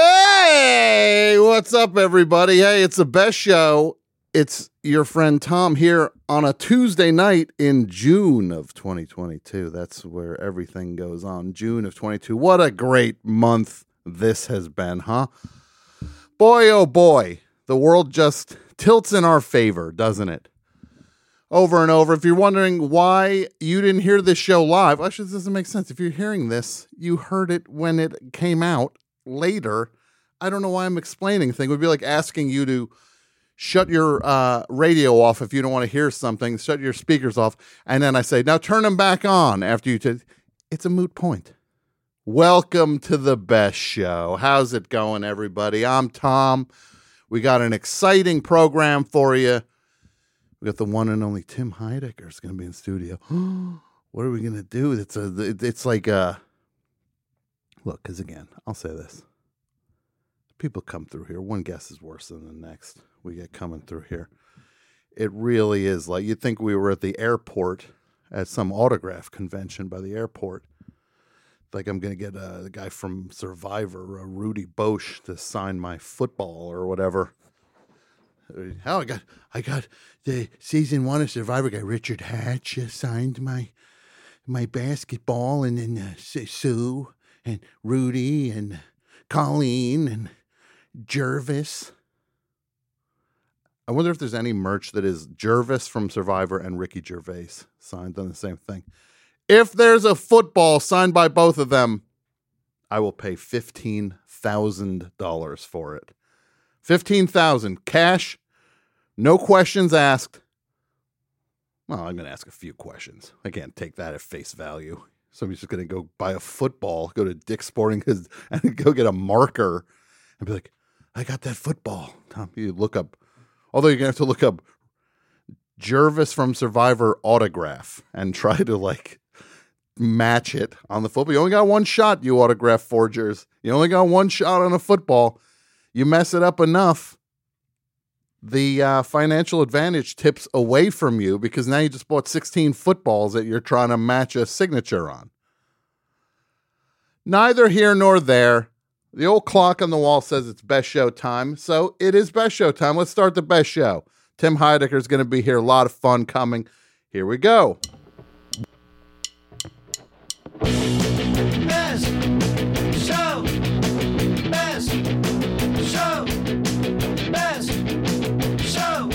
Hey, what's up, everybody? Hey, it's the best show. It's your friend Tom here on a Tuesday night in June of 2022. That's where everything goes on. June of 22. What a great month this has been, huh? Boy, oh boy, the world just tilts in our favor, doesn't it? Over and over. If you're wondering why you didn't hear this show live, actually, this doesn't make sense. If you're hearing this, you heard it when it came out later. I don't know why I'm explaining things. It would be like asking you to shut your uh, radio off if you don't want to hear something, shut your speakers off. And then I say, now turn them back on after you. T-. It's a moot point. Welcome to the best show. How's it going, everybody? I'm Tom. We got an exciting program for you. We got the one and only Tim Heidecker is going to be in studio. what are we going to do? It's a, it- it's like a look. Because again, I'll say this: people come through here. One guest is worse than the next. We get coming through here. It really is like you'd think we were at the airport at some autograph convention by the airport. Like I'm gonna get uh, the guy from Survivor, uh, Rudy Bosch, to sign my football or whatever. How I got I got the season one of Survivor guy Richard Hatch uh, signed my my basketball and then uh, Su- Sue and Rudy and Colleen and Jervis. I wonder if there's any merch that is Jervis from Survivor and Ricky Gervais signed on the same thing. If there's a football signed by both of them, I will pay fifteen thousand dollars for it. Fifteen thousand cash, no questions asked. Well, I'm going to ask a few questions. I can't take that at face value. Somebody's just going to go buy a football, go to Dick's Sporting Goods, and go get a marker and be like, I got that football. Tom, you look up, although you're going to have to look up Jervis from Survivor autograph and try to like match it on the football. You only got one shot, you autograph forgers. You only got one shot on a football. You mess it up enough the uh, financial advantage tips away from you because now you just bought 16 footballs that you're trying to match a signature on. Neither here nor there. The old clock on the wall says it's best show time, so it is best show time. Let's start the best show. Tim Heidecker is going to be here. A lot of fun coming. Here we go. Best show. Best show. Best show.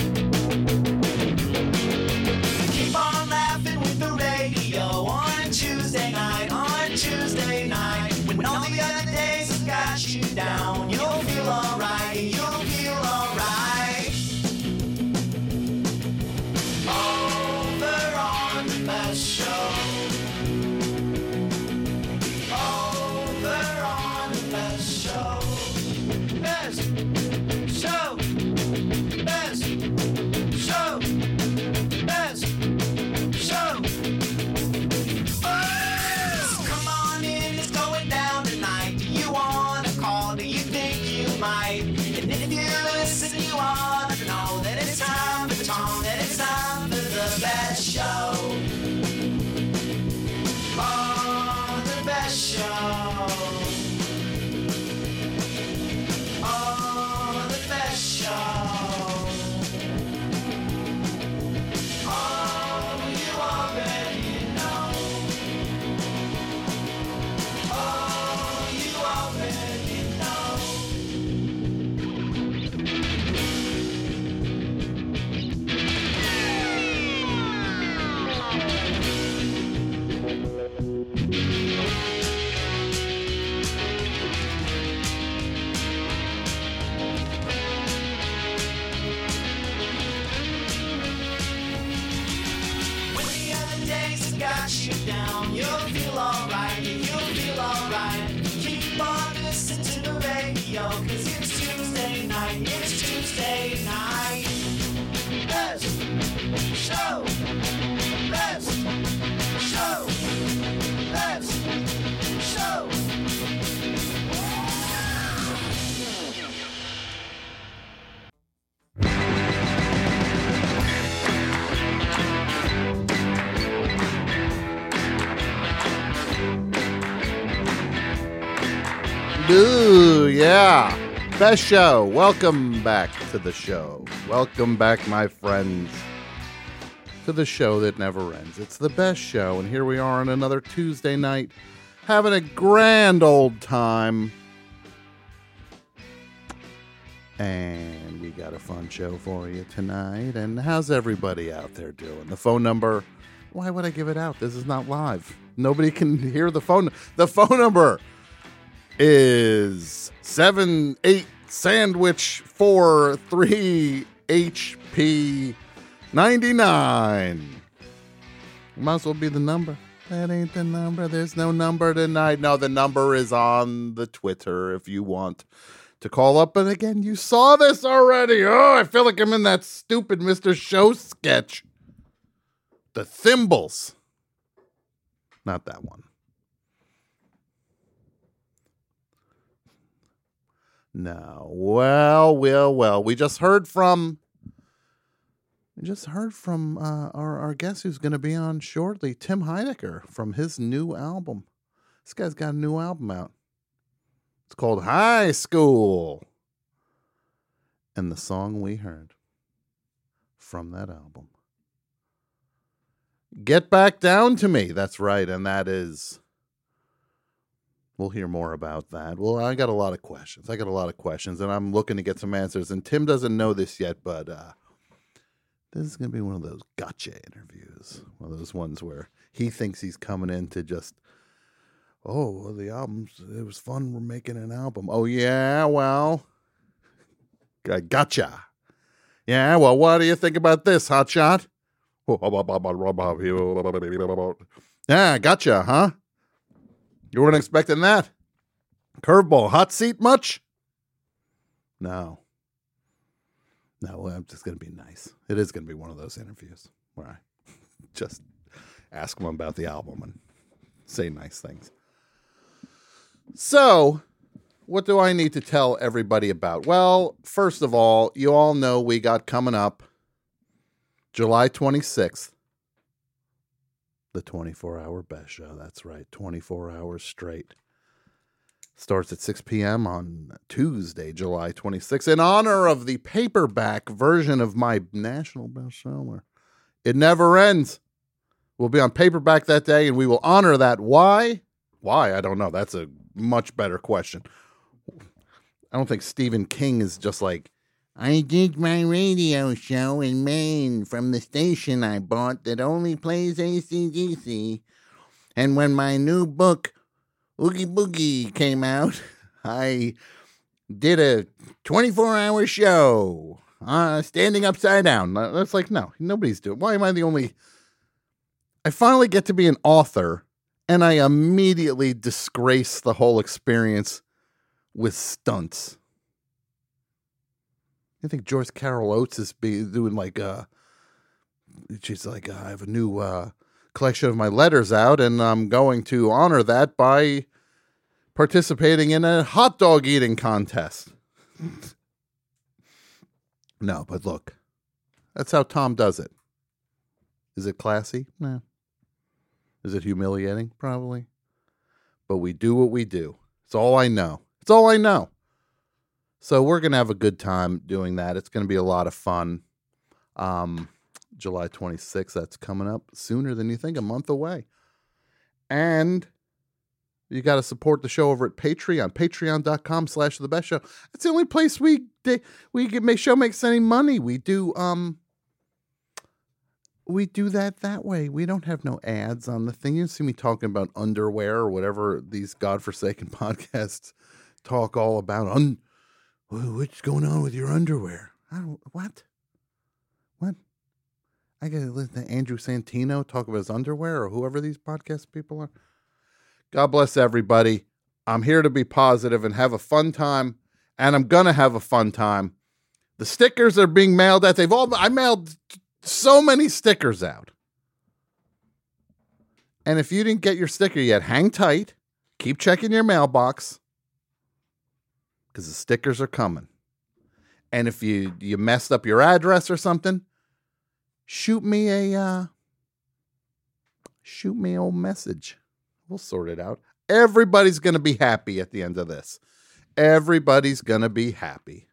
Keep on laughing with the radio on a Tuesday night. On a Tuesday night, when all the other days have got you down, you'll feel alright. You'll feel alright. Over on the best show. Over on the best show. Best show. Best show. Best show. Oh! Come on in, it's going down tonight. Do you wanna call? Do you think you might? And if you listen, you ought to know that it's time for Tom, that it's time for the best show. Oh, the best show. Oh, show. Let's show. Let's show. Ooh, yeah. Best show. Welcome back to the show. Welcome back, my friends, to the show that never ends. It's the best show, and here we are on another Tuesday night having a grand old time. And we got a fun show for you tonight. And how's everybody out there doing? The phone number, why would I give it out? This is not live. Nobody can hear the phone. The phone number is seven eight sandwich four three HP ninety nine. Might as well be the number. That ain't the number. There's no number tonight. No, the number is on the Twitter if you want to call up. But again, you saw this already. Oh, I feel like I'm in that stupid Mr. Show sketch. The thimbles. Not that one. No. Well, well, well. We just heard from. We just heard from uh, our our guest who's going to be on shortly, Tim Heidecker, from his new album. This guy's got a new album out. It's called High School. And the song we heard from that album. Get back down to me. That's right, and that is We'll hear more about that. Well, I got a lot of questions. I got a lot of questions, and I'm looking to get some answers. And Tim doesn't know this yet, but uh, this is going to be one of those gotcha interviews. One of those ones where he thinks he's coming in to just, oh, well, the albums, it was fun we're making an album. Oh, yeah, well, I gotcha. Yeah, well, what do you think about this, hotshot? Yeah, gotcha, huh? You weren't expecting that? Curveball, hot seat much? No. No, I'm just going to be nice. It is going to be one of those interviews where I just ask them about the album and say nice things. So, what do I need to tell everybody about? Well, first of all, you all know we got coming up July 26th the 24 hour best show. That's right, 24 hours straight. Starts at 6 p.m. on Tuesday, July 26th, in honor of the paperback version of my national bestseller. It never ends. We'll be on paperback that day and we will honor that. Why? Why? I don't know. That's a much better question. I don't think Stephen King is just like, I did my radio show in Maine from the station I bought that only plays ACDC. And when my new book, Oogie Boogie, came out, I did a 24 hour show uh, standing upside down. That's like, no, nobody's doing Why am I the only. I finally get to be an author, and I immediately disgrace the whole experience with stunts. I think Joyce Carol Oates is be doing like uh she's like I have a new uh collection of my letters out and I'm going to honor that by participating in a hot dog eating contest. no, but look. That's how Tom does it. Is it classy? No. Is it humiliating? Probably. But we do what we do. It's all I know. It's all I know. So we're gonna have a good time doing that. It's gonna be a lot of fun. Um, July 26th, that's coming up sooner than you think, a month away. And you got to support the show over at Patreon, patreon.com slash the best show. That's the only place we da- we get make show makes any money. We do um we do that that way. We don't have no ads on the thing. You see me talking about underwear or whatever these godforsaken podcasts talk all about. Un- well, what's going on with your underwear? I don't, what? What? I gotta listen to Andrew Santino talk about his underwear or whoever these podcast people are. God bless everybody. I'm here to be positive and have a fun time, and I'm gonna have a fun time. The stickers are being mailed out. They've all I mailed so many stickers out. And if you didn't get your sticker yet, hang tight. Keep checking your mailbox because the stickers are coming. And if you you messed up your address or something, shoot me a uh, shoot me a old message. We'll sort it out. Everybody's gonna be happy at the end of this. Everybody's gonna be happy.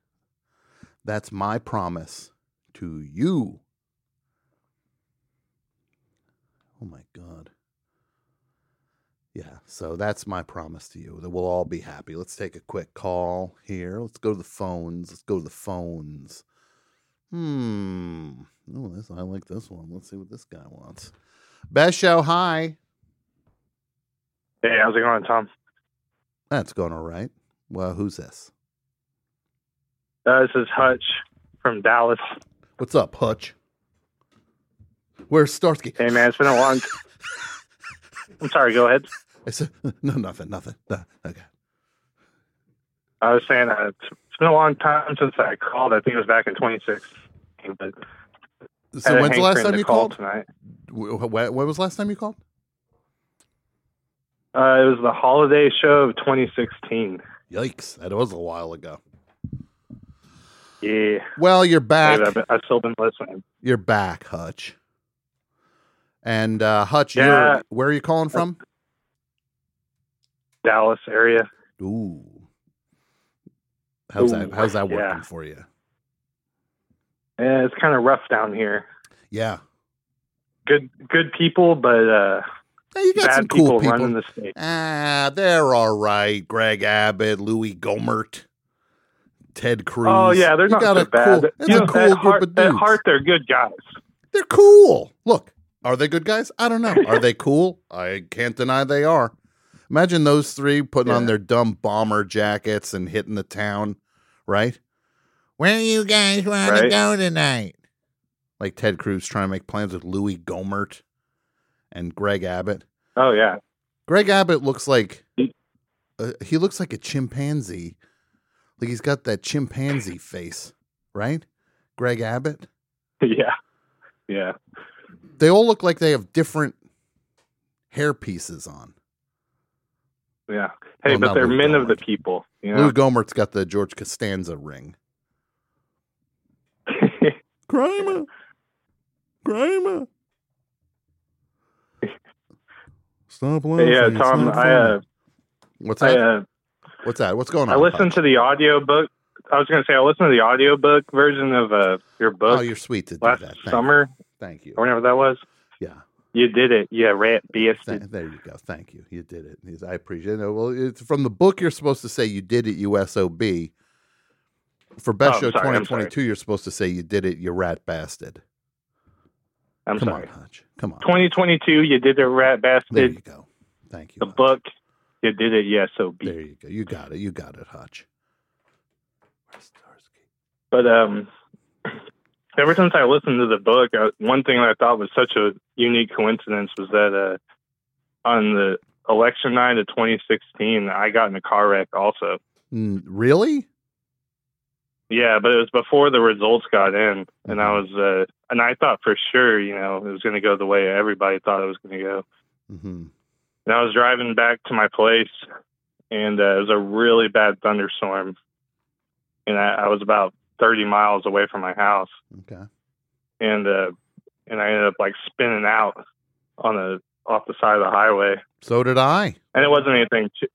That's my promise to you. Oh my God. Yeah, so that's my promise to you that we'll all be happy. Let's take a quick call here. Let's go to the phones. Let's go to the phones. Hmm. Oh, this I like this one. Let's see what this guy wants. Best show. Hi. Hey, how's it going, Tom? That's going all right. Well, who's this? Uh, this is Hutch from Dallas. What's up, Hutch? Where's Starsky? Hey, man, it's been a long. I'm sorry. Go ahead. I said, no, nothing, nothing. No, okay. I was saying uh, it's it's been a long time since I called. I think it was back in 2016. But So had a when's the last hankering time to you call called? tonight? Wh- wh- When was the last time you called? Uh, it was the holiday show of 2016. Yikes! That was a while ago. Yeah, Well, you're Maybe back. I've, been- I've still been listening. You're back, Hutch. And uh, Hutch, Yeah. you're, where are you calling from? Dallas area. Ooh. How's Uh, Ooh, that? How's that working yeah. for you? Yeah, it's kind of rough down here. Yeah. Good, good people, but uh, Hey, you got some bad cool people, people. running the state. Ah, they're all right. Greg Abbott, Louis Gomert, Ted Cruz. Oh yeah, they're You not got so a bad. Cool, it's You know, a cool at group heart, of dudes. At heart, they're good guys. They're cool. Look, are they good guys? I don't know. Are they cool? I can't deny they are. Imagine those three putting on Yeah. their dumb bomber jackets and hitting the town, right? Where you guys want to Right. go tonight? Like Ted Cruz trying to make plans with Louis Gomert and Greg Abbott. Oh yeah, Greg Abbott looks like He- uh, he looks like a chimpanzee. Like he's got that chimpanzee face, right? Greg Abbott. yeah, yeah. They all look like they have different hair pieces on. Yeah. Hey, Well, not but they're Louis men of the Gohmert. people. You know? Louis Gomert's got the George Costanza ring. Grimer, Grimer. Stop laughing. yeah, it's Tom, not I funny. uh, What's I that? uh, What's that? What's going on? I listened to the audiobook. I was going to say I listened to the audiobook version of uh, your Oh, book you're sweet to do last that. Thank you. summer Thank you. or whenever that was. Yeah. You did it. Yeah, rat Th- bastard. there you go. Thank you. You did it. Yes, I appreciate it. Well, it's from the book. You're supposed to say you did it, USOB. For Oh, Best I'm Show sorry, I'm 2022, you're supposed to say you did it, you rat bastard. I'm Come sorry. on, Hutch. Come on. 2022. You did it, rat there bastard. you go. Thank you. The Hutch. book. You did it. Yeah, so be. There you go. You got it. You got it, Hutch. Where's Starsky? But um, ever since I listened to the book, I, one thing that I thought was such a unique coincidence was that uh, on the election night of 2016, I got in a car wreck also. Mm, really? Yeah, but it was before the results got in, and I Mm-hmm. was, uh, and I thought for sure, you know, it was going to go the way everybody thought it was going to go. hmm And I was driving back to my place, and uh, it was a really bad thunderstorm, and I, I was about 30 miles away from my house. Okay. and uh and I ended up like spinning out on the off the side of the highway, So did I. and it wasn't anything. Too,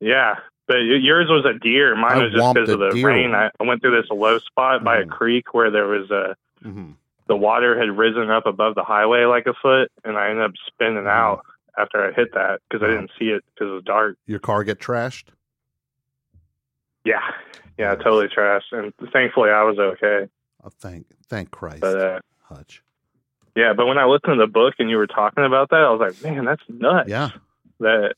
yeah, but y- yours was a deer. Mine I was just whomped because a of the deer. rain. I, I went through this low spot by a Mhm. creek where there was a hmm the water had risen up above the highway like a foot, and I ended up spinning Mhm. out after I hit that because I Wow. didn't see it because it was dark. Your car get trashed? Yeah, yeah, Nice. totally trashed. And thankfully, I was okay. Oh, thank, thank Christ, But uh, Hutch. yeah, but when I listened to the book and you were talking about that, I was like, man, that's nuts. Yeah. That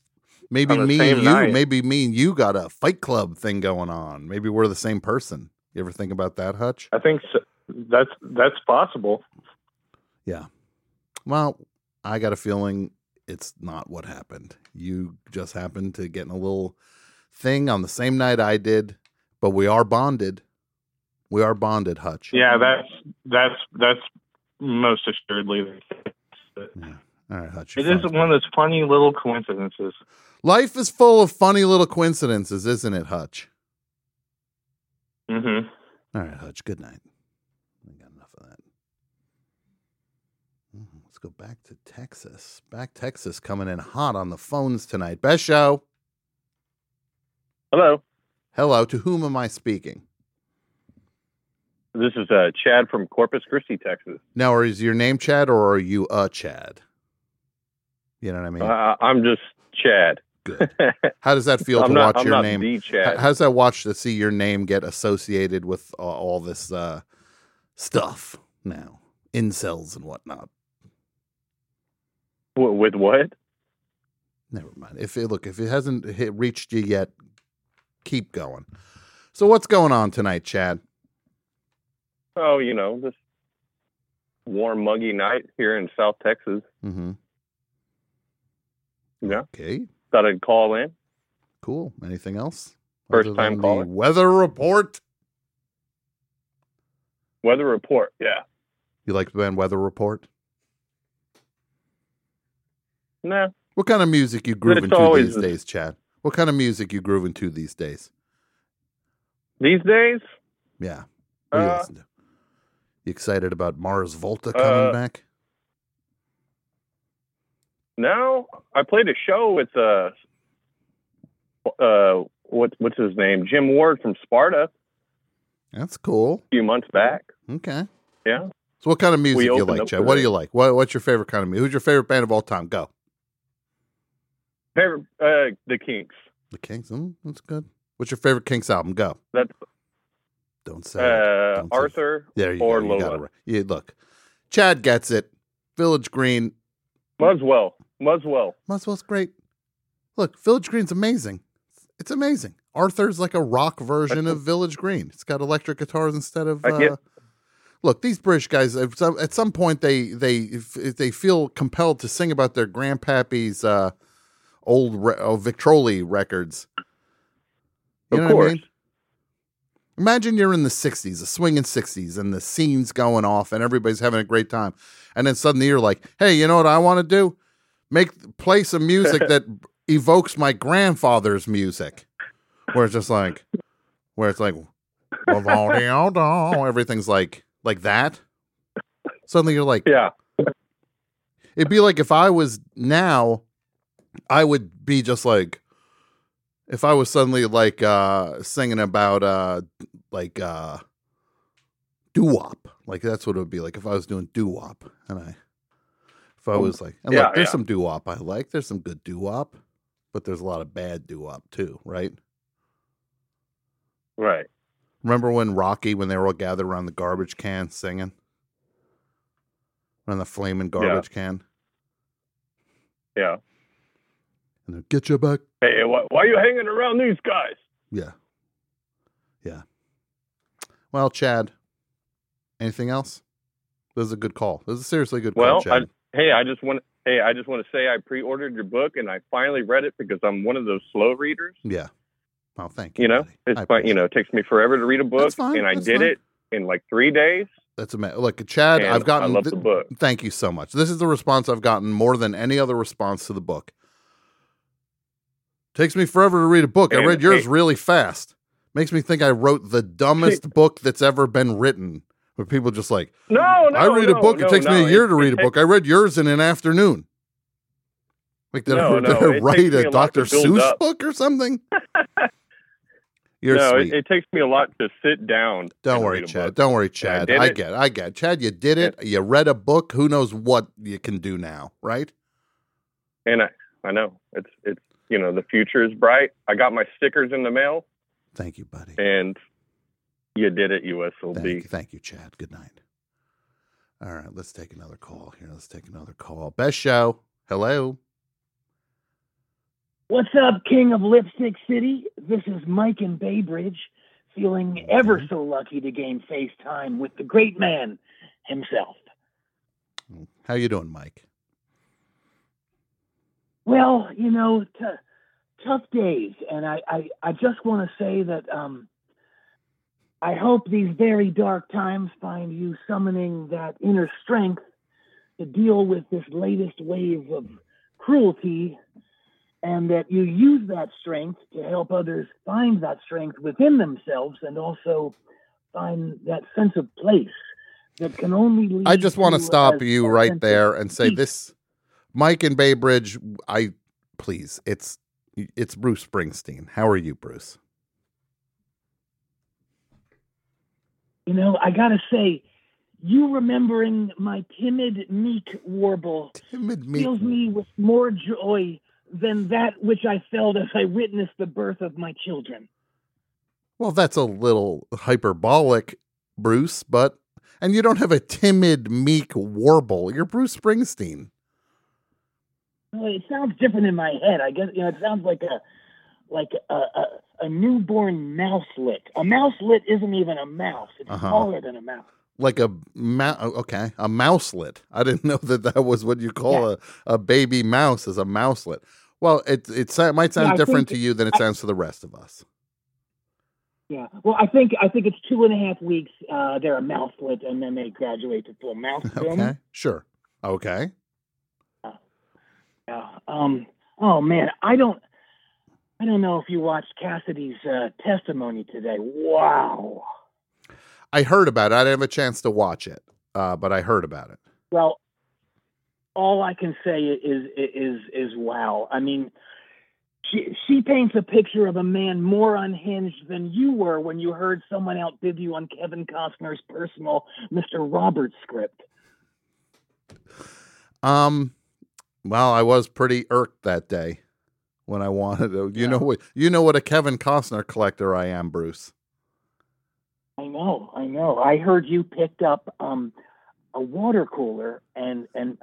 Maybe on the me same and you, night. maybe me and you got a fight club thing going on. Maybe we're the same person. You ever think about that, Hutch? I think so. that's that's possible. Well, I got a feeling it's not what happened. You just happened to get in a little thing on the same night I did, but we are bonded. We are bonded, Hutch. Yeah, that's that's that's most assuredly the case. All right, Hutch. It you're is fine. one of those funny little coincidences. Life is full of funny little coincidences, isn't it, Hutch? hmm All right, Hutch. Good night. We got enough of that. Mhm, Let's go back to Texas. Back Texas coming in hot on the phones tonight. Best show. Hello, Hello. To whom am I speaking? this is uh, Chad from Corpus Christi, Texas. Now, are- is your name Chad or are you a Chad? You know what I mean. Uh, I'm just Chad. Good. How does that feel I'm to not, watch I'm your not name? the How, Chad. how does that watch to see your name get associated with uh, all this uh, stuff now, incels and whatnot? W- with what? Never mind. If it look, if it hasn't hit, reached you yet, keep going. So what's going on tonight, Chad? Oh, you know, this warm, muggy night here in South Texas. Mm-hmm. Yeah. Okay. Thought I'd call in. Cool. Anything else? First Other time than the caller. Weather report. Weather report. Yeah. You like the band Weather Report? No. What kind of music you grooving to always these the- days, Chad? What kind of music you grooving to these days? These days, Yeah. What you Uh, listen to? You excited about Mars Volta uh, coming back? no. I played a show with uh, uh, what what's his name? Jim Ward from Sparta a That's cool. few months back. Okay. Yeah. So what kind of music you opened like, up Chad? for What do that. you like? What, what's your favorite kind of music? Who's your favorite band of all time? Go. Favorite, uh, the Kinks. The Kings. Mm, that's good. What's your favorite Kinks album? Go. That's Don't say it. uh, Don't say- Arthur There you or go. You Lola. got it right. Yeah, look. Chad gets it. Village Green. Muswell. Muswell. Muswell's great. Look, Village Green's amazing. It's amazing. Arthur's like a rock version of Village Green. It's got electric guitars instead of. I get- Uh, look, these British guys. At some, at some point, they they if, if they feel compelled to sing about their grandpappy's uh, old re- oh, Victrola records. You Of know what I course. mean? Imagine you're in the 60s, the swinging 60s, and the scene's going off and everybody's having a great time. And then suddenly you're like, hey, you know what I want to do? Make play some music that evokes my grandfather's music. Where it's just like, where it's like, everything's like, like that. Suddenly you're like, Yeah. It'd be like if I was now, I would be just like, if I was suddenly like uh singing about uh like uh doo wop, like that's what it would be like if I was doing doo wop, and I, if I was like, and Yeah, look, there's yeah. some doo wop I like, there's some good doo wop, but there's a lot of bad doo wop too, right? Right. Remember when Rocky, when they were all gathered around the garbage can singing, around the flaming garbage can, Yeah. and they're, get your back Hey, why, why are you hanging around these guys? Yeah. Yeah. Well, Chad, anything else? This is a good call. This is a seriously good Well, call, Chad. I, hey, I just want hey, I just want to say I pre-ordered your book and I finally read it because I'm one of those slow readers. Yeah. Well, thank you. You know, buddy. I it's fine. You appreciate know, it takes me forever to read a book, That's fine, and I that's did fine. it in like three days. That's a look, Chad. and I've gotten. I love th- the book. thank you so much. This is the response I've gotten more than any other response to the book. Takes me forever to read a book. I And- read yours hey- really fast. Makes me think I wrote the dumbest book that's ever been written. Where people just like, No, no, I read no, a book. no, it takes no, me a year to read it a book. I read yours in an afternoon. Like did, No, I, did I no, it takes write me a a lot Dr. to build Seuss up. book or something? takes- You're no, sweet. it, it takes me a lot to sit down. Don't and worry, read a Chad. book. Don't worry, Chad. did I it. get, I get, Chad. You did it. You read a book. Who knows what you can do now, right? And I, I know it's it's you know the future is bright. I got my stickers in the mail, Thank you, buddy. and you did it, Thank USLB. you, thank you, Chad. Good night. All right, let's take another call here. Let's take another call. Best show. Hello. What's up, King of Lipstick City? This is Mike in Bay Bridge, feeling ever so lucky to gain FaceTime with the great man himself. How you doing, Mike? Well, you know, t- tough days, and I, I, I just want to say that um, I hope these very dark times find you summoning that inner strength to deal with this latest wave of cruelty, and that you use that strength to help others find that strength within themselves and also find that sense of place that can only lead I just want to stop a- you a right sense there of and say peace. this Mike and Bay Bridge, I please, it's it's Bruce Springsteen. How are you, Bruce? You know, I gotta say, you remembering my timid, meek warble Timid fills me with more joy than that which I felt as I witnessed the birth of my children. Well, that's a little hyperbolic, Bruce, but and you don't have a timid, meek warble. You're Bruce Springsteen. Well, it sounds different in my head. I guess you know, it sounds like a like a a, a newborn mouselet. A mouselet isn't even a mouse; it's Uh-huh. taller than a mouse. Like a mouse, okay, a mouselet. I didn't know that that was what you call a, a baby mouse is a mouselet. Well, it it, sa- might sound Yeah, I different think- to you than it I- sounds to the rest of us. Yeah. Well, I think I think it's two and a half weeks. Uh, they're a mouselet, and then they graduate to full mouselet. Okay, sure. Okay, Yeah. Um. Oh man, I don't. I don't know if you watched Cassidy's uh, testimony today. Wow. I heard about it. I didn't have a chance to watch it, uh, but I heard about it. Well, all I can say is is is wow. I mean, she she paints a picture of a man more unhinged than you were when you heard someone outbid you on Kevin Costner's personal Mr. Roberts script. Um, well, I was pretty irked that day when I wanted to. You know what? You know what a Kevin Costner collector I am, Bruce. I know, I know. I heard you picked up um, a water cooler and and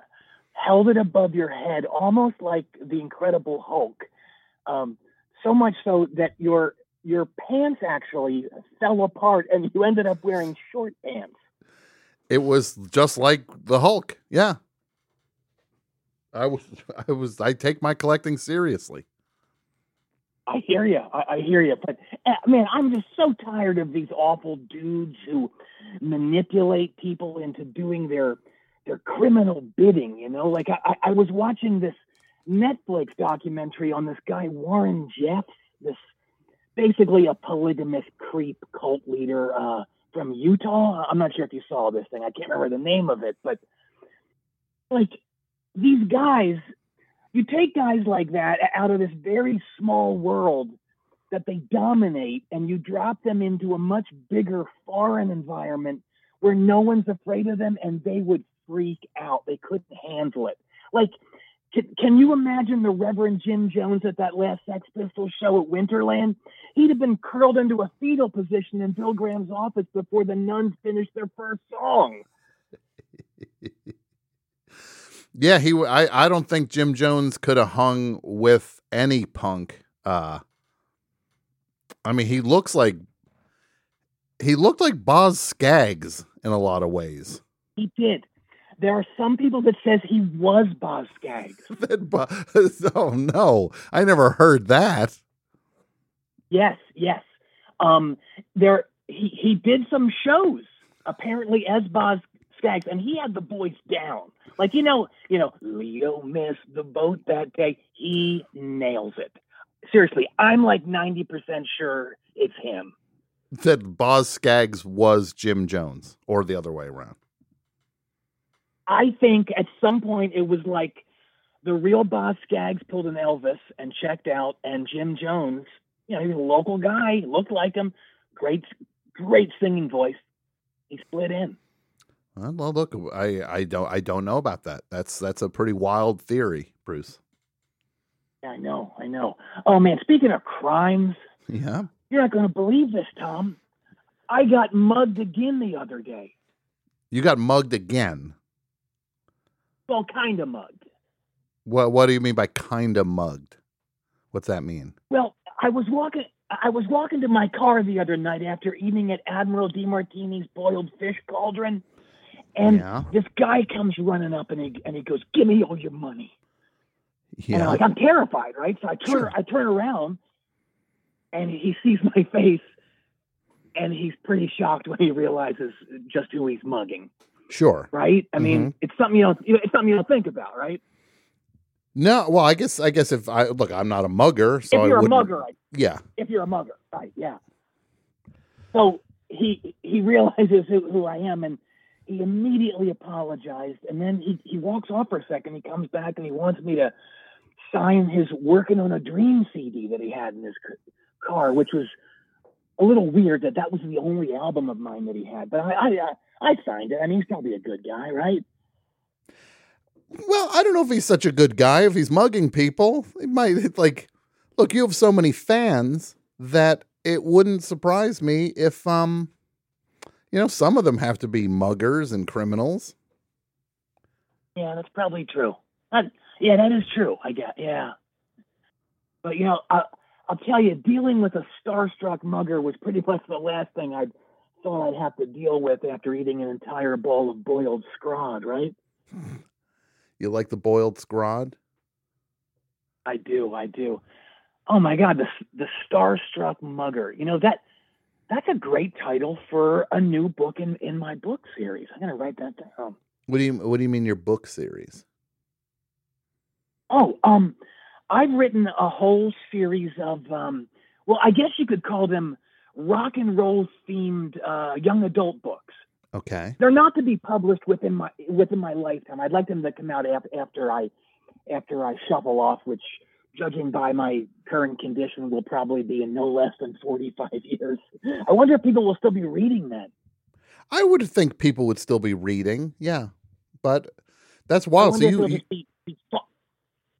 held it above your head, almost like the Incredible Hulk. Um, so much so that your your pants actually fell apart, and you ended up wearing short pants. It was just like the Hulk. Yeah. I was, I was, I take my collecting seriously. I hear you. I, I hear you. But uh, man, I'm just so tired of these awful dudes who manipulate people into doing their their criminal bidding. You know, like I, I- I was watching this Netflix documentary on this guy Warren Jeffs, this basically a polygamous creep cult leader uh, from Utah. I'm not sure if you saw this thing. I can't remember the name of it, but like these guys you take guys like that out of this very small world that they dominate and you drop them into a much bigger foreign environment where no one's afraid of them and they would freak out they couldn't handle it like can, can you imagine the reverend jim jones at that last sex pistols show at winterland he'd have been curled into a fetal position in bill graham's office before the nuns finished their first song Yeah, he. w- I. I don't think Jim Jones could have hung with any punk. Uh, I mean, he looks like he looked like Boz Skaggs in a lot of ways. he did there are some people that says he was boz skaggs That Bo- oh no, I never heard that. Yes, yes. Um, there he he did some shows apparently as Boz Skaggs, and he had the voice down. Like you know, you know, Leo missed the boat that day. He nails it. Seriously, I'm like ninety percent sure it's him. That Boz Skaggs was Jim Jones, or the other way around. I think at some point it was like the real Boz Skaggs pulled an Elvis and checked out, and Jim Jones, you know, he was a local guy, looked like him, great, great singing voice. He split in. Well, Uh, well, look, I, I don't I don't know about that. That's that's a pretty wild theory, Bruce. Yeah, I know, I know. Oh man, speaking of crimes, Yeah. you're not going to believe this, Tom. I got mugged again the other day. You got mugged again. Well, kind of mugged. What what do you mean by kinda mugged? What's that mean? Well, I was walking. I was walking to my car the other night after eating at Admiral DeMartini's boiled fish cauldron, and Yeah. this guy comes running up and he and he goes, "Give me all your money." And I'm Yeah. like, Oh, I'm terrified, right? So I turn, Sure. I turn around, and he sees my face, and he's pretty shocked when he realizes just who he's mugging, Sure. right? I mean, Mm-hmm. it's something you don't you know, it's something you don't think about, right? No, well, I guess I guess if I look, I'm not a mugger, so if I you're a wouldn't- mugger, I Yeah. if you're a mugger, right? Yeah. So he he realizes who, who I am, and he immediately apologized, and then he, he walks off for a second. He comes back and he wants me to sign his "Working on a Dream" CD that he had in his c- car, which was a little weird that that was the only album of mine that he had. But I I, I, I signed it. I mean, he's probably a good guy, right? Well, I don't know if he's such a good guy. If he's mugging people, it might like look. You have so many fans that it wouldn't surprise me if um, you know, some of them have to be muggers and criminals. Yeah, that's probably true. That, yeah, that is true. I guess. Yeah. But you know, I, I'll tell you, dealing with a starstruck mugger was pretty much the last thing I thought I'd have to deal with after eating an entire bowl of boiled scrod. Right? You like the boiled scrod? I do. I do. Oh my God, the the starstruck mugger. You know that that's a great title for a new book in in my book series. I'm gonna write that down. What do you What do you mean your book series? Oh, um, I've written a whole series of, um, well, I guess you could call them rock and roll themed uh, young adult books. Okay. They're not to be published within my within my lifetime. I'd like them to come out af- after I after I shuffle off, which, judging by my current condition, will probably be in no less than forty five years. I wonder if people will still be reading that. I would think people would still be reading. Yeah, but that's wild. So I wonder if you, it'll you just be, be thought-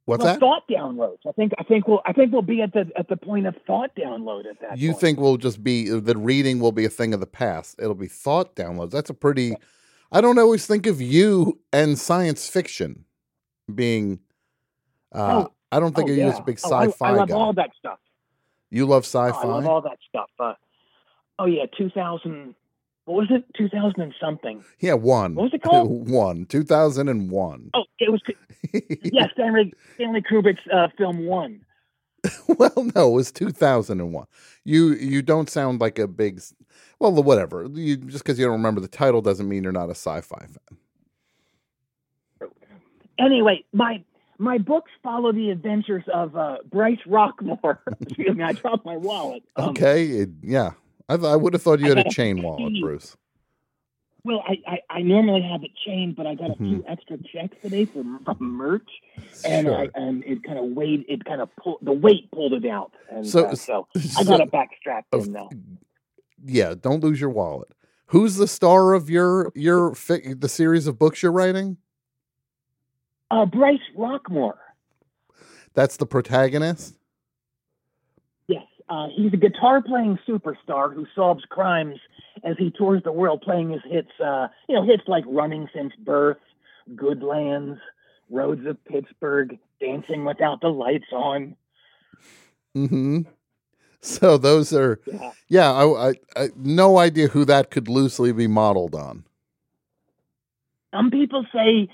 what's well, that? thought downloads. I think I think we'll I think we'll be at the at the point of thought download at that. you point. think will just be the reading will be a thing of the past. It'll be thought downloads. That's a pretty. I don't always think of you and science fiction being. Uh, Oh, I don't think Oh, of you yeah. as a big Oh, I- sci-fi I, love guy. all that stuff. you love Oh, sci-fi. I love all that stuff. Uh, oh yeah, two thousand. What was it? Two thousand and something. yeah, one. What was it called? One two thousand and one. Oh, it was. Yeah, Stanley Stanley Kubrick's uh, film one. well, no, it was two thousand and one. You you don't sound like a big. s- Well, whatever. You just because you don't remember the title doesn't mean you're not a sci-fi fan. Anyway, my my books follow the adventures of uh, Bryce Rockmore. Excuse me, I dropped my wallet. Um, Okay, it- yeah. I, th- I would have thought you I had a got a chain wallet, CD. Bruce. Well, I, I, I normally have it chained, but I got a Mm-hmm. few extra checks today for from merch, and I, Sure. and it kind of weighed. It kind of pulled the weight pulled it out, and So- so, uh, so I so- got it uh, back strapped Of- in though. yeah, don't lose your wallet. Who's the star of your your fi- the series of books you're writing? Uh, Bryce Rockmore. That's the protagonist. Yes, uh, he's a guitar playing superstar who solves crimes as he tours the world playing his hits. Uh, you know, hits like "Running Since Birth," "Good Lands," "Roads of Pittsburgh," "Dancing Without the Lights On." Mm-hmm. So those are Yeah. yeah. I, I, I no idea who that could loosely be modeled on. Some people say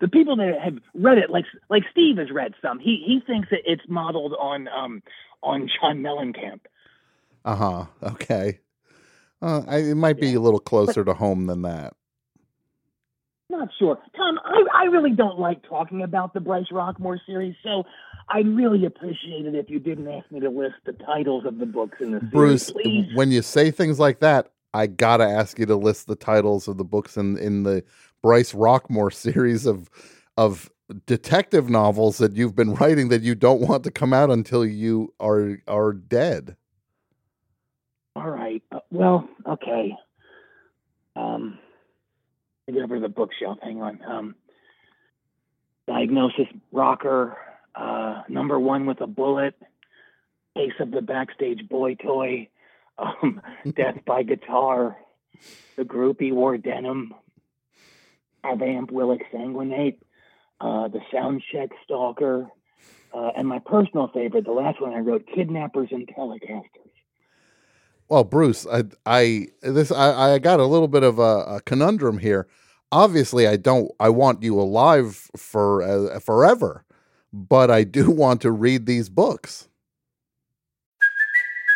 the people that have read it, like like Steve has read some. He he thinks that it's modeled on um on John Mellencamp. Uh huh. Okay. Uh, I, it might be a little closer to home than that. Not sure, Tom. I I really don't like talking about the Bryce Rockmore series, so I'd really appreciate it if you didn't ask me to list the titles of the books in the series. Bruce, please. when you say things like that, I gotta ask you to list the titles of the books in in the Bryce Rockmore series of of detective novels that you've been writing that you don't want to come out until you are are dead. All right. Uh, well, okay. Um, I get over to the bookshelf. Hang on. Um, diagnosis rocker. Uh, number one with a bullet. Case of the backstage boy toy. Um, death by guitar. The groupie wore denim. How the amp will exsanguinate. Uh, the sound check stalker. Uh, and my personal favorite, the last one I wrote, Kidnappers and Telecasters. Well, Bruce, I I this I, I got a little bit of a, a conundrum here. Obviously, I don't I want you alive for uh, forever, but I do want to read these books.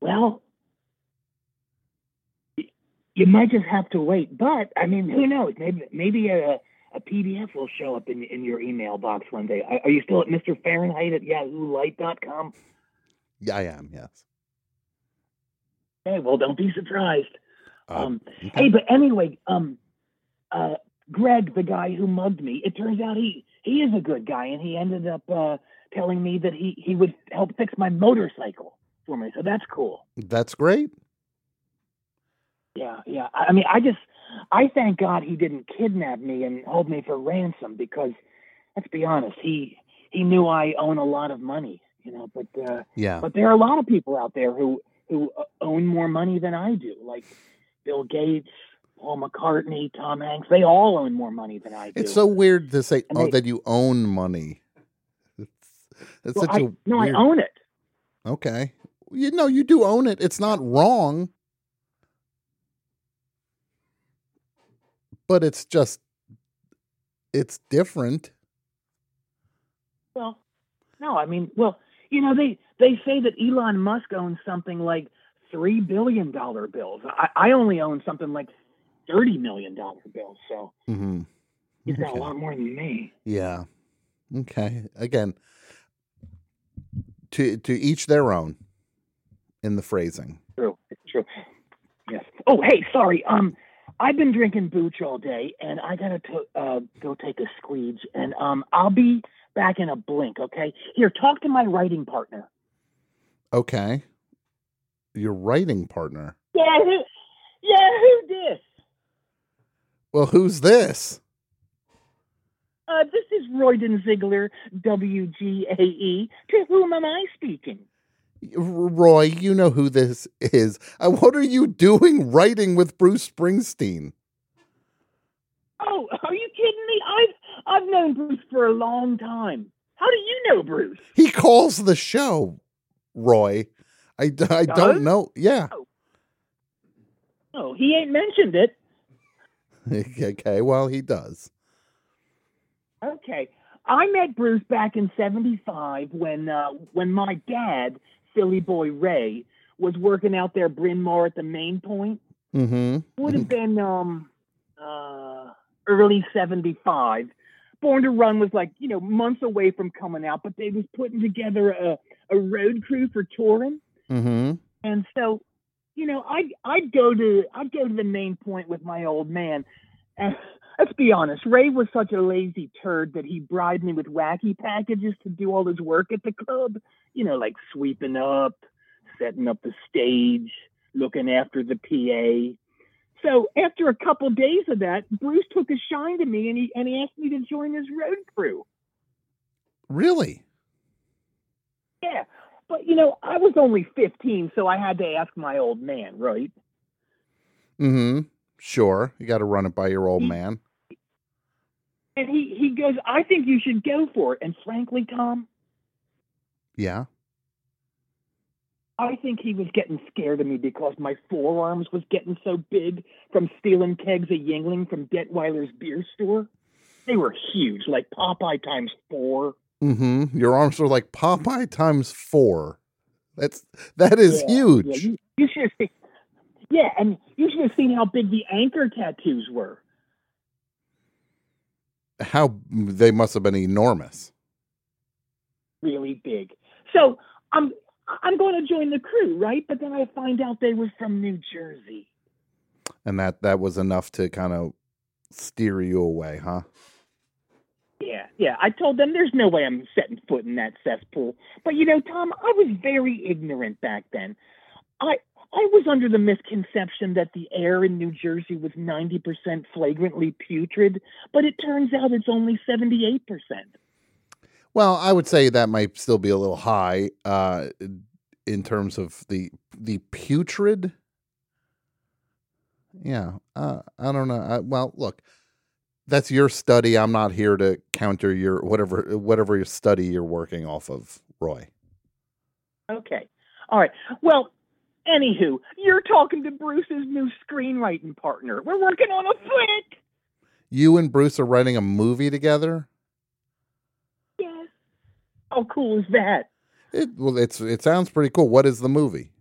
Well, y- you might just have to wait. But I mean, who knows? Maybe maybe a, a PDF will show up in in your email box one day. Are- Are you still at Mr. Fahrenheit at YahooLight.com? Yeah, I am. Yes. Okay, well, don't be surprised. Uh, Um, okay. Hey, but anyway, um, uh, Greg, the guy who mugged me, it turns out he he is a good guy, and he ended up uh, telling me that he he would help fix my motorcycle for me. So that's cool. That's great. Yeah, yeah. I I mean, I just, I thank God he didn't kidnap me and hold me for ransom because, let's be honest, he he knew I own a lot of money, you know. But uh, Yeah. but there are a lot of people out there who who uh, own more money than I do, like Bill Gates, Paul McCartney, Tom Hanks. They all own more money than I do. It's so weird to say And oh they- that you own money. It's, it's Well, such a I- no, weird, I own it. Okay. You know, you do own it. It's not wrong. But it's just it's different. Well, no, I mean, well, you know, they they say that Elon Musk owns something like three billion dollar bills. I, I only own something like thirty million dollar bills, so Mm-hmm. he's got a lot more than me. Yeah. Okay. Again, to to each their own in the phrasing. True, it's true. Yes. Oh, hey, sorry. Um, I've been drinking booch all day, and I gotta to uh, go take a squeege, and um, I'll be back in a blink. Okay. Here, talk to my writing partner. Okay. Your writing partner. Yeah. Who, yeah. Who this? Well, who's this? Uh, this is Royden Ziegler, WGAE. E. To whom am I speaking? R- Roy, you know who this is. Uh, what are you doing writing with Bruce Springsteen? Oh, are you kidding me? I've I've known Bruce for a long time. How do you know Bruce? He calls the show, Roy. I, d- I Does? don't know. Yeah. Oh, he ain't mentioned it. okay. Well, he does. Okay, I met Bruce back in '75 when uh, when my dad, Philly Boy Ray, was working out there Bryn Mawr at the Main Point. Mm-hmm. would have been um uh early 75 born to run was like you know months away from coming out but they was putting together a, a road crew for touring Mm-hmm. and so you know i'd i'd go to i'd go to the main point with my old man and let's be honest ray was such a lazy turd that he bribed me with wacky packages to do all his work at the club you know like sweeping up setting up the stage looking after the pa so after a couple days of that, Bruce took a shine to me and he and he asked me to join his road crew. Really? Yeah. But you know, I was only 15, so I had to ask my old man, right? Mm-hmm. Sure. You got to run it by your old He- man. And he he goes, "I think you should go for it." And frankly, Tom, Yeah. I think he was getting scared of me because my forearms was getting so big from stealing kegs of Yingling from Detweiler's beer store. They were huge, like Popeye times 4. Mm-hmm. Your arms are like Popeye times four. That's that is Yeah, huge. Yeah, you, you should have seen. Yeah, and you should have seen how big the anchor tattoos were. How they must have been enormous. Really big. So I'm I'm going to join the crew, right? But then I find out they were from New Jersey. And that that was enough to kind of steer you away, huh? Yeah, yeah. I told them there's no way I'm setting foot in that cesspool. But you know, Tom, I was very ignorant back then. I I was under the misconception that the air in New Jersey was 90% flagrantly putrid, but it turns out it's only 78%. Well, I would say that might still be a little high. Uh, in terms of the the putrid. Yeah, uh, I don't know. I, well, look, that's your study. I'm not here to counter your whatever whatever your study you're working off of, Roy. Okay. All right. Well, anywho, you're talking to Bruce's new screenwriting partner. We're working on a flick. You and Bruce are writing a movie together. Yes. How cool is that? It well, it's it sounds pretty cool. What is the movie?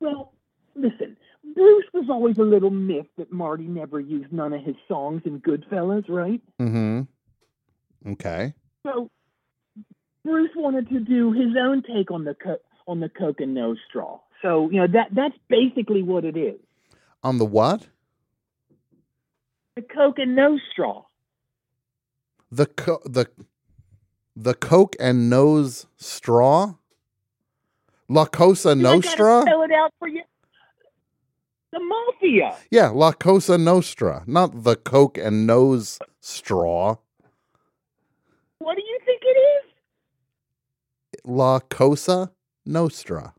Well, listen, Bruce was always a little miffed that Marty never used none of his songs in Goodfellas, right? Mm-hmm. Okay. So Bruce wanted to do his own take on the co- on the Coke and No Straw. So you know that that's basically what it is. On the what? The Coke and No Straw. The co- the the Coke and nose straw. La Cosa Do I gotta Nostra. Spell it out for you. The mafia. Yeah, La Cosa Nostra, not the Coke and nose straw. What do you think it is? La Cosa Nostra.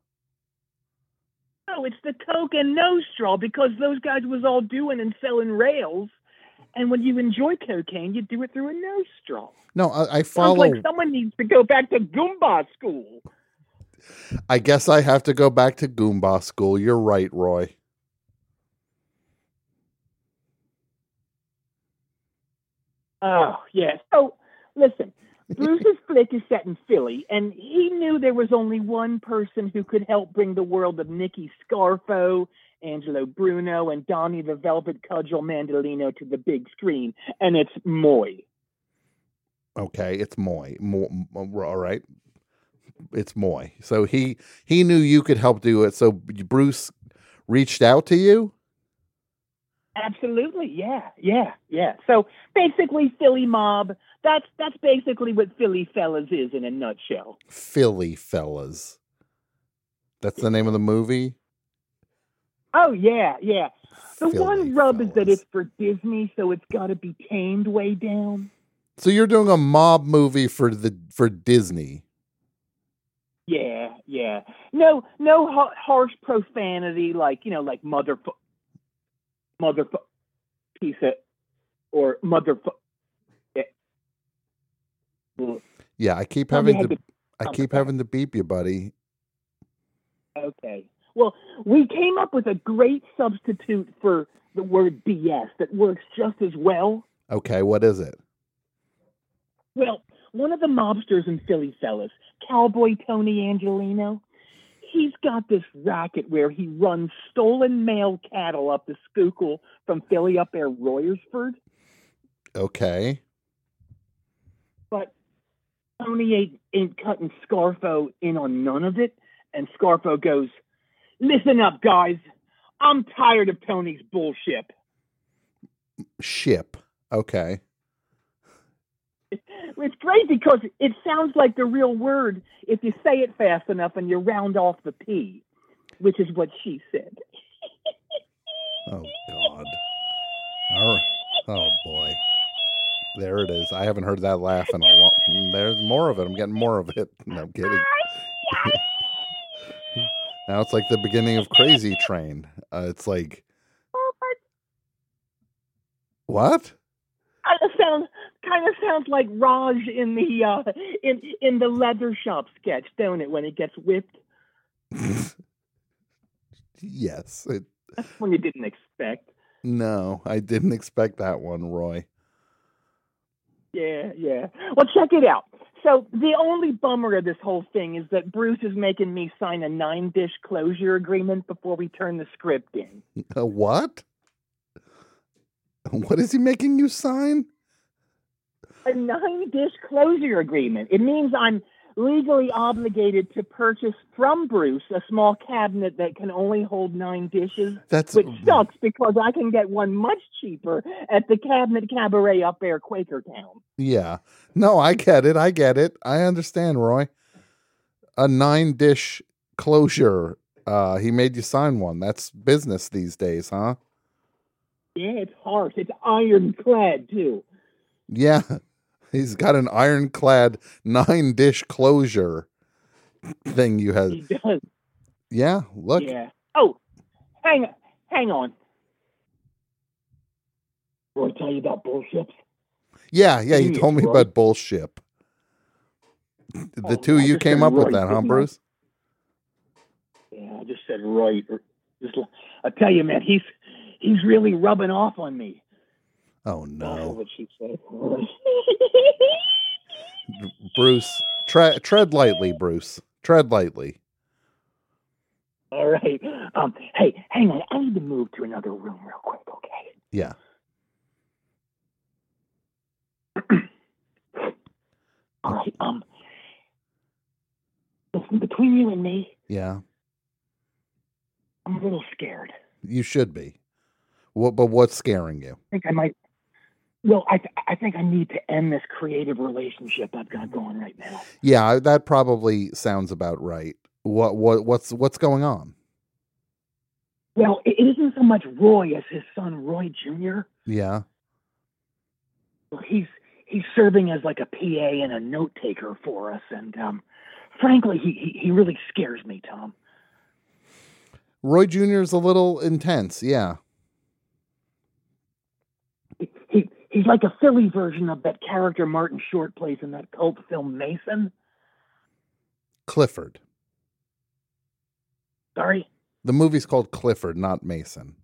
No, Oh, it's the Coke and No Straw because those guys was all doing and selling rails. And when you enjoy cocaine, you do it through a no straw. No, I, I Sounds follow. like someone needs to go back to Goomba school. I guess I have to go back to Goomba school. You're right, Roy. Oh, yes. So, listen, Bruce's flick is set in Philly, and he knew there was only one person who could help bring the world of Nicky Scarfo, Angelo Bruno, and Donnie the Velvet Cudgel Mandolino to the big screen, and it's Moy. Okay, it's Moy. Mo- m- all right, it's Moy. So he he knew you could help do it. So Bruce reached out to you. Absolutely, yeah, yeah, yeah. So basically, Philly mob. That's that's basically what Philly fellas is in a nutshell. Philly fellas. That's the name of the movie. Oh yeah, yeah. The Philly one rub is that fellas. it's for Disney, so it's got to be tamed way down. So you're doing a mob movie for the for Disney. Yeah, yeah. No, no ha- harsh profanity like you know, like mother, mother, piece of, or mother. Yeah, I keep Tell me having to how to I come keep back. having to beep you, buddy. Okay. Well, we came up with a great substitute for the word BS that works just as well. Okay, what is it? Well, one of the mobsters in Philly fellas, Cowboy Tony Angelino, he's got this racket where he runs stolen mail cattle up the Schuylkill from Philly up there, Royersford. Okay. But Tony ain't, ain't cutting Scarfo in on none of it. And Scarfo goes, Listen up, guys. I'm tired of Tony's bullshit. Ship. Okay. It's great because it sounds like the real word if you say it fast enough and you round off the P, which is what she said. Oh God. All right. Oh boy. There it is. I haven't heard that laugh in a long. There's more of it. I'm getting more of it. No, I'm kidding. now it's like the beginning of Crazy Train. Uh, it's like what? Kind of sounds kind of sounds like Raj in the uh, in in the leather shop sketch, don't it? When it gets whipped, Yes. It, that's one you didn't expect. no, I didn't expect that one, Roy. Yeah, yeah. Well, check it out. So the only bummer of this whole thing is that Bruce is making me sign a nine-dish closure agreement before we turn the script in. A what? What is he making you sign? a nine dish closure agreement. It means I'm legally obligated to purchase from Bruce a small cabinet that can only hold nine dishes, That's which sucks because I can get one much cheaper at the Cabinet Cabaret up there, Quakertown. Yeah. No, I get it. I get it. I understand, Roy. A nine dish closure. Uh he made you sign one. That's business these days, huh? Yeah, it's harsh. It's ironclad, too. Yeah. He's got an ironclad nine dish closure. thing you He had. does. Yeah, look. Yeah. Oh, hang hang on. Roy, tell you about bullships. Yeah, yeah, you Genius, told me Roy. about bullshit. The Oh, two of I you just came said up with Roy, that, huh, didn't I? Bruce? Yeah, I just said Roy. er, Just, l- I tell you, man, he's he's really rubbing off on me. Oh I no, what she said. Bruce, tre- tread lightly, Bruce. Tread lightly. All right. Um. Hey, hang on. I need to move to another room real quick. Okay. Yeah. All right. Um. Listen, between you and me, Yeah, I'm a little scared. you should be. What? But what's scaring you? I think I might. Well, I th- I think I need to end this creative relationship I've got going right now. Yeah, I- that probably sounds about right. What? What? What's? What's going on? Well, it it isn't so much Roy as his son Roy Jr. Yeah. Well, he's he's serving as like a PA and a note taker for us, and um, frankly, he, he he really scares me, Tom. Roy Jr. is a little intense. Yeah. He, he he's like a Philly version of that character Martin Short plays in that cult film Mason. Clifford. Sorry, The movie's called Clifford, not Mason.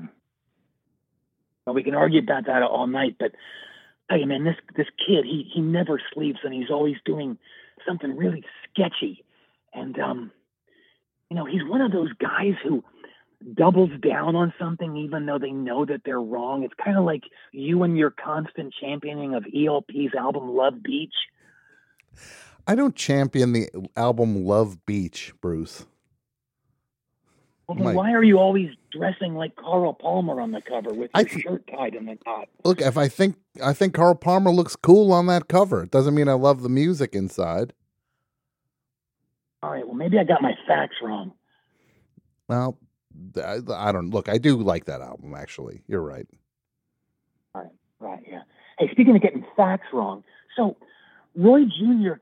well, we can argue about that all night, but hey, man, this this kid he he never sleeps and he's always doing something really sketchy, and um, you know, he's one of those guys who doubles down on something even though they know that they're wrong. It's kind of like you and your constant championing of ELP's album Love Beach. I don't champion the album Love Beach, Bruce. Well, then Mike. why are you always dressing like Carl Palmer on the cover with I your th- shirt tied in a knot? Look, if I think I think Carl Palmer looks cool on that cover, it doesn't mean I love the music inside. All right, well, maybe I got my facts wrong. Well, I, I don't look. I do like that album actually. You're right. Right, yeah. Hey, speaking of getting facts wrong, so Roy Jr.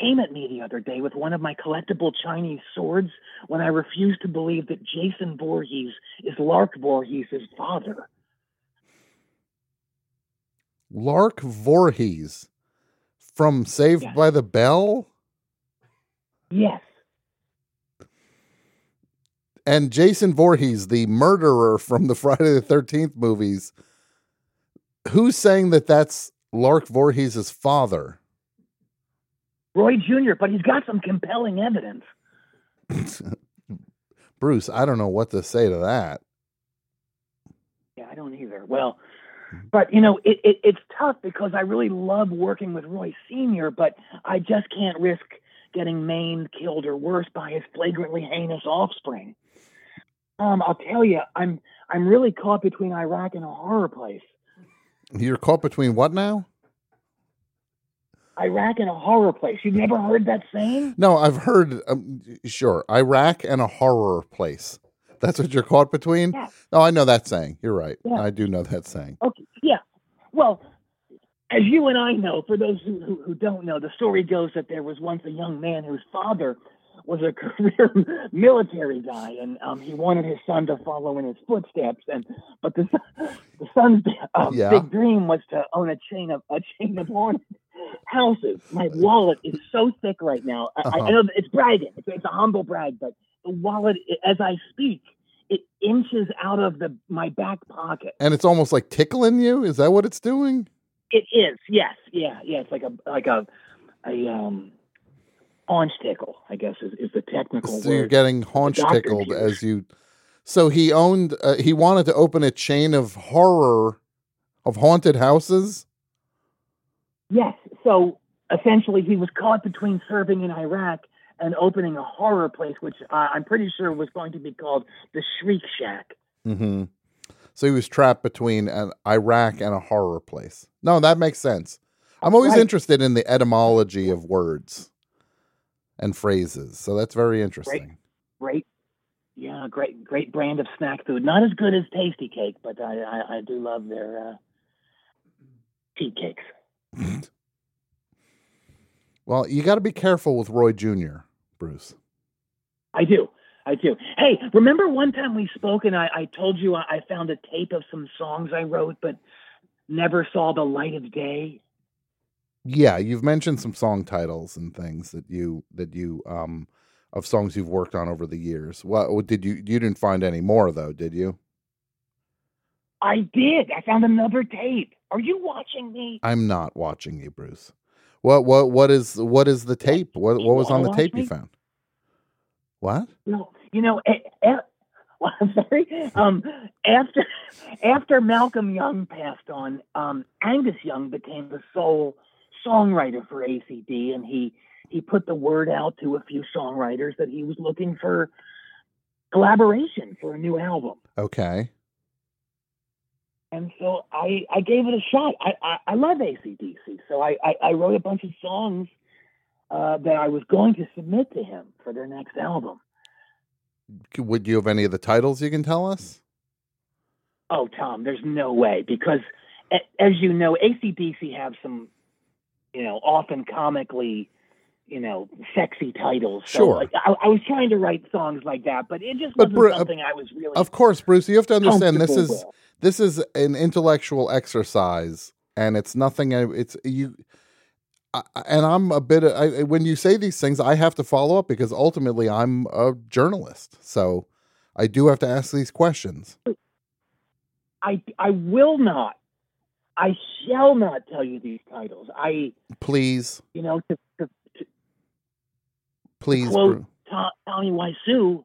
came at me the other day with one of my collectible Chinese swords when I refused to believe that Jason Voorhees is Lark Voorhees' father. Lark Voorhees from Saved Yes. by the Bell Yes. and Jason Voorhees, the murderer from the Friday the 13th movies. Who's saying that that's Lark Voorhees' father? Roy Jr., but he's got some compelling evidence. Bruce, I don't know what to say to that. Yeah, I don't either. Well, but you know, it, it it's tough because I really love working with Roy Senior, but I just can't risk getting maimed, killed, or worse by his flagrantly heinous offspring. Um, I'll tell you, I'm I'm really caught between Iraq and a horror place. You're caught between what now? Iraq and a horror place. You've never heard that saying? No, I've heard. Um, sure, Iraq and a horror place. That's what you're caught between. Yeah. Oh, I know that saying. You're right. Yeah. I do know that saying. Okay, yeah. Well, as you and I know, for those who, who, who don't know, the story goes that there was once a young man whose father was a career military guy, and um, he wanted his son to follow in his footsteps. And but the, son- the son's um, Yeah. big dream was to own a chain of a chain of haunted houses. My wallet is so thick right now. I, I Uh-huh. know that it's bragging; it's, it's a humble brag, but the wallet, as I speak, it inches out of the my back pocket. And it's almost like tickling you. Is that what it's doing? It is, yes, yeah, yeah. It's like a like a a um paunch tickle, I guess is, is the technical so you're word. getting haunch doctor tickled here. as you. So he owned. Uh, he wanted to open a chain of horror, of haunted houses. yes. So essentially, he was caught between serving in Iraq and opening a horror place, which uh, I'm pretty sure was going to be called the Shriek Shack. Mm-hmm. So he was trapped between an Iraq and a horror place. No, that makes sense. I'm always Right. interested in the etymology of words and phrases. So that's very interesting. Great, yeah, great, great brand of snack food. Not as good as Tasty Cake, but I I, I do love their uh, tea cakes. Well, you got to be careful with Roy Jr., Bruce. I do. I do. Hey, remember one time we spoke and I, I told you I, I found a tape of some songs I wrote but never saw the light of day? Yeah, you've mentioned some song titles and things that you that you um of songs you've worked on over the years. What what did you you didn't find any more though, did you? I did. I found another tape. Are you watching me? I'm not watching you, Bruce. What what what is what is the tape? What you what was on wanna the watch tape you me? found? What? No, you know, a, a, well, I'm sorry. Um, after after Malcolm Young passed on, um, Angus Young became the sole songwriter for ACD, and he he put the word out to a few songwriters that he was looking for collaboration for a new album. Okay. And so I, I gave it a shot. I, I, I love ACDC. So I, I, I wrote a bunch of songs uh, that I was going to submit to him for their next album. C- Would you have any of the titles you can tell us? Oh, Tom, there's no way because, a- as you know, ACDC have some, you know, often comically, you know, sexy titles. So, Sure. like, I, I was trying to write songs like that, but it just But wasn't Bru- something I was really. Of course, Bruce, you have to understand this is comfortable with. this is an intellectual exercise and it's nothing I- it's you I, I- and I'm a bit I, when you say these things I have to follow up because ultimately I'm a journalist. So I do have to ask these questions. I I will not. I shall not tell you these titles. I, Please, you know, to, to, to please quote Bru- Tom, Tommy Wiseau,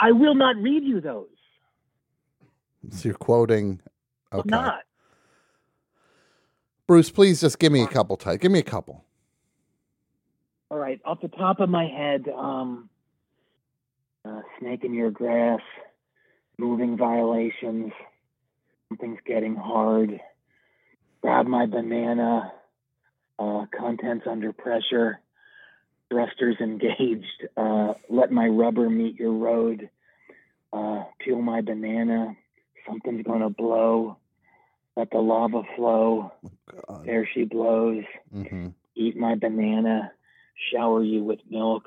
I will not read you those. so you're quoting I'm okay. not. Bruce, please just give me a couple tight. Give me a couple. All right, off the top of my head, um, uh, snake in your grass, moving violations, something's getting hard, grab my banana, uh, contents under pressure, thrusters engaged, uh, let my rubber meet your road, uh, peel my banana, something's gonna blow, let the lava flow, there she blows hmm eat my banana, shower you with milk.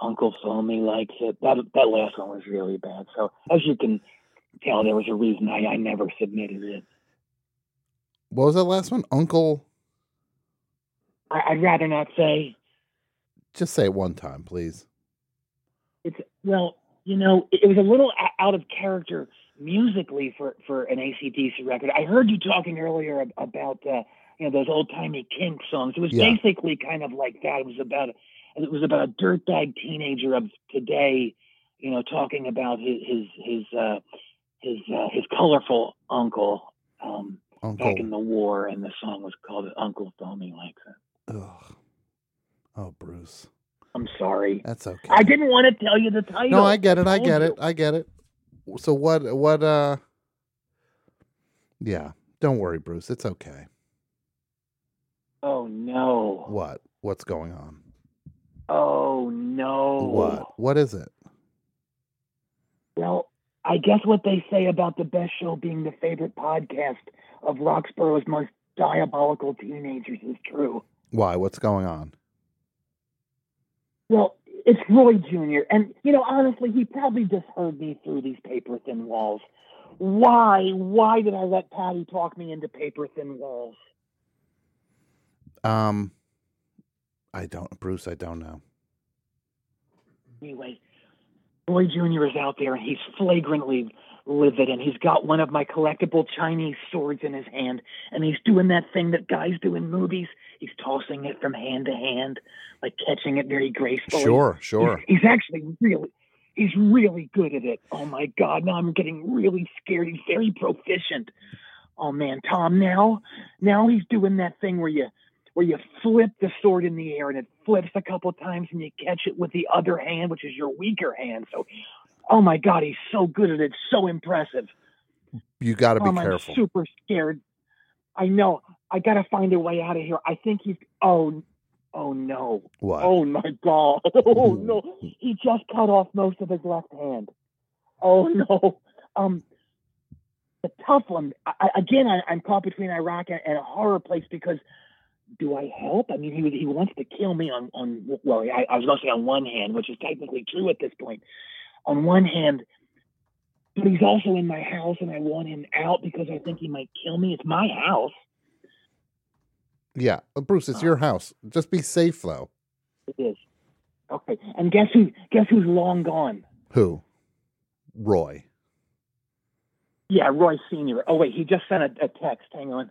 Uncle Foamy likes it. That that last one was really bad. So as you can tell, there was a reason I, I never submitted it. What was that last one? Uncle, I, I'd rather not say just say it one time, please. it's well, you know, it, it was a little o- out of character musically for for an ACDC record. I heard you talking earlier ab- about uh, you know those old timey Kink songs. It was Yeah. basically kind of like that. It was about it was about a dirtbag teenager of today, you know, talking about his his his uh, his uh, his colorful uncle. Um, Uncle. back in the war, and the song was called "Uncle Foamy Likes It." Ugh. Oh, Bruce. I'm sorry, That's okay. I didn't want to tell you the title. No, I get it. I told get you. it. I get it. So what? What? uh Yeah. Don't worry, Bruce. It's okay. Oh no! What? What's going on? Oh no! What? What is it? Well, I guess what they say about the best show being the favorite podcast of Roxborough's most diabolical teenagers is true. Why? What's going on? Well, it's Roy Jr. And you know, honestly, he probably just heard me through these paper thin walls. Why? Why did I let Patty talk me into paper thin walls? Um, I don't, Bruce. I don't know. Anyway, Roy Jr. is out there and he's flagrantly livid and he's got one of my collectible Chinese swords in his hand and he's doing that thing that guys do in movies. He's tossing it from hand to hand, like catching it very gracefully. Sure, He's- sure. He's, actually really he's really good at it. Oh my god, now I'm getting really scared. He's very proficient. Oh man, Tom, now now he's doing that thing where you where you flip the sword in the air and it flips a couple times and you catch it with the other hand, which is your weaker hand. So, oh my God, he's so good at it. So impressive. You got to be Tom, careful. I'm super scared. I know. I got to find a way out of here. I think he's. Oh, oh no. what? Oh my God. Oh no. He just cut off most of his left hand. Oh no. Um, the tough one. I, I- again, I, I'm caught between Iraq and, and a horror place because do I help? I mean, he was, he wants to kill me on on well, I, I was going to say on one hand, which is technically true at this point. On one hand, but he's also in my house, and I want him out because I think he might kill me. It's my house. Yeah, uh, Bruce, it's your house. Just be safe, though. It is. Okay, and guess who? Guess who's long gone? Who? Roy. Yeah, Roy Senior. Oh wait, he just sent a, a text. Hang on.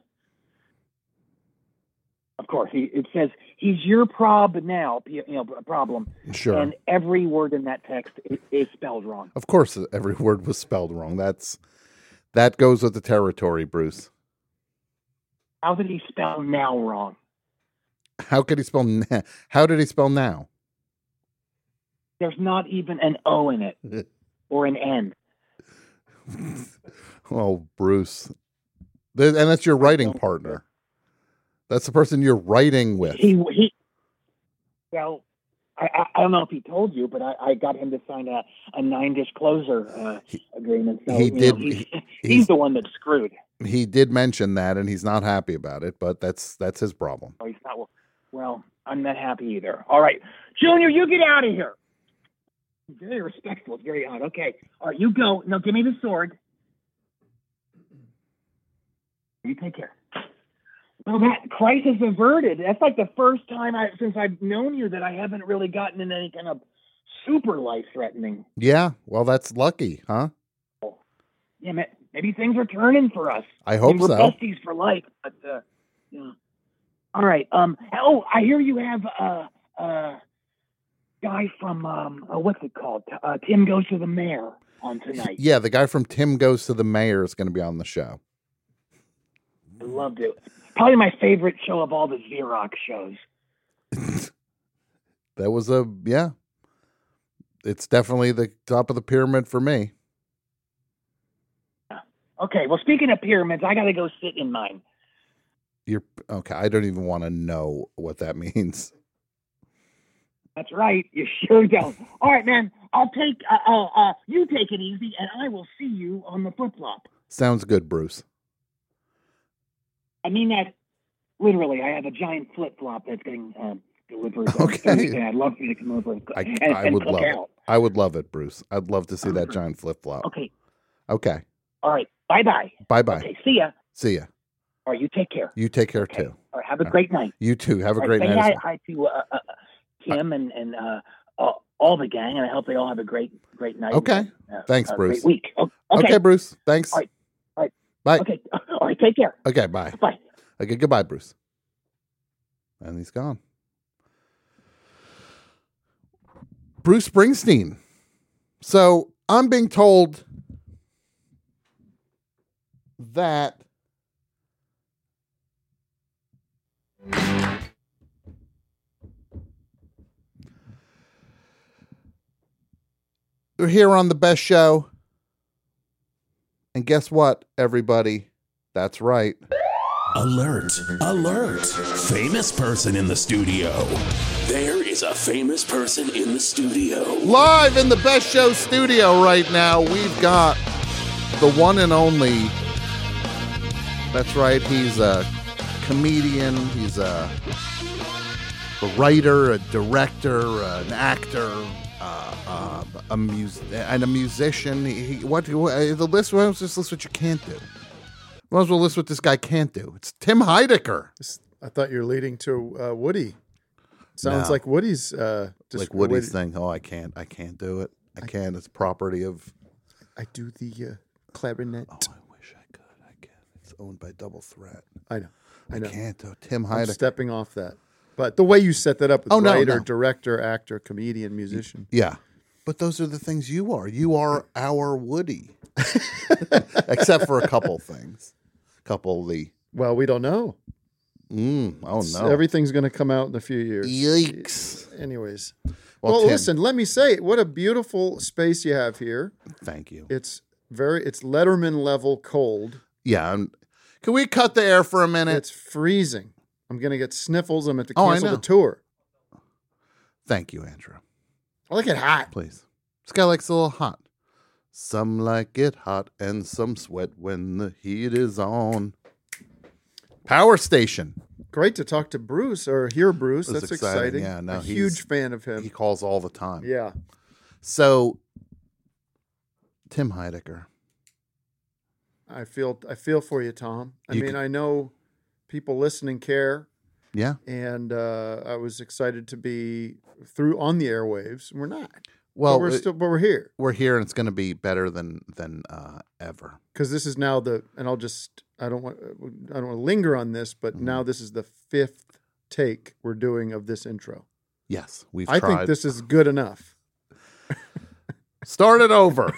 Of course, he, it says he's your prob now. You know, problem. Sure. And every word in that text is, is spelled wrong. Of course, uh, every word was spelled wrong. That's that goes with the territory, Bruce. How did he spell now wrong? How could he spell? Na- How did he spell now? There's not even an O in it or an N. Oh, Bruce, Th- and that's your writing partner. That's the person you're writing with. He he. Well, I, I, I don't know if he told you, but I, I got him to sign a, a nine disclosure uh, agreement. So, he you know, did- he's, he- he's- he's the one that's screwed. He did mention that, and he's not happy about it. But that's that's his problem. Oh, he's not. Well, well, I'm not happy either. All right, Junior, you get out of here. Very respectful. It's very odd. Okay. All right, you go. Now give me the sword. You take care. Well, that crisis averted. That's like the first time I, since I've known you that I haven't really gotten in any kind of super life-threatening. Yeah. Well, that's lucky, huh? Yeah, ma- maybe things are turning for us. I hope mean, we're so. besties for life. But uh, yeah. All right. Um. Oh, I hear you have a uh, uh, guy from um. Uh, what's it called? T- Uh, Tim goes to the mayor on tonight. Yeah, the guy from Tim Goes to the Mayor is going to be on the show. I loved it. Probably my favorite show of all the Xerox shows. That was a yeah. It's definitely the top of the pyramid for me. Okay. Well, speaking of pyramids, I got to go sit in mine. You're okay. I don't even want to know what that means. That's right. You sure don't. All right, man. I'll take. Uh, I'll, uh, you take it easy, and I will see you on the flip flop. Sounds good, Bruce. I mean that literally. I have a giant flip flop that's getting um, delivered. on Okay. Thursday. I'd love for you to come over and, I, and, I and would cook love it. out. I would love it, Bruce. I'd love to see that giant flip flop. Okay. Okay. All right. Bye bye. Bye bye. Okay. See ya. See ya. All right. You take care. You take care Okay. too. All right. Have a great night. You too. Have a All right, great say night. as Hi, well. hi to uh, uh, uh, Tim and and uh, all- all the gang, and I hope they all have a great great night. Okay. and, Uh, Thanks, a Bruce. Great week. Oh, Okay. okay. Bruce. Thanks. All right. All right. Bye. Okay. All right. Take care. Okay, bye. Bye. Okay, goodbye, Bruce. And he's gone. Bruce Springsteen. So I'm being told that we're here on the best show. And guess what, everybody? That's right. Alert, alert. Famous person in the studio. There is a famous person in the studio. Live in the Best Show studio right now, we've got the one and only. That's right, he's a comedian, he's a, a writer, a director, an actor, uh, uh, a mus- and a musician. He, he- what, what- uh, the list? Well, let's just list what you can't do. Might as well list what this guy can't do. It's Tim Heidecker. This- I thought you were leading to uh, Woody. Sounds No. like Woody's. Uh, just like Woody's Woody- thing. Oh, I can't. I can't do it. I can't. It's property of I do the uh, clarinet. Oh, I wish I could. I can. It's owned by Double Threat. I know. I know. Can't though. Tim I'm Heidecker. stepping off that. But the way you set that up with Oh, no, writer, no. director, actor, comedian, musician. yeah. But those are the things you are. You are our Woody. Except for a couple things. Couple of the Well, we don't know. mm, oh S- no. Everything's going to come out in a few years. Yikes. Anyways. Well, Well, Tim- listen, let me say, what a beautiful space you have here. Thank you. It's very, it's Letterman level cold. Yeah. I'm, can we cut the air for a minute? It's freezing. I'm going to get sniffles. I'm at to Oh, I cancel know. the tour. Thank you, Andrew. I like it hot. Please. This guy likes a little hot. Some like it hot and some sweat when the heat is on. Power station. great to talk to Bruce or hear Bruce. It was That's exciting. Yeah, no, a he's- huge fan of him. He calls all the time. yeah, So, Tim Heidecker. I feel I feel for you, Tom. I You mean, could- I know people listening care, Yeah. and uh, I was excited to be through on the airwaves. We're not. Well, but we're it- still, but we're here we're here and it's going to be better than than uh, ever. because this is now the. And I'll just I don't want I don't want to linger on this, but Mm-hmm. now this is the fifth take we're doing of this intro. Yes, we've. I tried. think this is good enough. Start it over.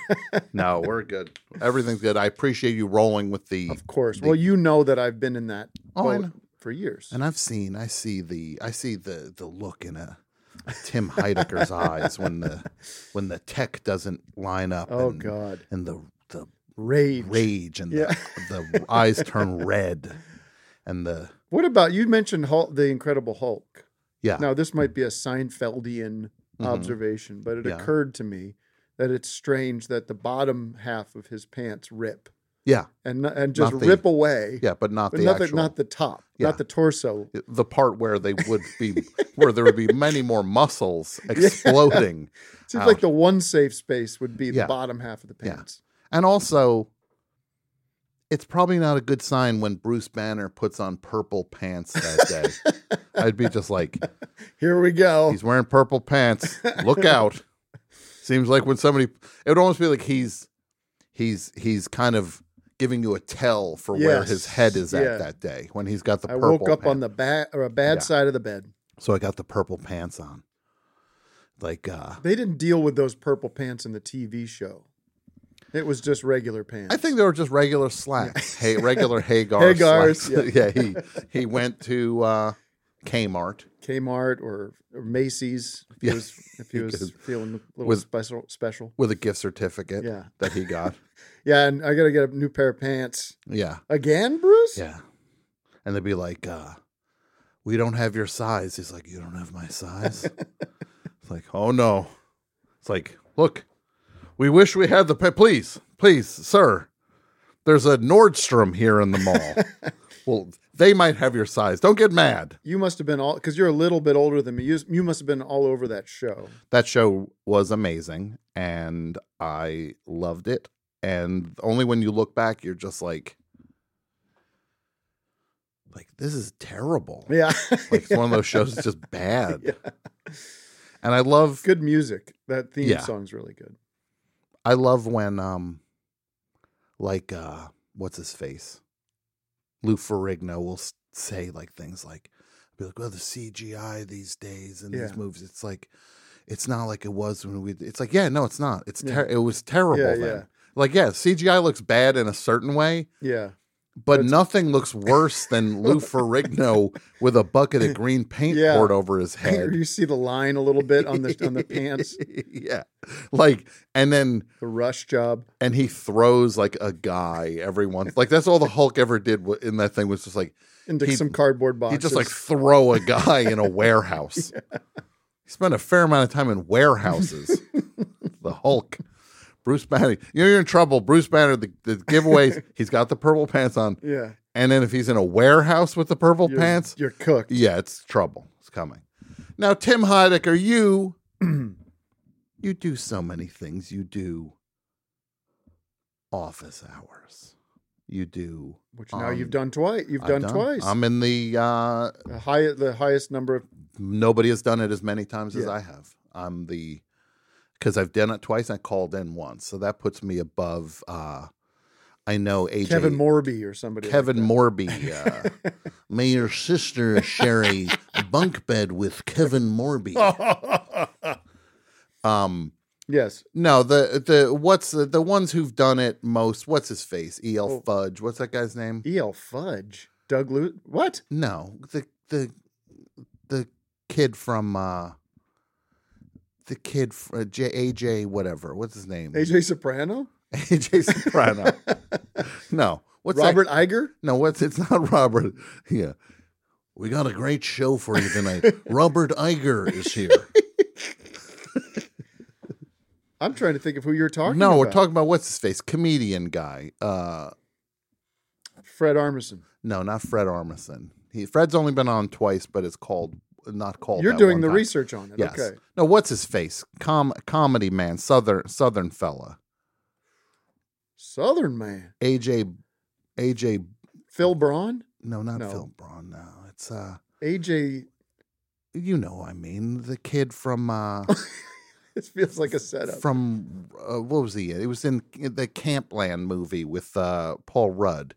no, we're good. Everything's good. I appreciate you rolling with the. Of course. Well, you know that I've been in that Oh, I boat know. for years. And I've seen, I see the, I see the the look in a, a Tim Heidecker's eyes when the when the tech doesn't line up. Oh, and, God. And the the Rage. rage and Yeah. the, the eyes turn red, and the What about you mentioned Hulk, the Incredible Hulk? yeah. Now, this might be a Seinfeldian Mhm. observation, but it Yeah. occurred to me that it's strange that the bottom half of his pants rip Yeah, and no- and just Not the- rip away. yeah, but not But the not, the, actual, not the top, Yeah. not the torso. the part where they would be, where there would be many more muscles exploding. seems Ouch. like the one safe space would be the Yeah. bottom half of the Yeah. pants. And also, it's probably not a good sign when Bruce Banner puts on purple pants that day. I'd be just like, Here we go. he's wearing purple pants. Look out. Seems like when somebody it would almost be like he's he's he's kind of giving you a tell for where his Yes. head is at Yeah. that day when he's got the I purple woke up pants. on the bad or a bad Yeah. side of the bed. so I got the purple pants on. Like uh They didn't deal with those purple pants in the TV show. It was just regular pants. I think they were just regular slacks. Hey, regular Hagar. Hagar's, slacks. Yeah. he he went to uh, Kmart. Kmart or, or Macy's. If he Yeah. was, if he was Because- feeling a little Was- special, special. With a gift certificate Yeah. that he got. Yeah, and I gotta get a new pair of pants Yeah. again, Bruce. Yeah. And they'd be like, uh, we don't have your size. He's like, you don't have my size? it's like, oh no. It's like, look, we wish we had the pay. Please, please, sir. There's a Nordstrom here in the mall. well, they might have your size. Don't get mad. You must have been all because you're a little bit older than me. You, you must have been all over that show. that show was amazing and I loved it. And only when you look back, you're just like, like this is terrible. Yeah, Like it's one of those shows that's just bad. And I love, good music. That theme Yeah. song's really good. I love when, um, like, uh, what's his face? Lou Ferrigno will s- say like things like, be like, well, the CGI these days in Yeah. these movies, it's like, it's not like it was when we. It's like, yeah, no, it's not. It's ter- it was terrible. Yeah, then. yeah. Like, yeah, CGI looks bad in a certain way, Yeah, but That's- nothing looks worse than Lou Ferrigno with a bucket of green paint Yeah. poured over his head. you see the line a little bit on the on the pants, yeah, like, and then the rush job. and he throws like a guy every once. Like that's all the Hulk ever did wa- in that thing was just like into He- some cardboard he boxes. just like throw a guy in a warehouse. He spent a fair amount of time in warehouses. the Hulk, Bruce Banner. You know you're in trouble. Bruce Banner. The, the giveaways. he's got the purple pants on, yeah, and then if he's in a warehouse with the purple you're, pants, You're cooked. yeah, it's trouble. It's coming. Now, Tim Heidecker, you you do so many things. You do office hours. You do Which now um, you've done twice. You've done, I've twice. I'm in the uh the, high, the highest number of nobody has done it as many times as Yeah. I have. I'm the because I've done it twice. I called in once, so that puts me above. uh I know AJ Kevin Morby or somebody. like Kevin that. Morby. Uh, may your sister share a bunk bed with Kevin Morby. um, Yes. no, the the what's the, the ones who've done it most? What's his face? E. L. Oh. Fudge. What's that guy's name? E.L. Fudge. Doug Lu What? No, the the the kid from uh the kid fr- uh, J A J whatever. What's his name? AJ Soprano? AJ Soprano. no, what's that- Robert Iger? No, what's it's not Robert. Yeah. We got a great show for you tonight. Robert Iger is here. I'm trying to think of who you're talking no, about. we're talking about what's his face? Comedian guy. Uh Fred Armisen. no, not Fred Armisen. He, Fred's only been on twice, but it's called not called. You're that doing one the time. research on it. Yes. Okay. No, what's his face? Com- comedy man, southern southern fella. Southern man. AJ, AJ. Phil Braun? No, not No. Phil Braun. No, it's uh, AJ. you know, what I mean, the kid from uh, This feels like a setup. from uh, what was he? in? It was in the Campland movie with uh, Paul Rudd,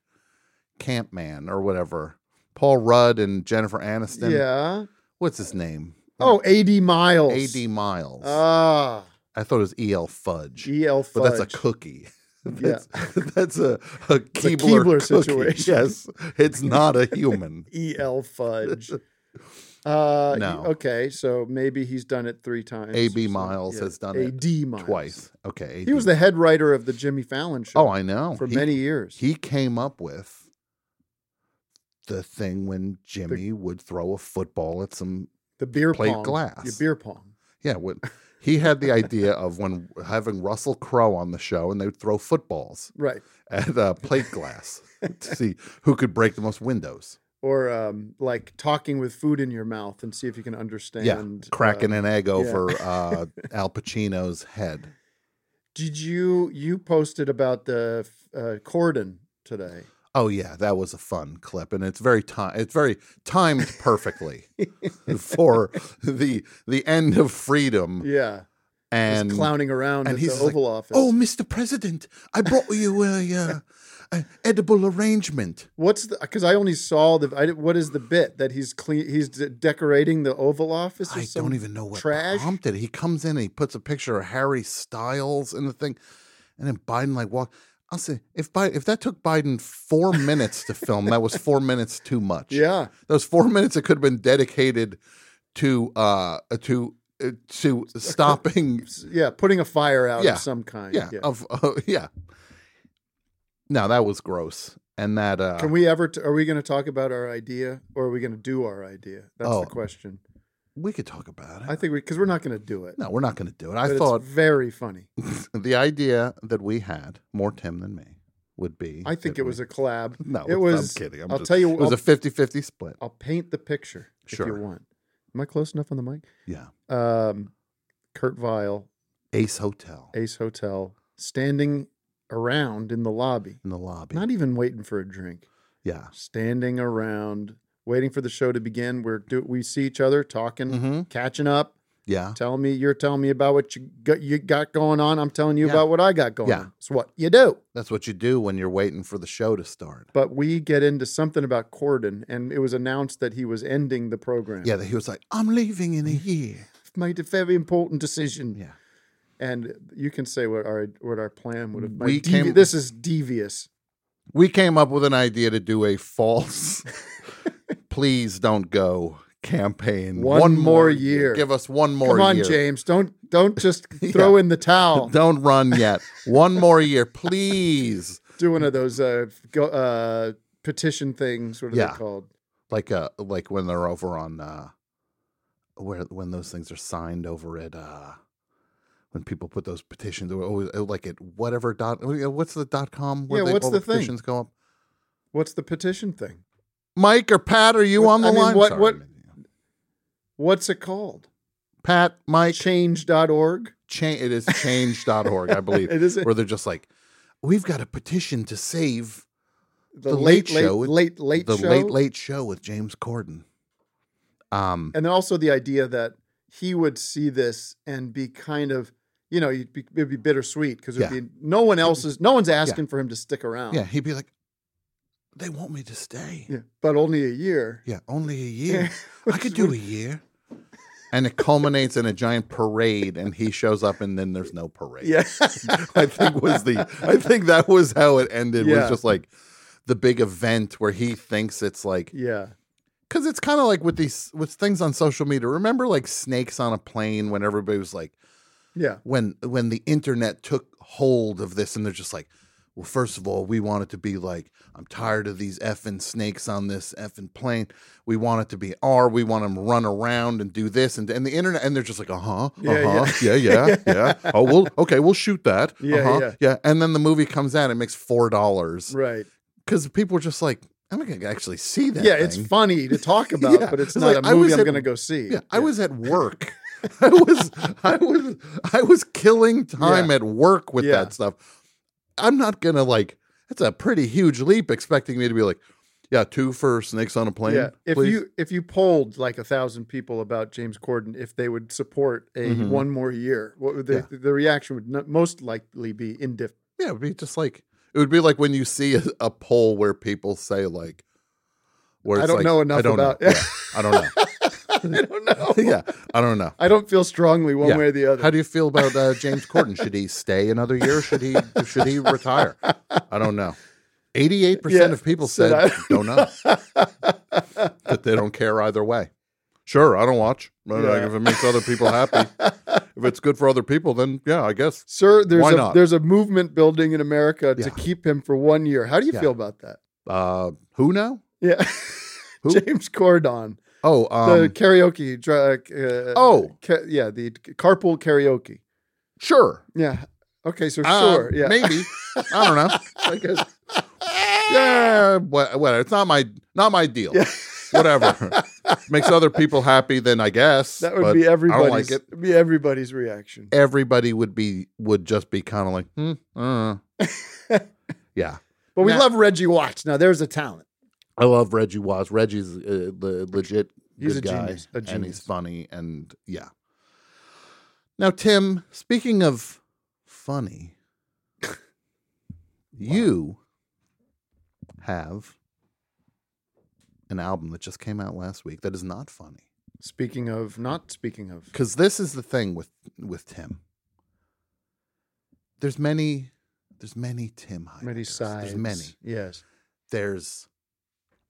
Campman or whatever. Paul Rudd and Jennifer Aniston. yeah. What's his name? Oh, AD Miles. A.D. Miles. Ah. I thought it was E.L. Fudge, GL but that's a Fudge. cookie. Yeah. That's, that's a, a Keebler, Keebler cookie. situation. Yes, it's not a human. EL Fudge. Uh, No. Okay, so maybe he's done it three times. A.B. or something. Miles has done it A.D. Miles. Twice. Okay. He was the head writer of the Jimmy Fallon show Oh, I know. for He- many years. He came up with the thing when Jimmy would throw a football at some. the beer played pong. glass. Your beer pong. Yeah, when, he had the idea of when having Russell Crowe on the show and they would throw footballs Right. at uh, plate glass to see who could break the most windows. Or um, like talking with food in your mouth and see if you can understand. Yeah, cracking uh, an egg over uh, Al Pacino's head. Did you you posted about the uh, Corden today? Oh yeah, that was a fun clip, and it's very time. It's very timed perfectly for the the end of freedom Yeah, Just Um, and clowning around and at he's the like, Oval Office. Oh, Mr. President, I brought you a, uh, a edible arrangement. What's the? Because I only saw the. I, didn't- what is the bit that he's clean? He's de- decorating the Oval Office. or I some don't even know what trash. prompted. it. He comes in and he puts a picture of Harry Styles in the thing, and then Biden like walk. I'll say if Biden, if that took Biden four minutes to film, that was four minutes too much. Yeah, those four minutes that could have been dedicated to uh to uh, to stopping S- yeah, putting a fire out Yeah. of some kind. yeah of uh, yeah no that was gross and that uh Can we ever? T- are we going to talk about our idea, or are we going to do our idea? That's Oh. the question. we could talk about it I think we because we're not going to do it. no we're not going to do it i but thought it's very funny. the idea that we had more tim than me would be I think that it was we- a collab. no it was. i'm kidding i will tell you. it was I'll, a 50-50 split I'll paint the picture if Sure. you want. Am I close enough on the mic? yeah Um, Kurt Vile, ace hotel Ace Hotel, standing around in the lobby. in the lobby Not even waiting for a drink. yeah Standing around, waiting for the show to begin. We're do we see each other talking, Mhm. catching up. yeah Tell me you're telling me about what you got you got going on. I'm telling you Yeah. about what I got going Yeah. on. It's what you do. that's what you do when you're waiting for the show to start But we get into something about Corden, and it was announced that he was ending the program. Yeah, that he was like, I'm leaving in a year. made a very important decision. Yeah. And you can say what our what our plan would have been. We came- this is devious. We came up with an idea to do a false please don't go campaign. One more year. Give us one more Come on, year. James. Don't don't just throw in the towel. Don't run yet. one more year, please. Do one of those uh, go, uh, petition things. What are Yeah. they called? Like uh like when they're over on uh where when those things are signed over at uh when people put those petitions or always like at whatever dot what's the dot com Yeah, they- what's all the thing? petitions go up? What's the petition thing? Mike or Pat, are you What- on the I mean, line? what- Sorry, what- man. What's it called? Pat, Mike, Change.org. cha- it is change.org, I believe. It is- where they're just like, we've got a petition to save The, The late, Late late, Show. late, late the show. late late show with James Corden. Um and then also the idea that he would see this and be kind of you know it'd be, it'd be bittersweet because it'd Yeah. be no one else is no one's asking for him to stick around yeah, he'd be like, They want me to stay. Yeah, Yeah, but only a year only a year. I could do a year. And it culminates in a giant parade and he shows up and then there's no parade. yeah I think was the I think that was how it ended. Yeah. Was just like the big event where he thinks it's like yeah because it's kind of like with these with things on social media. Remember, like snakes on a plane when everybody was like, yeah when when the internet took hold of this, and they're just like, well, first of all, we want it to be like, I'm tired of these effing snakes on this effing plane. We want it to be R. We want them run around and do this and and the internet, and they're just like, uh huh, uh huh, Yeah, yeah. yeah, yeah, yeah, Oh, well, okay, we'll shoot that. Yeah, uh-huh, yeah. yeah. And then the movie comes out, it makes four dollars right because people are just like, I'm not gonna actually see that. yeah, it's thing. funny to talk about, Yeah, but it's it's not like, I a was movie I'm at- going to go see. Yeah, I was at work. I was I was I was killing time Yeah. at work with Yeah. that stuff. I'm not gonna like that's a pretty huge leap expecting me to be like, yeah, two for snakes on a plane. yeah. If please." you if you polled like a thousand people about James Corden, if they would support a Mhm. one more year, what would the, Yeah. the reaction would not, most likely be indifferent. Yeah, it'd be just like it would be like when you see a, a poll where people say like where I it's don't like, know enough I don't about. know. Yeah, I don't know. I don't know. yeah, I don't know. I don't feel strongly one Yeah. way or the other. How do you feel about uh, James Corden? Should he stay another year? Should he should he retire? I don't know. Eighty-eight percent Yeah, of people said said I don't know that they don't care either way. Sure, I don't watch. I mean, Yeah. If it makes other people happy, if it's good for other people, then yeah, I guess. Sir, there's Why a not? there's a movement building in America Yeah. to keep him for one year. How do you Yeah. feel about that? Uh, who now? Yeah. Who? James Corden, Oh, the um, karaoke. dr- Uh, Oh. ca- yeah, the carpool karaoke. sure, Yeah. Okay, so Uh, sure. Yeah. maybe. I don't know. I guess. Yeah, wha- whatever. It's not my not my deal. Eh. Yeah. whatever makes other people happy. Then I guess That would but be I everybody's. don't like it. it'd Be everybody's reaction. Everybody would be would just be kind of like, hmm, uh. yeah. But we Nah. love Reggie Watts. Now there's a talent. I love Reggie Watts. Reggie's uh, le- legit. He's good a guy, genius, a and genius. he's funny, and yeah. Now, Tim, speaking of funny, you have an album that just came out last week that is not funny. Speaking of, not speaking of. because this is the thing with with Tim. There's many, there's many Tim. Many Heideckers. sides. There's many. Yes. There's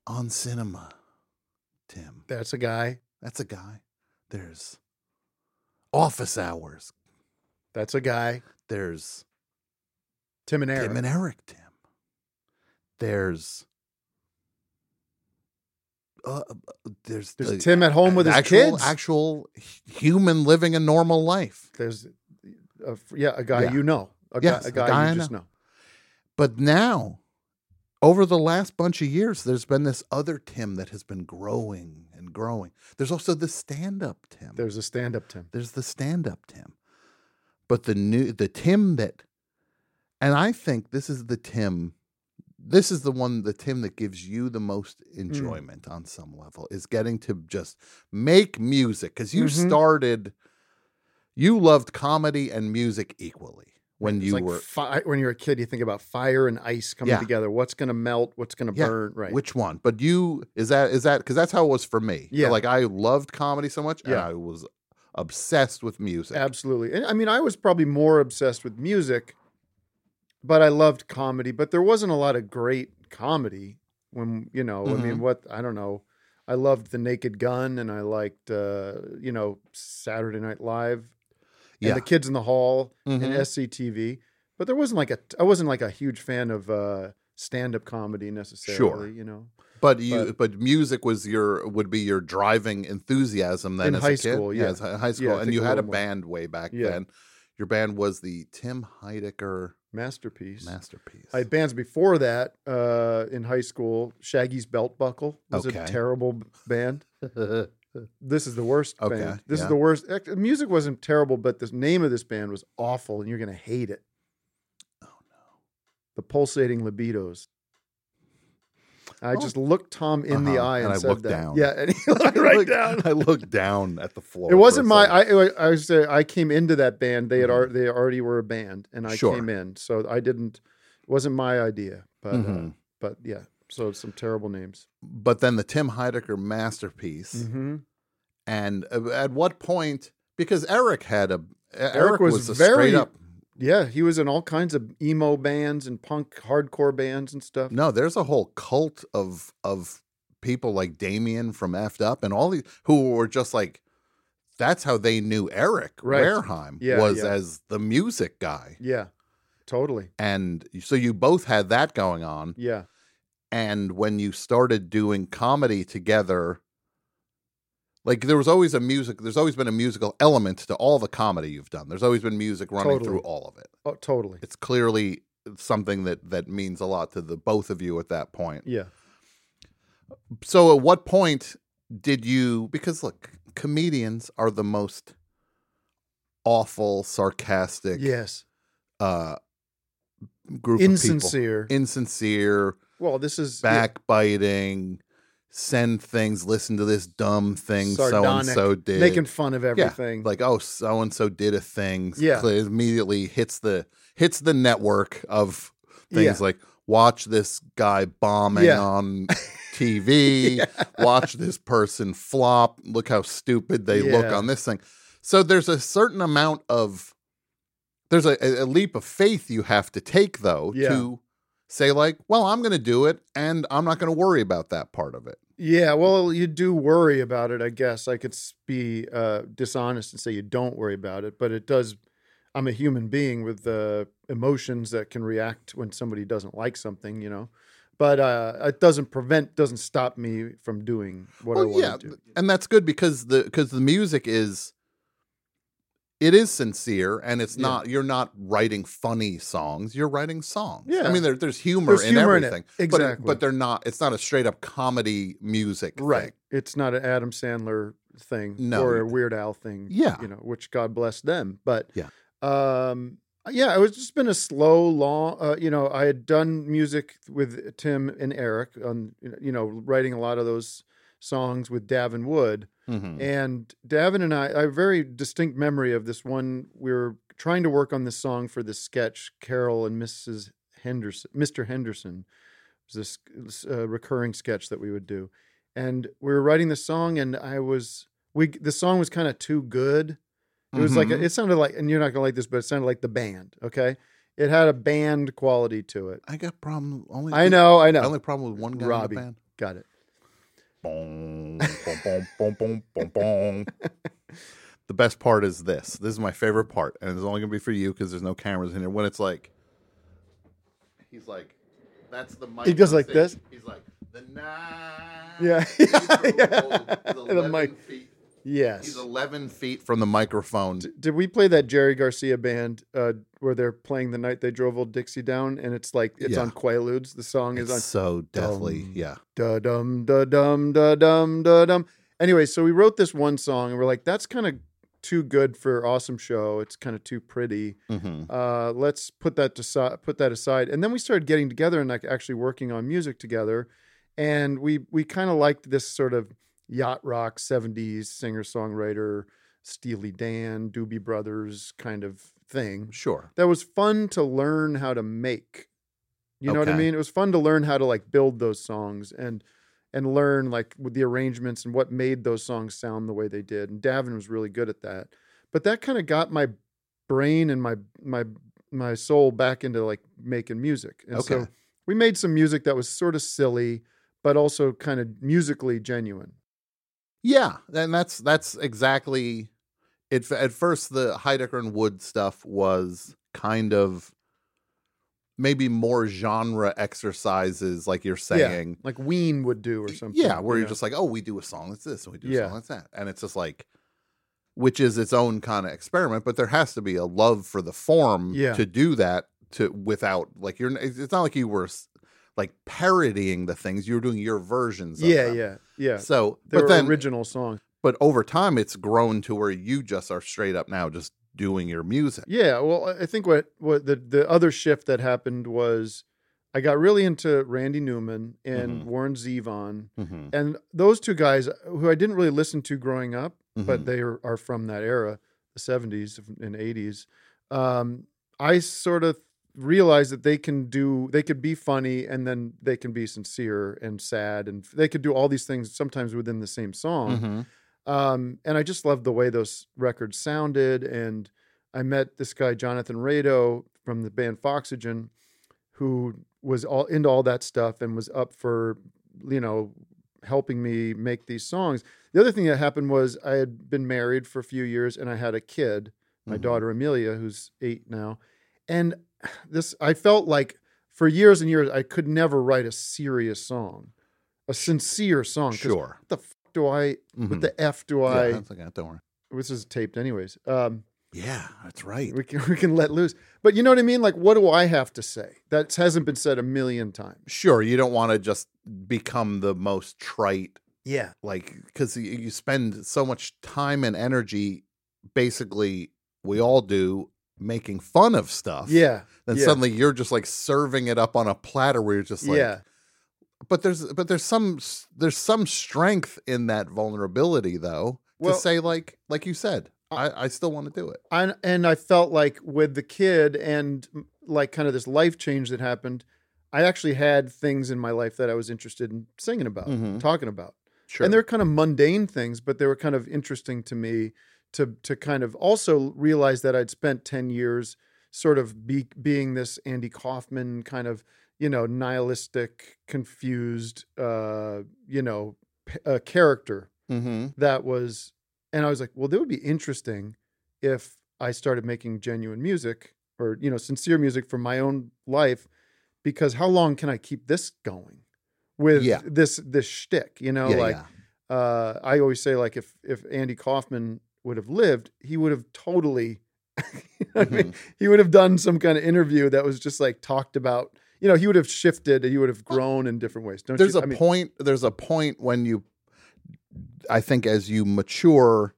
on cinema, Tim. That's a guy. That's a guy. There's office hours. That's a guy. There's Tim and Eric. Tim and Eric. Tim. There's. Uh, there's There's the- Tim at home with his actual, kids. Actual human living a normal life. there's a, yeah, a guy Yeah. you know. A Yes, guy, a a guy, guy I you just know. But now, over the last bunch of years, there's been this other Tim that has been growing and growing. There's also the stand-up Tim. There's a stand up Tim. There's the stand-up Tim. But the new the Tim that and I think this is the Tim this is the one the Tim that gives you the most Mm. enjoyment on some level is getting to just make music cuz you Mhm. started you loved comedy and music equally when It's you like were fi- when you're a kid, you think about fire and ice coming Yeah. together. What's going to melt? What's going to Yeah, burn? Right. Which one? But you is that is that because that's how it was for me. Yeah. Like I loved comedy so much, and Yeah. I was obsessed with music. Absolutely. And I mean, I was probably more obsessed with music, but I loved comedy. But there wasn't a lot of great comedy when, you know, I Mm-hmm. mean, what, I don't know. I loved The Naked Gun and I liked, uh, you know, Saturday Night Live yeah. and The Kids in the Hall and Mhm. SCTV. But there wasn't like a, I wasn't like a huge fan of uh, stand up comedy necessarily, you know. but you but, music was your would be your driving enthusiasm then In as high a kid. school, yeah. as hi- high school, I and think you a had a little more. band way back Yeah. then. Your band was the Tim Heidecker Masterpiece. masterpiece. I had bands before that uh, in high school. Shaggy's Belt Buckle was Okay. a terrible b- band. this is the worst Okay, band. This yeah. is the worst. act- The music wasn't terrible, but the name of this band was awful, and you're going to hate it. Oh, The Pulsating Libidos. I Oh. just looked Tom in the Uh-huh, eye and, and I said looked that. down. Yeah, and he looked right I looked- down. I looked down at the floor. It for a wasn't my. second. I I was uh, I came into that band. They had ar- they already were a band, and I Sure. came in. So I didn't. It wasn't my idea, but uh, Mhm. but yeah. So some terrible names. But then the Tim Heidecker masterpiece. Mm-hmm. And uh, at what point? Because Eric had a E-, Eric, was, was a very- straight up. Yeah, he was in all kinds of emo bands and punk hardcore bands and stuff. No, there's a whole cult of of people like Damien from Effed Up and all these who were just like that's how they knew Eric Right. Wareheim Yeah, was yeah. as the music guy. Yeah, totally. And so you both had that going on. Yeah, And when you started doing comedy together, like there was always a music, there's always been a musical element to all the comedy you've done. There's always been music running Totally. through all of it. oh, totally. it's clearly something that that means a lot to the both of you at that point Yeah, So at what point did you because look, comedians are the most awful, sarcastic Yes. uh group Insincere. of people. Insincere, Well, this is backbiting, send things, listen to this dumb thing so and Sardonic, so did. making fun of everything. Yeah, like oh, so and so did a thing. Yeah. Cl- immediately hits the hits the network of things Yeah. like watch this guy bombing Yeah. on TV. Watch this person flop. Look how stupid they look Yeah. on this thing. So there's a certain amount of there's a, a leap of faith you have to take though Yeah. to say like, well, I'm going to do it, and I'm not going to worry about that part of it. Yeah, well, you do worry about it, I guess. I could s- be uh, dishonest and say you don't worry about it, but it does. I'm a human being with uh, emotions that can react when somebody doesn't like something, you know. But uh, it doesn't prevent, doesn't stop me from doing what I Well, want yeah, to do. and that's good because the because the music is it is sincere and it's Yeah. not you're not writing funny songs you're writing songs i Yeah. mean there, there's humor There's in humor in it, everything but, exactly. but they're not it's not a straight up comedy music thing. Right. It's not an Adam Sandler thing No. or a Weird Al thing. Yeah. You know, which God bless them. But Yeah. Um yeah, it was just been a slow, long. Uh, you know, I had done music with Tim and Eric on, you know, writing a lot of those songs with Davin Wood, Mhm. and Davin and I, I have a very distinct memory of this one. We were trying to work on this song for this sketch, Carol and Mrs. Henderson, Mr. Henderson. It was this uh, recurring sketch that we would do. And we were writing the song, and I was, we, the song was kind of too good. It was like, Mhm. it sounded like, and you're not going to like this, but it sounded like the band, okay? It had a band quality to it. i got problem only I know, I the only know. problem with one guy Robbie. in Got it. the band Boom, boom, boom, boom, boom, boom. the best part is this this is my favorite part and it's only gonna be for you because there's no cameras in here when it's like he's like that's the mic He goes on like stage. this? he's like the night Yeah. the The mic. Feet. Yes. He's 11 feet from the microphone. Did we play that Jerry Garcia band uh, where they're playing the night they drove old Dixie down? And it's like it's Yeah. on Quaaludes. The song is on It's so deathly. Dum. Yeah. da dum da dum da dum da dum. Anyway, so we wrote this one song, and we're like, that's kind of too good for awesome show. It's kind of too pretty. hmm Uh, let's put that to si- put that aside. And then we started getting together and like actually working on music together, and we we kind of liked this sort of yacht rock '70s singer songwriter Steely Dan, Doobie Brothers kind of thing Sure. that was fun to learn how to make. You know what I Okay. mean? It was fun to learn how to like build those songs and and learn like with the arrangements and what made those songs sound the way they did. And Davin was really good at that. But that kind of got my brain and my my my soul back into like making music. And so Okay. we made some music that was sort of silly, but also kind of musically genuine. Yeah. And that's that's exactly it. At first, the Heidecker and Wood stuff was kind of maybe more genre exercises, like you're saying. Like Ween would do or something. Yeah, where you you're just like, oh, we do a song that's this, and we do a Yeah. song that's that, and it's just like, which is its own kind of experiment. But there has to be a love for the form Yeah. to do that. To without like you're, it's it's not like you were s- like parodying the things you were doing your versions. Of Yeah, them. yeah, yeah. So, They but were then, original songs. but over time, it's grown to where you just are straight up now just doing your music. Yeah, well, I I think what what the the other shift that happened was I got really into Randy Newman and Mhm. Warren Zevon, Mm-hmm. and those two guys uh, who I didn't really listen to growing up, Mhm. but they are, are from that era, the seventies and eighties. Um, I sort of realized that they can do they could be funny and then they can be sincere and sad and they could do all these things sometimes within the same song um, and I just loved the way those records sounded. And I met this guy Jonathan Rado from the band Foxygen, who was all into all that stuff and was up for you know helping me make these songs. The other thing that happened was I had been married for a few years and I had a kid, my Mhm. daughter Amelia, who's eight now, and this I felt like for years and years I could never write a serious song, a sincere song. 'cause Sure. What the fuck do I Mhm. what the f do Yeah, I? that's okay, don't worry. This is taped, anyways. Um, Yeah, that's right. we can we can let loose, but you know what I mean. Like, what do I have to say that hasn't been said a million times? Sure, you don't want to just become the most trite Yeah. like because you, you spend so much time and energy basically we all do making fun of stuff Yeah. then yeah, suddenly you're just like serving it up on a platter where you're just like yeah. but there's but there's some s- there's some strength in that vulnerability though Well- to say like like you said i i still want to do it I, and I felt like with the kid and m- like kind of this life change that happened, I actually had things in my life that I was interested in singing about, Mhm. talking about. sure And they're kind of mundane things, but they were kind of interesting to me to to kind of also realize that I'd spent 10 years sort of be, being this Andy Kaufman kind of, you know, nihilistic, confused uh, you know, p- uh, character mm-hmm. that was and i was like well that would be interesting if i started making genuine music or you know sincere music from my own life because how long can i keep this going with Yeah. this this shtick you know yeah, like yeah. uh i always say like if if andy kaufman would have lived he would have totally you know what I Mm-hmm. mean? he would have done some kind of interview that was just like talked about you know he would have shifted he would have grown in different ways don't there's you a I mean, point there's a point when you i think as you mature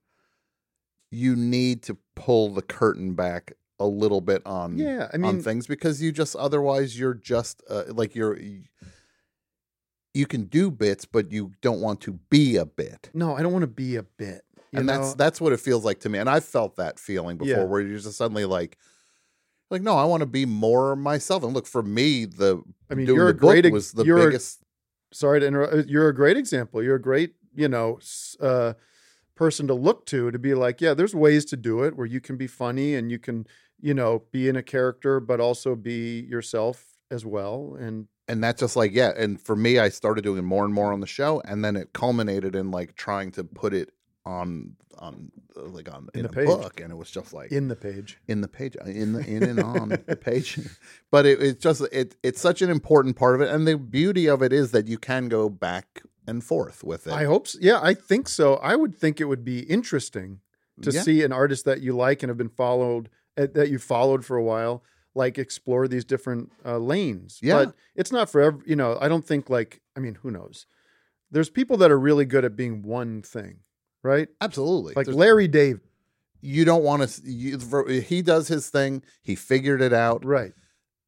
you need to pull the curtain back a little bit on yeah i on mean things because you just otherwise you're just uh, like you're you can do bits but you don't want to be a bit no i don't want to be a bit you and know? that's that's what it feels like to me and i've felt that feeling before Yeah. where you're just suddenly like like no i want to be more myself and look for me the I mean, doing you're the a great. book ex- was the you're, biggest Sorry to interrupt. uh, You're a great example. You're a great, you know, s- uh, person to look to to be like, yeah, there's ways to do it where you can be funny and you can, you know, be in a character, but also be yourself as well. And and that's just like yeah and for me i started doing more and more on the show and then it culminated in like trying to put it on on uh, like on In in, the a page. book and it was just like in the page, in the page uh, in the in and on the page but it, it's just it it's such an important part of it and the beauty of it is that you can go back and forth with it I hope. So. Yeah, I think so. I would think it would be interesting to Yeah. see an artist that you like and have been followed eh, that you followed for a while like explore these different uh, lanes Yeah. but it's not for every you know i don't think like i mean who knows there's people that are really good at being one thing right absolutely like There's- larry dave you don't want to he does his thing he figured it out right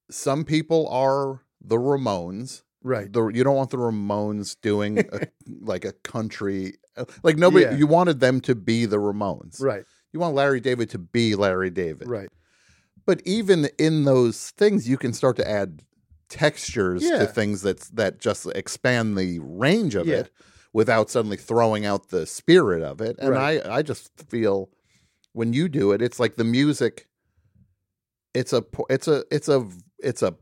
some people are the ramones right the, you don't want the Ramones doing a, like a country uh, like nobody Yeah. you wanted them to be the Ramones. right You want Larry David to be Larry David. right But even in those things you can start to add textures Yeah. to things that's that just expand the range of Yeah. it without suddenly throwing out the spirit of it. And Right. I I just feel when you do it it's like the music it's a po- it's a it's a it's a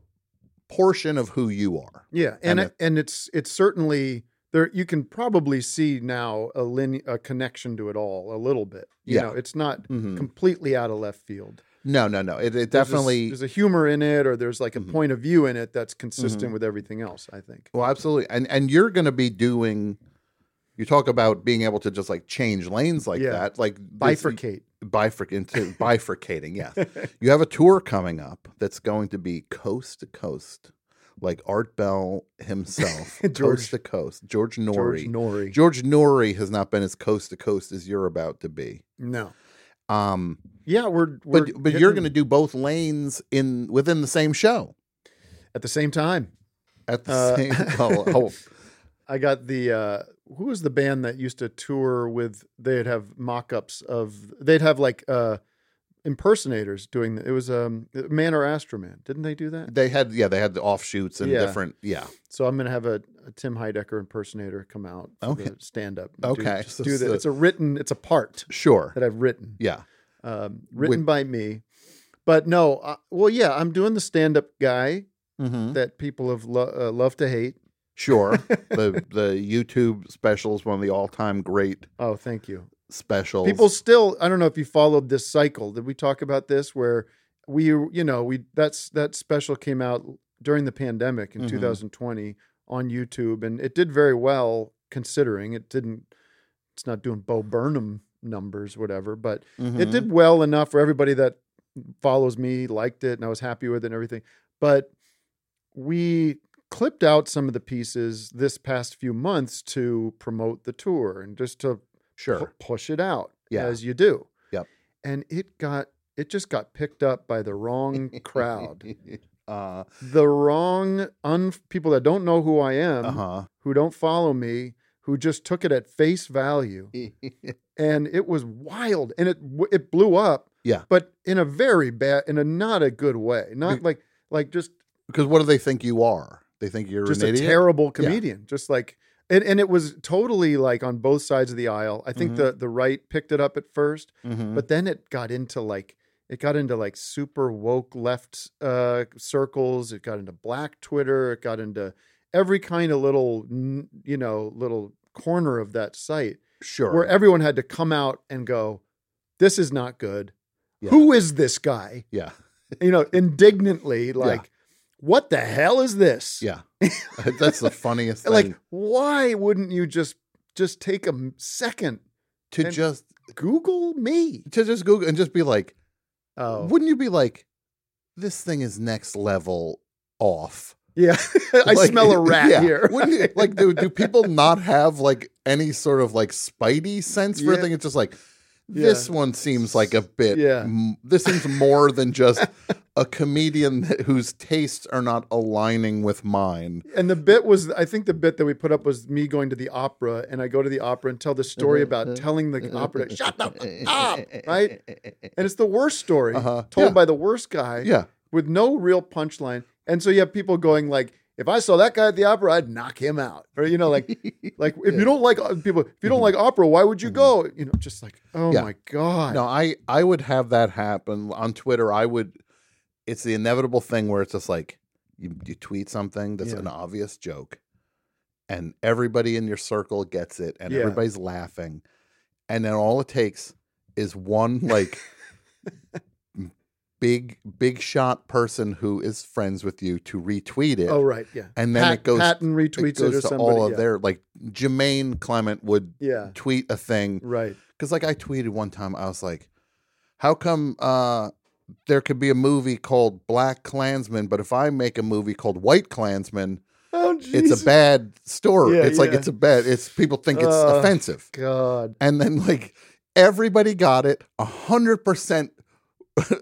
portion of who you are. yeah and And it- and it's it's certainly there you can probably see now a line a connection to it all a little bit you Yeah. know it's not Mhm. completely out of left field No, no, no. It, it There's a s- definitely. there's a, humor in it or there's like a Mhm. point of view in it that's consistent Mm-hmm. with everything else i think well, absolutely. And and you're going to be doing. You talk about being able to just like change lanes like Yeah. that, like this- bifurcate bifurc- into bifurcating. Yeah, you have a tour coming up that's going to be coast to coast, like Art Bell himself, George- coast to coast. George george Norrie. nori George Norrie has not been as coast to coast as you're about to be. no Um, yeah we're, we're but but you're hitting going to do both lanes in within the same show at the same time at the Uh, same. Oh, oh, i got the uh who was the band that used to tour with they'd have mock-ups of they'd have like uh impersonators doing it was um man or astroman didn't they do that They had yeah, they had the offshoots and Yeah. different yeah. so i'm gonna have a, a tim heidecker impersonator come out Okay. stand up Okay. do, just So- do that so- it's a written it's a part Sure. that i've written Yeah. um, written With- by me. But no, uh, well, yeah, I'm doing the stand up guy Mm-hmm. that people have lo- uh, love to hate. Sure. the the YouTube special is one of the all time great Oh, thank you. specials. People still, I don't know if you followed this cycle. Did we talk about this where we, you know, we that's that special came out during the pandemic in Mhm. 2020 on YouTube and it did very well considering it didn't, it's not doing Bo Burnham numbers, whatever, but it Mhm. did well enough for everybody that follows me liked it and i was happy with it and everything but we clipped out some of the pieces this past few months to promote the tour and just to Sure. pu- push it out Yeah. as you do. Yep. And it got it just got picked up by the wrong crowd. uh the wrong un people that don't know who I am, huh. who don't follow me, who just took it at face value. and it was wild and it w- it blew up. Yeah. But in a very bad in a not a good way. Not like like just because what do they think you are? They think you're just an a idiot. terrible comedian. Just like and, and it was totally like on both sides of the aisle. I think Mhm. the the right picked it up at 1st Mhm. but then it got into like it got into like super woke left uh circles. It got into black Twitter. It got into every kind of little n- you know little corner of that site sure. where everyone had to come out and go, "This is not good. Yeah. Who is this guy?" yeah. You know, indignantly, like, "What the hell is this?" Yeah. That's the funniest thing. like why wouldn't you just just take a m- second to and- just google me to just Google and just be like, oh wouldn't you be like, this thing is next level off? yeah i Like, smell a rat yeah. here Wouldn't you, like, do, do people not have like any sort of like spidey sense for a Yeah. thing? It's just like, this one seems like a bit. Yeah. m- this seems more than just a comedian that, whose tastes are not aligning with mine. and the bit was i think the bit that we put up was me going to the opera and i go to the opera and tell the story Mm-hmm, about telling the opera to shut the f- up right and it's the worst story mm-hmm, Uh-huh. told Yeah. by the worst guy Yeah. with no real punchline and so you have people going like if I saw that guy at the opera, I'd knock him out. Or you know, like, like if you don't like uh, people, if you don't like opera, why would you go? You know, just like, oh Mm-hmm. Yeah. my god, No, I I would have that happen on Twitter. I would. It's the inevitable thing where it's just like you, you tweet something that's Yeah. an obvious joke, and everybody in your circle gets it, and Yeah. everybody's laughing, and then all it takes is one like big big shot person who is friends with you to retweet it. Oh right, yeah. And then Pat- it goes- Patton It retweets it, goes or to somebody. all of yeah. their like Jermaine Clement would Yeah. tweet a thing right. because like I tweeted one time, I was like, "How come uh, there could be a movie called Black Klansman, but if I make a movie called White Klansman, Oh it's a bad story. Yeah, it's like yeah. it's a bad. It's people think it's Uh, offensive." God. And then like everybody got it a hundred percent,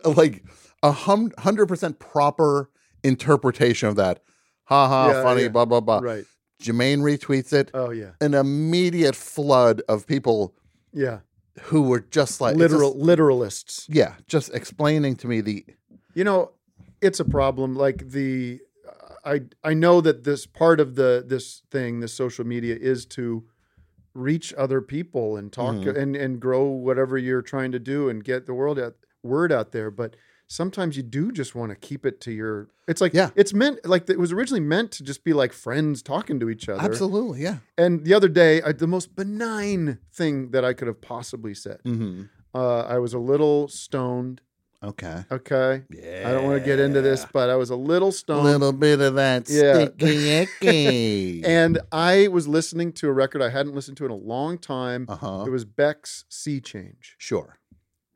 like a hundred percent proper interpretation of that. Ha ha, Yeah, funny, yeah. blah blah blah. Right. Jermaine retweets it. Oh yeah. An immediate flood of people Yeah. who were just like it's just- Literal literalists. yeah, just explaining to me the You know, it's a problem. Like the, uh, I I know that this part of the this thing, this social media, is to reach other people and talk Mhm. and and grow whatever you're trying to do and get the world out word out there, but. Sometimes you do just want to keep it to your. It's like Yeah. It's meant like it was originally meant to just be like friends talking to each other. absolutely, yeah. And the other day, I, the most benign thing that I could have possibly said. Mm-hmm. Uh, I was a little stoned. Okay, Okay. yeah. I don't want to get into this, but I was a little A stoned. little bit of that Um, Yeah. sticky icky. And I was listening to a record I hadn't listened to in a long time. uh huh. It was Beck's Sea Change. Sure.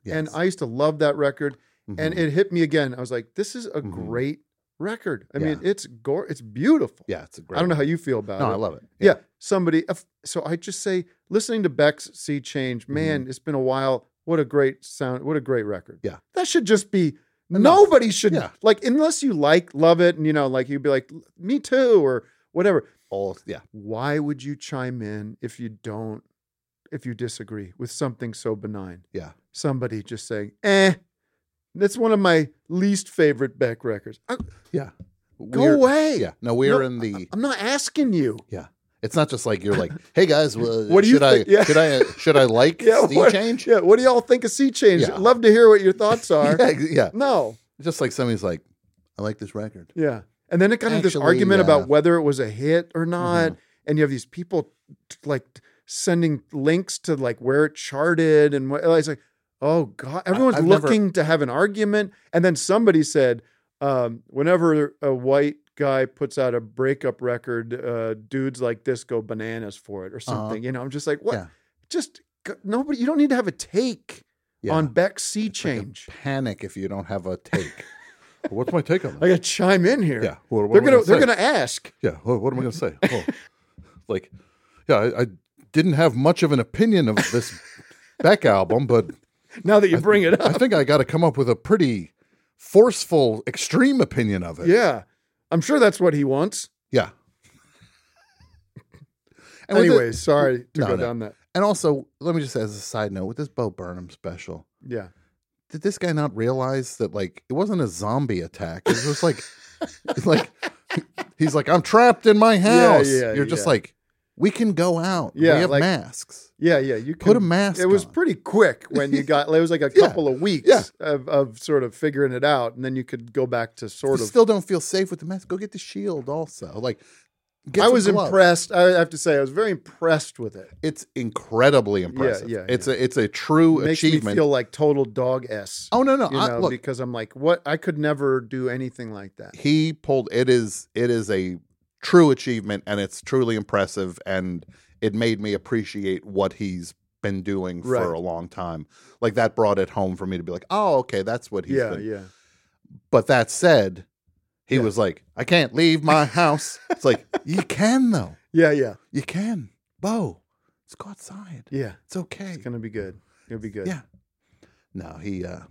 And I used to love that record. And Mhm. it hit me again. I was like, this is a Mhm. great record. I mean, Yeah. it's gore. It's beautiful. yeah, it's a great. I don't know how one. you feel about No, it. I love it. yeah, somebody. if- So I just say, listening to Beck's Sea Change, Mm-hmm. man, it's been a while. What a great sound. What a great record. Yeah. That should just be, Enough. nobody should, Yeah. like, unless you like, love it, and, you know, like, you'd be like, me too, or whatever. all yeah. Why would you chime in if you don't, if you disagree with something so benign? Yeah. Somebody just saying, eh, that's one of my least favorite Beck records. I- Go We're- away. Yeah, no, we are No, uh, in the. I'm not asking you. It's not just like you're like, hey guys, well, What do you should I think? Yeah. should I should I like Yeah, sea what- change? Yeah, what do y'all think of Sea Change? Yeah. Love to hear what your thoughts are. Yeah, ex- yeah, No. just like somebody's like, I like this record. Yeah. And then it got into this Actually, argument yeah. Mm-hmm. about whether it was a hit or not. And you have these people t- like sending links to like where it charted and what, it's like, oh God, everyone's I've never- looking to have an argument. And then somebody said, um, whenever a white guy puts out a breakup record, uh, dudes like this go bananas for it or something. You know, I'm just like, what? Uh-huh. Yeah. Just g- nobody, you don't need to have a take Yeah. on Beck's sea It's like a change. panic if you don't have a take. What's my take on that? I got to chime in here. Yeah. What, what they're am I gonna, they're say? gonna ask. Yeah. What, what am I gonna say? Oh, like, yeah, I, I didn't have much of an opinion of this Beck album, but Now that you bring it I up, think I got to come up with a pretty forceful, extreme opinion of it. yeah, I'm sure that's what he wants. Yeah. with the- Anyways, sorry to No, go no. down that. and also, let me just as a side note with this Bo Burnham special, Yeah, did this guy not realize that like it wasn't a zombie attack? It was just like, it's like he's like, I'm trapped in my house. yeah, You're just yeah. like, we can go out. Yeah, we have like- masks. yeah, yeah. You Put a can- mask It was on. pretty quick when you got. It was like a Yeah, couple of weeks yeah. of, of sort of figuring it out, and then you could go back to sort You of. still don't feel safe with the mask. Go get the shield. Also, like, get I some was gloves. impressed. I have to say, I was very impressed with it. It's incredibly impressive. yeah, it's a it's a true Makes me achievement. feel like total dog s. oh no no! you I- know, look, because I'm like, what? I could never do anything like that. he pulled it is it is a true achievement and it's truly impressive and it made me appreciate what he's been doing Right. for a long time like that brought it home for me to be like oh okay that's what he's Yeah, been yeah. but that said he Yeah. was like i can't leave my house it's like you can though Yeah, yeah, you can bo let's go outside yeah. it's okay It's gonna be good. It'll be good. Yeah. no he uh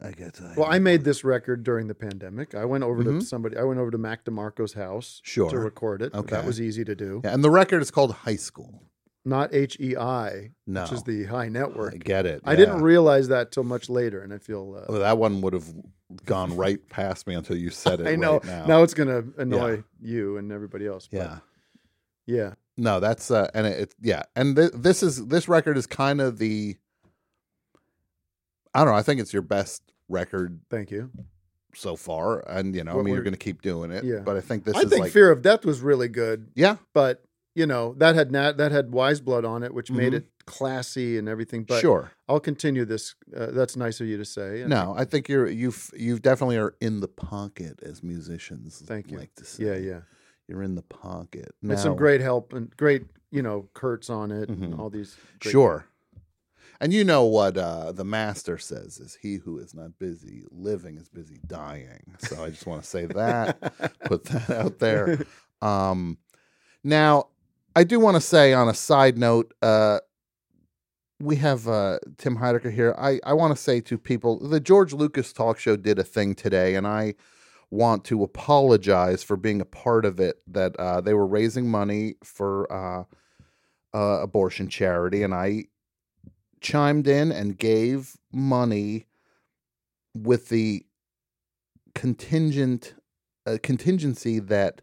i uh, guess I, Well, I made this record during the pandemic. I went over Mhm. to somebody. I went over to Mac DeMarco's house Sure. to record it. Okay. That was easy to do. Yeah, and the record is called high school Not HEI, no which is the high network. i get it I didn't yeah. realize that till much later, and I feel. Uh, Well, that one would have gone right past me until you said it. I know right now. now it's gonna annoy you and everybody else. but yeah. yeah, No, that's uh, and it, it yeah, and th- this is this record is kind of the. I don't know. I think it's your best record thank you. so far, and you know, I What mean, you're we're- going to keep doing it. Yeah. But I think this I is think like Fear of Death was really good, yeah, but you know that had nat- that had Wise Blood on it, which made Mhm. it classy and everything. But sure. I'll continue this. Uh, that's nice of you to say. and- No, I think you're you have you definitely are in the pocket as musicians. Thank you. Like to say. Yeah, yeah. You're in the pocket. And some Now- great help and great, you know, Kurt's on it and Mhm. all these. Great Sure. And you know what uh, the master says is he who is not busy living is busy dying. So I just want to say that, put that out there. Um, now, I do want to say on a side note, uh, we have uh, Tim Heidecker here. I, I want to say to people the George Lucas talk show did a thing today, and I want to apologize for being a part of it that uh, they were raising money for uh, uh, abortion charity, and I chimed in and gave money with the contingent uh, contingency that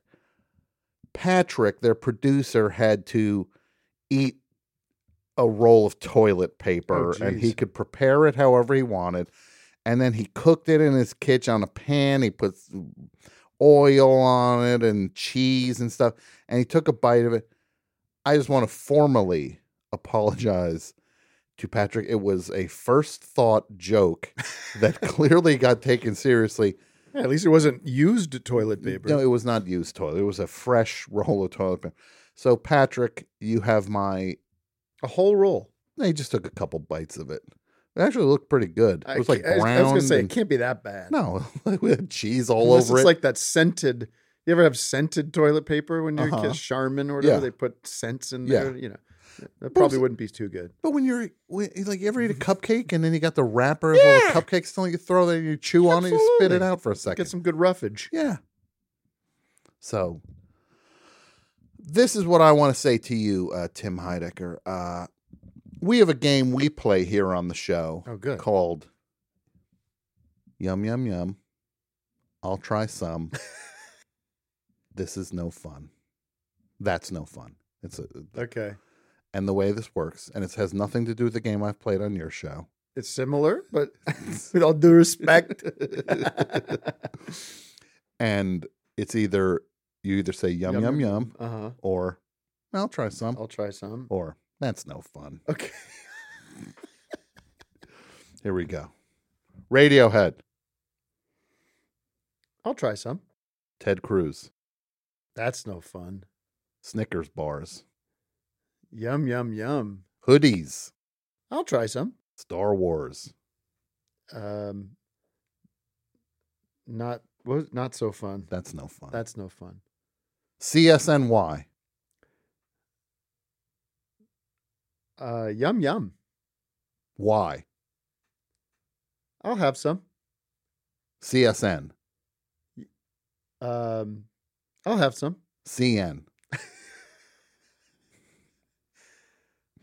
Patrick, their producer, had to eat a roll of toilet paper, Oh, and he geez. could prepare it however he wanted. And then he cooked it in his kitchen on a pan. He put oil on it and cheese and stuff. And he took a bite of it. I just want to formally apologize to Patrick. It was a first thought joke that clearly got taken seriously. Yeah, at least it wasn't used toilet paper. No, it was not used toilet. It was a fresh roll of toilet paper. So, Patrick, you have my. a whole roll. They just took a couple bites of it. It actually looked pretty good. It was like I, brown. I was gonna say it and- can't be that bad. no, we had cheese all Unless over it's it. like that scented. You ever have scented toilet paper when you're a Uh-huh. kid? Charmin or whatever? Yeah. They put scents in Yeah. there. You know, that probably wouldn't be too good. But when you're when, like, you ever Mm-hmm. eat a cupcake and then you got the wrapper of all the cupcakes still, you throw that, you chew on it, you spit it Absolutely. out for a second. Get some good roughage. yeah. So, this is what I want to say to you, uh, Tim Heidecker. Uh, we have a game we play here on the show Oh, good. called Yum Yum Yum. I'll try some. this is no fun. That's no fun. It's a, Okay, and the way this works, and it has nothing to do with the game I've played on your show. it's similar, but with all due respect, And it's either you either say yum yum yum, Uh huh. or I'll try some, I'll try some. or that's no fun. Okay. Here we go. Radiohead, I'll try some. Ted Cruz, That's no fun. Snickers bars, Yum, yum, yum. hoodies, I'll try some. Star Wars, Um, Not was not so fun. That's no fun. That's no fun. CSNY. Uh, yum yum. Why? I'll have some. CSN. Um, I'll have some. CN.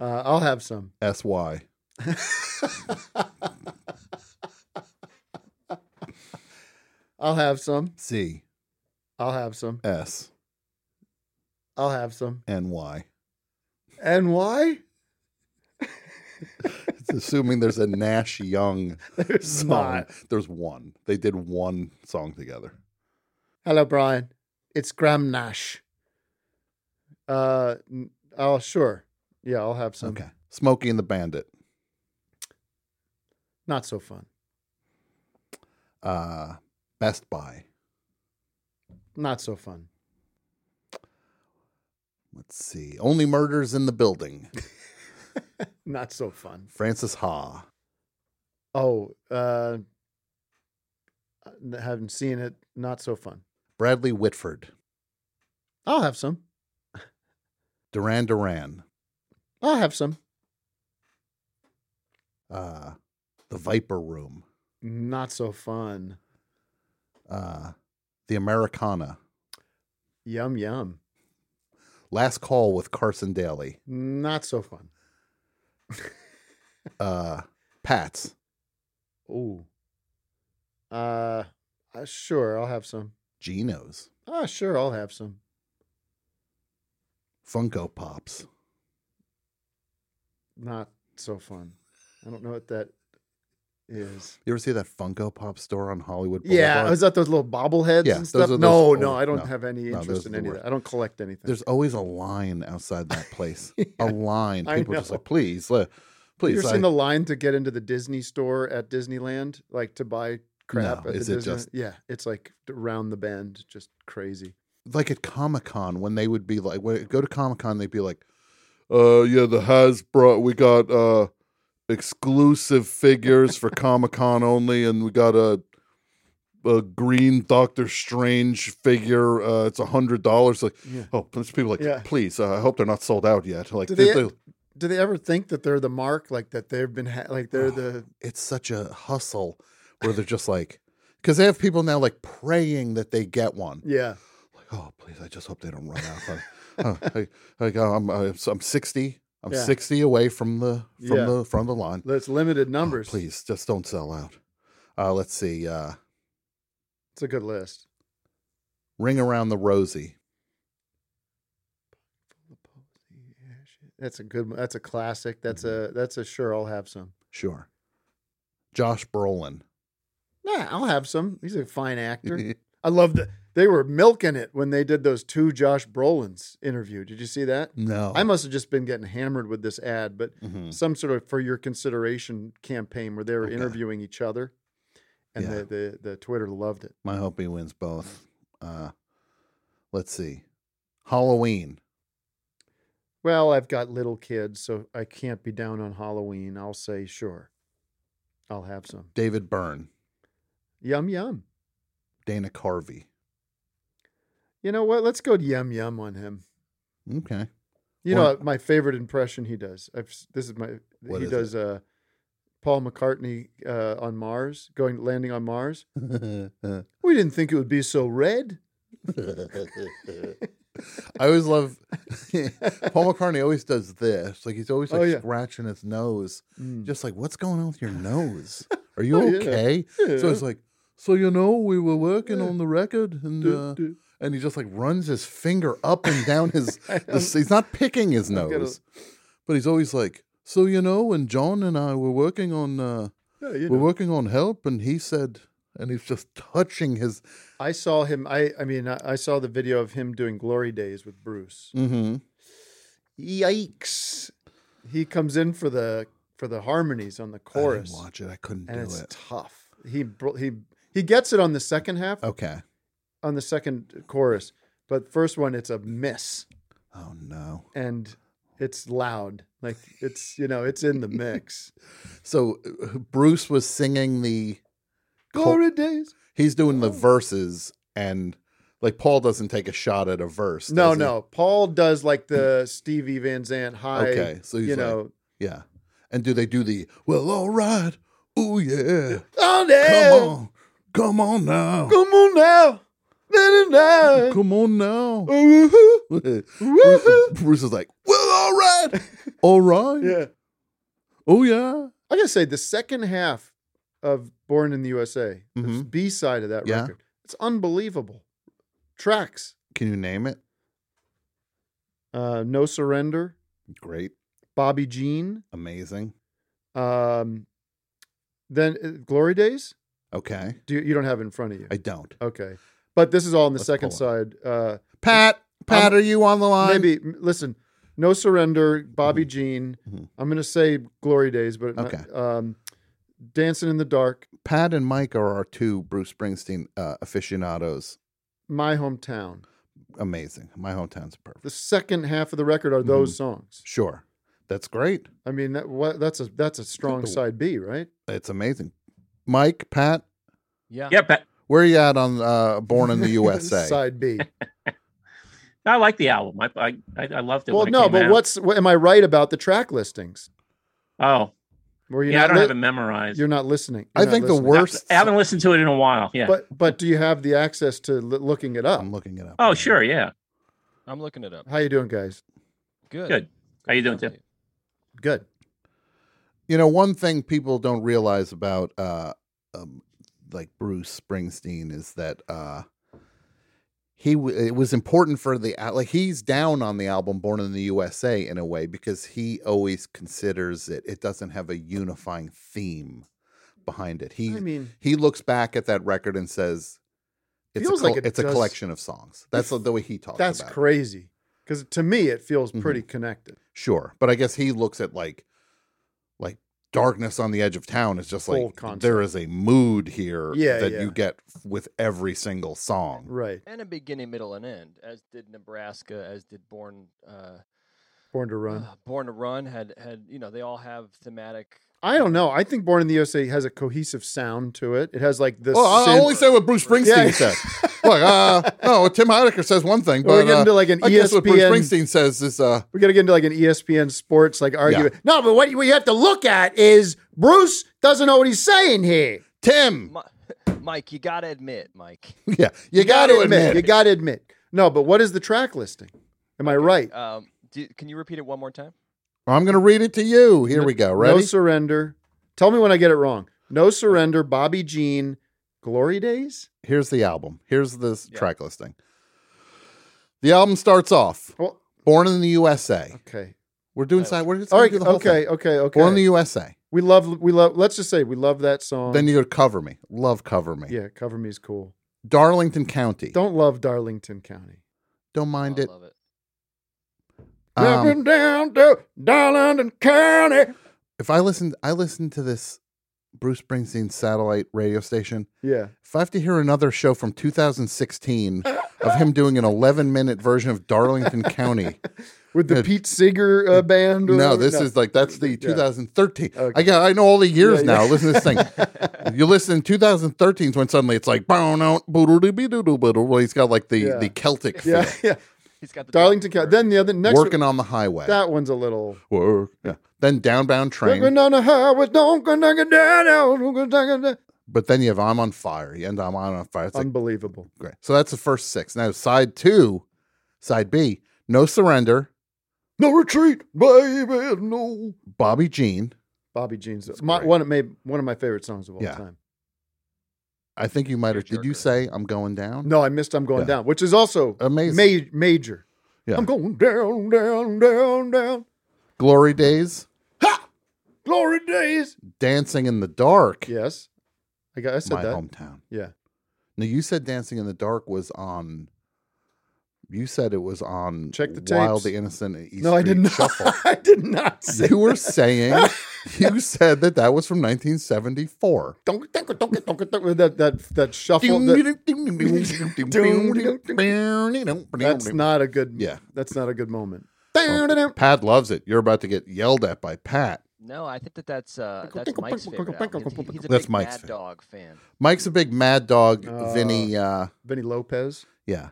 Uh, I'll have some. SY. I'll have some. C. I'll have some. S. I'll have some. NY. NY? It's assuming there's a Nash Young There's song. not. There's one. They did one song together. Hello, Brian. It's Graham Nash. Uh, n- oh, sure. Yeah, I'll have some. Okay. Smokey and the Bandit. Not so fun. Uh, Best Buy. Not so fun. Let's see. Only Murders in the Building. Not so fun. Francis Ha. Oh, uh, I haven't seen it. Not so fun. Bradley Whitford. I'll have some. Duran Duran. I'll have some. Uh, the Viper Room. Not so fun. Uh, the Americana. Yum yum. Last Call with Carson Daly. Not so fun. Uh, Pats. Ooh. Uh, uh, sure. I'll have some. Geno's. Ah, sure. I'll have some. Funko Pops. Not so fun. I don't know what that is. You ever see that Funko Pop store on Hollywood Boulevard? Yeah, is that those little bobbleheads Oh Yeah, and those stuff? are those no, old- no, I don't no, have any no, interest those are in the any of worst. that. I don't collect anything. There's always a line outside that place. A line. I People are just know. like, please, le- Have please. you ever I- seen the line to get into the Disney store at Disneyland, like to buy crap No, at is the it Disney? just- yeah, it's like around the bend, just crazy. like at Comic Con when they would be like, when, go to Comic Con, they'd be like, uh, yeah, the Hasbro, we got uh, exclusive figures for Comic Con only, and we got a a green Doctor Strange figure. Uh, it's a hundred dollars. Like, Yeah. oh, there's people like, Yeah. please, uh, I hope they're not sold out yet. Like, Do they- e, they- Do they ever think that they're the mark, like that they've been ha- like they're the it's such a hustle where they're just like, because they have people now like praying that they get one. yeah like, oh, please, I just hope they don't run out. I, oh, I, like, oh, I'm, I'm, I'm 60. I'm Yeah. 60 away from the from Yeah. the from the line. that's limited Oh, numbers? please, just don't sell out. Uh, let's see. Uh, It's a good list. Ring around the rosy. That's a good. That's a classic. That's a Mm-hmm. that's a sure. I'll have some. Sure. Josh Brolin. Yeah, I'll have some. He's a fine actor. I love that they were milking it when they did those two Josh Brolin's interview. Did you see that? No. I must have just been getting hammered with this ad, but Mhm. some sort of for your consideration campaign where they were Okay. interviewing each other, and Yeah. the, the the Twitter loved it. My hope he wins both. Uh, let's see. Halloween. Well, I've got little kids, so I can't be down on Halloween. I'll say sure. I'll have some. David Byrne. Yum yum. Dana Carvey. You know what? Let's go yum yum on him. Okay. You Or- know my favorite impression he does. I've, s- this is my What he is it? does uh, Paul McCartney uh, on Mars, going landing on Mars. We didn't think it would be so red. I always love Paul McCartney always does this. Like he's always like Oh, yeah. scratching his nose. Mm. Just like, what's going on with your nose? Are you Oh, yeah. okay? So it's Yeah. like, so you know, we were working on the record and Du- uh, du- and he just like runs his finger up and down his, this, he's not picking his gonna- nose. But he's always like, so you know, when John and I were working on uh Yeah, you we're know. working on help and he said and he's just touching his I saw him. I I mean, I, I saw the video of him doing Glory Days with Bruce. mm-hmm. Yikes! He comes in for the for the harmonies on the chorus, I didn't watch it. I couldn't and do it's it. tough. He bro- he he gets it on the second half, Okay. on the second chorus, but first one it's a miss, Oh no. and it's loud. Like oh, it's you know it's in the mix. So uh, Bruce was singing the Glory days. He's doing the verses, and like Paul doesn't take a shot at a verse. No, does he? no. Paul does like the Stevie Van Zandt high. Okay, so he's you like- know, Yeah. And do they do the well? All right. Oh yeah. oh, Come yeah. on. Come on now. come on now, let it now. Come on now. Woo-hoo. Bruce, Bruce is like, well, all right, all right. Yeah, Oh yeah. I gotta say the second half of Born in the USA, the Mhm. B side of that Yeah. record, it's unbelievable. Tracks, Can you name it? uh, No Surrender, Great, Bobby Jean, amazing. um, then uh, Glory Days. Okay, Do you, you don't have it in front of you? I don't. Okay, but this is all on the Let's second pull side. Uh, Pat, Pat, I'm- are you on the line? maybe m- listen no surrender bobby jean Mhm. i'm gonna say glory days but not- Okay. um dancing in the dark Pat and Mike are our two Bruce Springsteen uh, aficionados. my hometown Amazing. My hometown's perfect. Mm-hmm. the second half of the record are those songs Sure, that's great. i mean that what that's a that's a strong side b right It's amazing. Mike, Pat, Yeah. Yeah, but where are you at on uh, Born in the USA? side b I like the album. I I, I I loved it. well when it no came but out. what's what, am i right about the track listings Oh, where yeah. I don't li- have it memorized. you're not listening I You're not think the listening. worst. I haven't listened to it in a while. Yeah. but but do you have the access to li- looking it up I'm looking it up. oh, sure. Yeah. I'm looking it up. how you doing guys Good. Good. How you doing, Tim? good You know, one thing people don't realize about uh, um, like Bruce Springsteen is that uh, he w- it was important for the al- like he's down on the album Born in the USA in a way because he always considers it it doesn't have a unifying theme behind it. He i mean he looks back at that record and says it's Feels a col- like it it's a does- collection of songs. That's the way he talks that's about it. Mm-hmm. crazy because to me it feels pretty connected Sure, but I guess he looks at like like darkness on the edge of town is just Full like concept. there is a mood here Yeah, that yeah. you get with every single song. right And a beginning, middle, and end, as did Nebraska, as did Born uh, born to run uh, Born to Run. Had had you know they all have thematic. I don't know. I think Born in the USA has a cohesive sound to it. It has like this. Oh, I I only say what Bruce Springsteen Yeah. said. Look, uh, no, Tim Heidecker says one thing, We're but getting uh, into like an E I guess what Bruce ESPN. Springsteen says is uh, We got to get into like an E ESPN sports like argument. No, but what we have to look at is Bruce doesn't know what he's saying here. Tim. Mi- Mike, you gotta admit, Mike. Yeah, you, got to admit, You got to admit. No, but what is the track listing? Am I right? Um, do, can you repeat it one more time? I'm going to read it to you. Here we go. Ready? No surrender. Tell me when I get it wrong. No surrender. Bobby Jean. Glory days. Here's the album. Here's the Yeah. track listing. The album starts off Well, "Born in the USA." okay. We're doing side. We're just All gonna right. do the whole thing. Okay. Okay. Okay. Born in the USA. we love. We love. Let's just say we love that song. Then you go to Cover Me. Love Cover Me. Yeah, cover me is cool. Darlington County. Don't, Don't love Darlington County. mind Oh, I it. love it. Um, Up and down to Darlington County. if I listen, I listen to this Bruce Springsteen satellite radio station. Yeah. If I have to hear another show from 2016 of him doing an 11 minute version of Darlington County, With the Yeah. Pete Seeger uh, band. or no, whatever? this is like that's the Yeah. 2013. Okay. I got I know all the years Yeah, now. yeah. Listen to this thing. you listen 2013 is when suddenly it's like bow out boodle he's got like the Yeah. the Celtic feel. Yeah, yeah. He's got the Darlington County. Then the other next Working on the highway. one, that one's a little. Work. Yeah. Then downbound train. Working on the highway, don't go down, go down, don't go down, go down. But then you have I'm on fire. You end on I'm on fire. It's like Unbelievable. great. So that's the first six. Now side two, side B, no surrender, No retreat, baby, no. Bobby Jean. Bobby Jean's That's my, great. one, of my, one of my favorite songs of all Yeah. time. I think you might have did you Tearjerker. say I'm going down? No, I missed I'm Going Yeah. Down, which is also ma- Amazing. major. Yeah. I'm going down, down, down, down. Glory days, Glory days. dancing in the dark. Yes. I got I said my that. hometown. Yeah. Now you said Dancing in the Dark was on you said it was on Check the Wild tapes. the Innocent and East no, I did Street not. Shuffle. I did not say you were saying you said that that was from 1974. don't don't don't don't don't that that that shuffle that, that's That's not a good Yeah. that's not a good moment. Pat loves it. You're about to get yelled at by Pat. No, I think that that's uh, that's Mike's favorite. album. He's- He's a That's big Mike's Mad favorite. Dog fan. Mike's a big Mad Dog, Uh, Vinny. Uh, Vinny Lopez. yeah,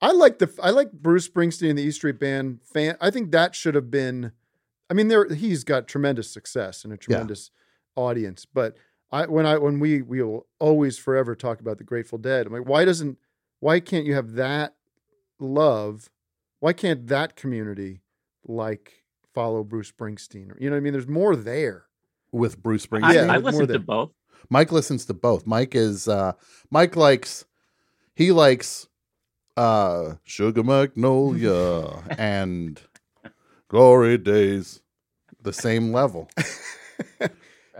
I like the I like Bruce Springsteen and the E Street Band fan. I think that should have been. I mean, there he's got tremendous success and a tremendous audience. But I when I when we we will always forever talk about the Grateful Dead. I'm like, why doesn't why can't you have that love? Why can't that community like follow Bruce Springsteen? You know what I mean? There's more there. with Bruce Springsteen. I- Yeah, I with more listen to than- both. Mike listens to both. Mike is uh, Mike likes he likes uh, Sugar Magnolia and Glory Days. The same level.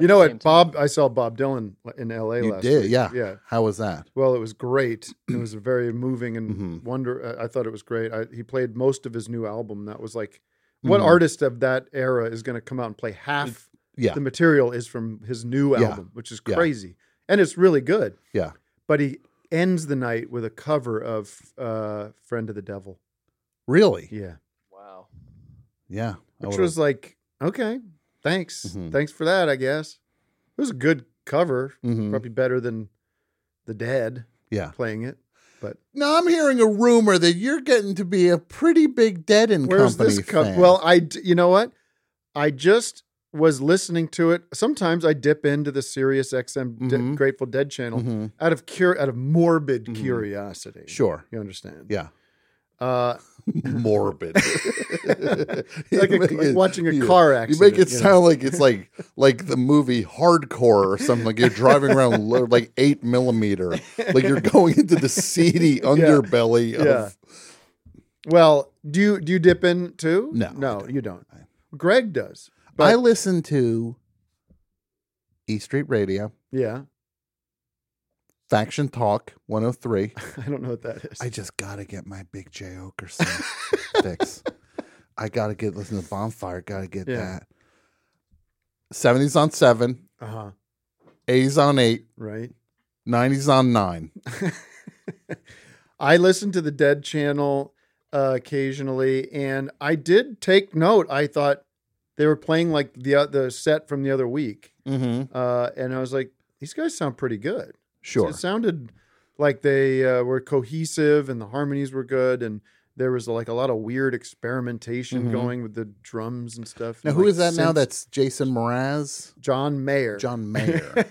you know what, Bob? I saw Bob Dylan in L.A. You last did, week. yeah. yeah. How was that? Mm-hmm. Well, it was great. It was very moving and wonder. uh, I I thought it was great. I, he played most of his new album. That was like, what Mhm. artist of that era is going to come out and play half Yeah. the material is from his new Yeah. album, which is Yeah. crazy, and it's really good. Yeah. But he ends the night with a cover of uh, "Friend of the Devil," Really? Yeah. Wow. Yeah. I Mm-hmm. which would've- was like, okay, thanks, thanks for that. I guess it was a good cover, Mhm. probably better than the Dead. Yeah. playing it, but now I'm hearing a rumor that you're getting to be a pretty big Dead and Where's Company this cup? fan. Well, I d- you know what? I just was listening to it. Sometimes I dip into the Sirius XM De- Mhm. Grateful Dead channel Mhm. out of cur- out of morbid curiosity. Mm-hmm. Sure. you understand. yeah, Uh, morbid. like, a, You make like it- watching a you- car accident. You make it you know? sound like it's like like the movie Hardcore or something. Like you're driving around lo- like eight millimeter. Like you're going into the seedy underbelly Yeah. of Well, do you do you dip in too? No, I no, you don't. Greg does. I listen to E Street Radio, Yeah, Faction Talk 103. I don't know what that is. I just gotta get my big J Okerson fix. I gotta get listen to Bonfire, gotta get Yeah. that. 70s on seven, Uh huh. 80s on eight, Right. 90s on nine. I listened to the Dead channel uh, occasionally, and I did take note. I thought they were playing like the o- the set from the other week, Mhm. uh, and I was like, "These guys sound pretty good." Sure. it sounded like they uh, were cohesive, and the harmonies were good, and there was like a lot of weird experimentation Mhm. going with the drums and stuff. Now, and, who like, is that now? synths. That's Jason Mraz, John Mayer. John Mayer,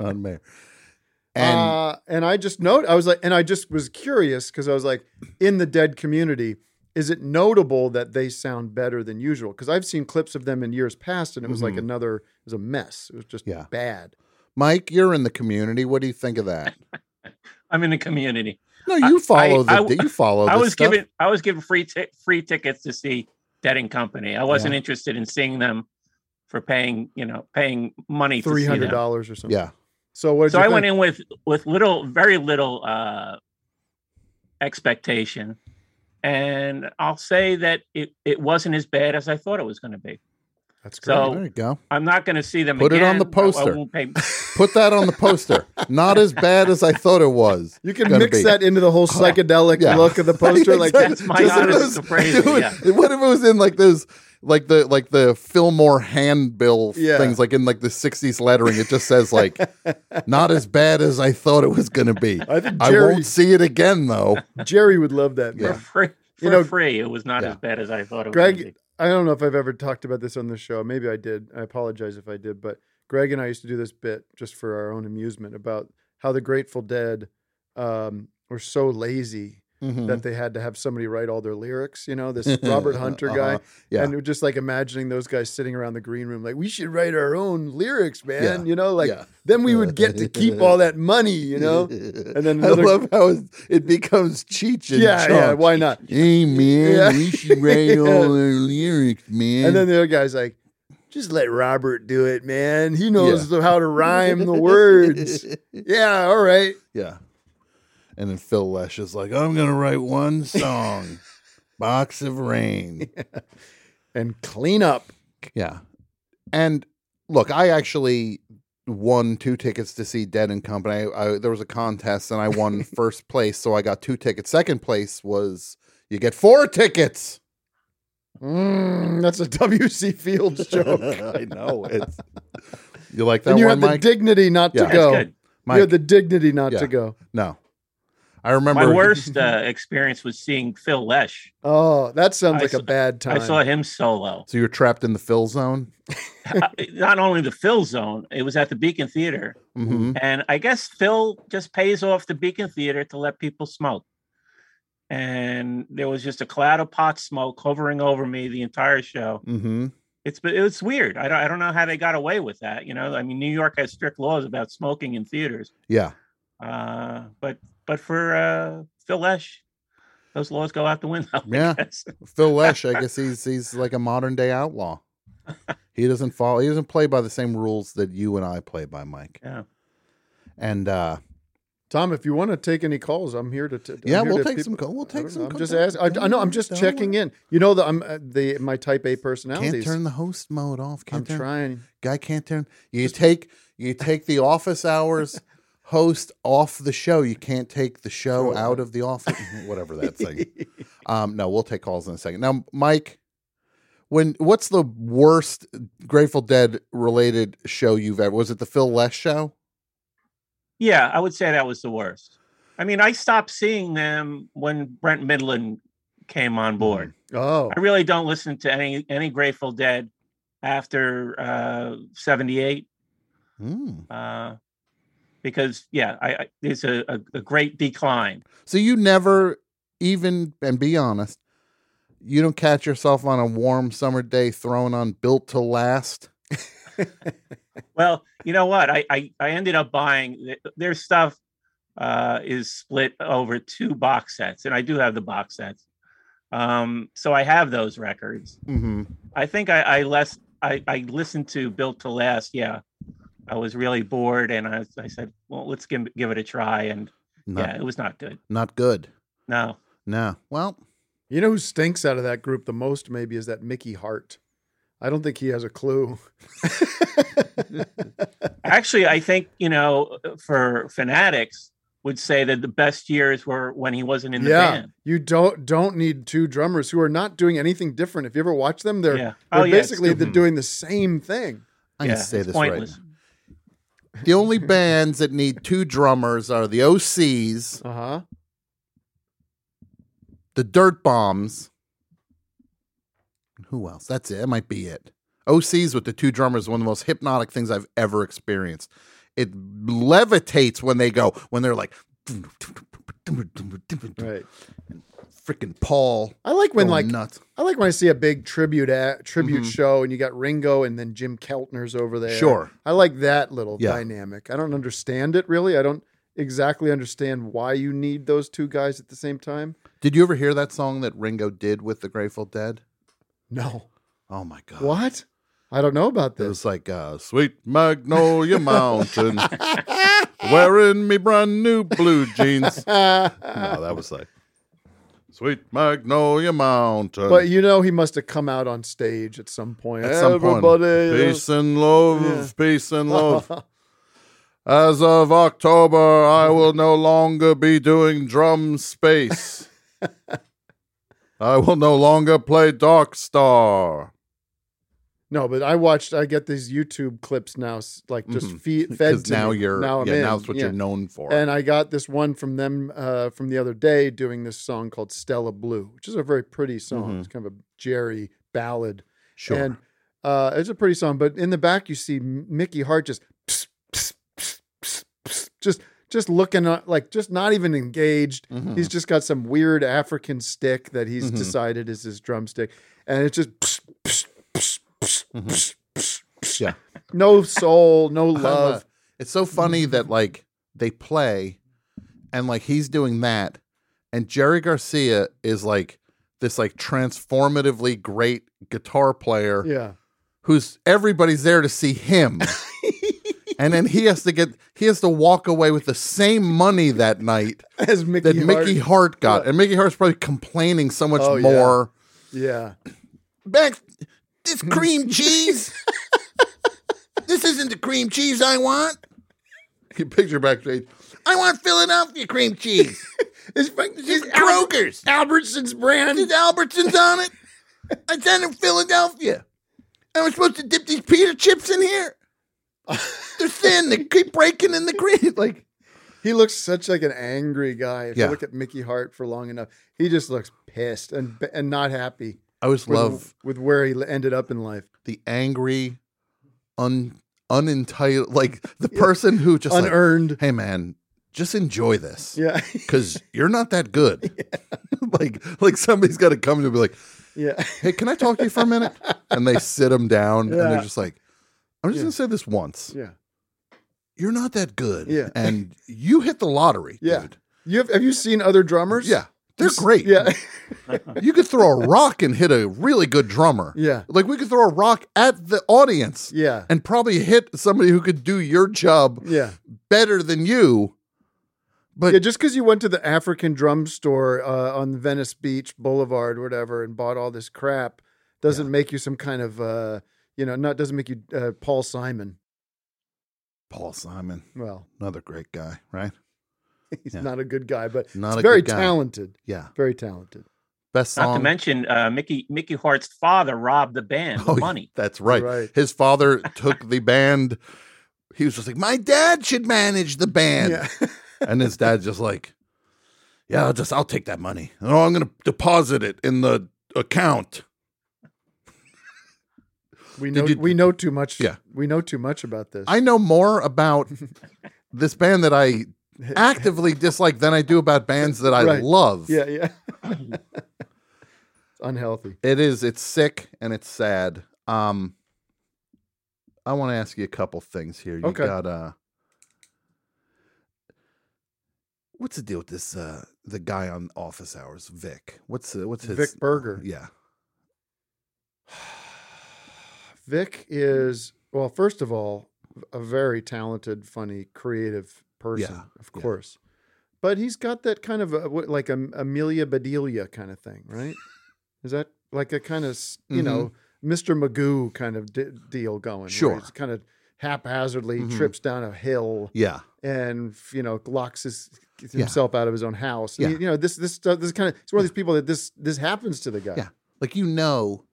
John Mayer. And, And- uh, and I just note I was like, and I just was curious because I was like, in the dead community, is it notable that they sound better than usual? Because I've seen clips of them in years past, and it was like Mhm. another, it was a mess. It was just Yeah. bad. Mike. You're in the community. What do you think of that? I'm in the community. No, you follow the- you follow I this was stuff. given I was given free ti- free tickets to see Dead and Company. I wasn't Yeah. interested in seeing them for paying you know paying money Three hundred dollars. dollars or something. Yeah. So what? Did so you I think? went in with with little, very little uh, expectation, and I'll say that it it wasn't as bad as I thought it was going to be. That's great. So There you go. I'm not going to see them. Put it on again. the I- I poster. won't pay- Put that on the poster. Not as bad as I thought it was. You can gonna mix be. that into the whole psychedelic Yeah. look of the poster. like That's my just- honest just- appraisal, dude, yeah. What if it was in like those, like the like the Fillmore handbill Yeah. things, like in like the '60s lettering? It just says like, "Not as bad as I thought it was going to be." I think I Jerry- won't see it again though. Jerry would love that. for man. free. For You know, free, it was not as bad as I thought it was. gonna be. Greg, I don't know if I've ever talked about this on the show. Maybe I did. I apologize if I did, but Greg and I used to do this bit just for our own amusement about how the Grateful Dead um, were so lazy Mhm. that they had to have somebody write all their lyrics. You know, this Robert Hunter guy, Uh-huh. Yeah. and we're just like imagining those guys sitting around the green room, like we should write our own lyrics, man. Yeah. You know, like Yeah. then we would get to keep all that money. You know, and then another, I love how it- it becomes Cheech and yeah, yeah. Chong. Why not? Hey man, Yeah. we should write Yeah. all our lyrics, man. And then the other guy's like, just let Robert do it, man. He knows how to rhyme the words. yeah, all right. Yeah. And then Phil Lesh is like, I'm going to write one song, Box of Rain. And clean up. Yeah. And look, I actually won two tickets to see Dead and Company. I, I, there was a contest and I won first place. So I got two tickets. Second place was you get four tickets. Mm, that's a W.C. Fields joke. I know it's. You like that and you one, had the Mike? dignity not Yeah. to That's go. good. You Mike. had the dignity not Yeah. to go. No, I remember My worst uh, experience was seeing Phil Lesh. Oh, that sounds I like saw- a bad I time. saw him solo. So you're trapped in the fill zone. Not only the Phil Zone, it was at the Beacon Theater, Mhm. and I guess Phil just pays off the Beacon Theater to let people smoke. And there was just a cloud of pot smoke hovering over me the entire show. Mm-hmm. It's but it's weird. I don't I don't know how they got away with that. You know, I mean, New York has strict laws about smoking in theaters. Yeah. Uh, but but for uh, Phil Lesh, those laws go out the window. I Yeah. guess. Phil Lesh, I guess he's he's like a modern day outlaw. He doesn't follow. He doesn't play by the same rules that you and I play by, Mike. Yeah. And uh Tom, if you want to take any calls, I'm here to. T- I'm Yeah, here to we'll take some call- we'll I take don't some know. I'm just calls. asking. I, I know. I'm just Don't checking in. You know that I'm uh, the my type A personality. can't turn the host mode off. Can't I'm turn- trying. Guy can't turn. You take you take the office hours host off the show. You can't take the show out of the office. Whatever that thing. Um, no, we'll take calls in a second. Now, Mike, when what's the worst Grateful Dead related show you've ever? Was it the Phil Lesh show? Yeah, I would say that was the worst. I mean, I stopped seeing them when Brent Midland came on board. Oh, I really don't listen to any any Grateful Dead after uh, '78 uh, because, yeah, I, I there's a, a, a great decline. So you never even and be honest, you don't catch yourself on a warm summer day throwing on Built to Last. Well, you know what? I I, I ended up buying th- their stuff uh, is split over two box sets, and I do have the box sets. Um, so I have those records. Mm-hmm. I think I, I less I, I listened to Built to Last. Yeah, I was really bored, and I I said, well, let's give give it a try, and No. yeah, it was not good. Not good. No, No. Well, you know who stinks out of that group the most? Maybe is that Mickey Hart. I don't think he has a clue. actually, I think you know for fanatics would say that the best years were when he wasn't in the yeah, band. you don't don't need two drummers who are not doing anything different. If you ever watch them, they're, Yeah. they're Oh, yeah, it's basically they're stupid. doing the same thing. I Yeah, can say it's this pointless. right. The only bands that need two drummers are the OCs, uh-huh. the Dirt Bombs. Who else? That's it. That might be it. OCs with the two drummers is one of the most hypnotic things I've ever experienced. It levitates when they go when they're like Right. freaking Paul. I like when like going nuts. I like when I see a big tribute at, tribute Mm-hmm. Mhm. show and you got Ringo and then Jim Keltner's over there. Sure. I like that little Yeah. dynamic. I don't understand it really. I don't exactly understand why you need those two guys at the same time. Did you ever hear that song that Ringo did with the Grateful Dead? No. Oh my god. What? I don't know about It this. was like uh, Sweet Magnolia Mountain, wearing me brand new blue jeans. No, that was like Sweet Magnolia Mountain. But you know he must have come out on stage at some point. At some point, Everybody peace and love, Yeah. peace and love. As of October, I will no longer be doing drum space. I will no longer play Dark Star. No, but I watched. I get these YouTube clips now, s- like just Mhm. feed, 'Cause fed to now me. you're- now I'm yeah, in. now it's what you're known for. And I got this one from them uh, from the other day doing this song called Stella Blue, which is a very pretty song. Mhm. It's kind of a Jerry ballad. Sure. And uh, it's a pretty song, but in the back you see M- Mickey Hart just pss, pss, pss, pss, pss, just just looking at, like just not even engaged. Mhm. He's just got some weird African stick that he's Mhm. decided is his drumstick, and it's just. pss, pss, pss, pss, pss, pss, pss. Yeah. No soul, no I love. Mm-hmm. love- It's so funny that like they play and like he's doing that and Jerry Garcia is like this like transformatively great guitar player Yeah. who's everybody's there to see him. and then he has to get he has to walk away with the same money that night As Mickey that Mickey Hart got. And Mickey Hart's probably complaining so much Oh, yeah. more. Yeah. Back this Hmm. cream cheese. this isn't the cream cheese I want. You picture backstage. I want Philadelphia cream cheese. It's Kroger's. Albertson's brand. Is Albertsons on it? I done in Philadelphia. And we're supposed to dip these pita chips in here. They're thin. They keep breaking in the green. Like he looks such like an angry guy. If Yeah. you look at Mickey Hart for long enough, he just looks pissed and and not happy. I always with- love- with where he ended up in life. The angry, un unentitled like the person who just like, Unearned. hey man, just enjoy this. Yeah. Cause you're not that good. like like somebody's gotta come to be like, Yeah. Hey, can I talk to you for a minute? And they sit him down and Yeah. they're just like, I'm just Yeah. gonna say this once. Yeah. You're not that good. Yeah. And you hit the lottery. Yeah. You have, have you seen other drummers? Yeah. They're great. Yeah. you could throw a rock and hit a really good drummer. Yeah. Like we could throw a rock at the audience. Yeah. And probably hit somebody who could do your job Yeah. better than you. But yeah, just because you went to the African drum store uh, on Venice Beach Boulevard, or whatever, and bought all this crap, doesn't make you some kind of, uh, you know, not doesn't make you uh, Paul Simon. Paul Simon. Well. another great guy, right? He's Yeah. not a good guy, but Not he's a very good guy. talented. Yeah. very talented. Best Not to song. mention, uh, Mickey Mickey Hart's father robbed the band Oh, of money. That's right. Right. His father took the band. He was just like, my dad should manage the band. and his dad's just like, yeah, I'll just, I'll take that money. Oh, I'm going to deposit it in the account. We Did know you- we know too much. Yeah. we know too much about this. I know more about this band that I actively dislike than I do about bands that I Right. love. Yeah, yeah. it's unhealthy. It is. It's sick and it's sad. Um, I want to ask you a couple things here. You Okay. got uh, what's the deal with this? Uh, the guy on Office Hours, Vic. What's uh, what's his Vic Berger. Yeah, Vic is well. First of all, a very talented, funny, creative person, Yeah, of course. But he's got that kind of a, what, like a Amelia Bedelia kind of thing, right? is that like a kind of s- you know Mr. Magoo kind of de- deal going? Mm-hmm. Sure. it's kind of haphazardly Mhm. trips down a hill. Yeah. and you know locks his Yeah. himself out of his own house. Yeah. You- you know this this stuff. This kind of it's one of these people that this this happens to the guy. yeah. Like you know,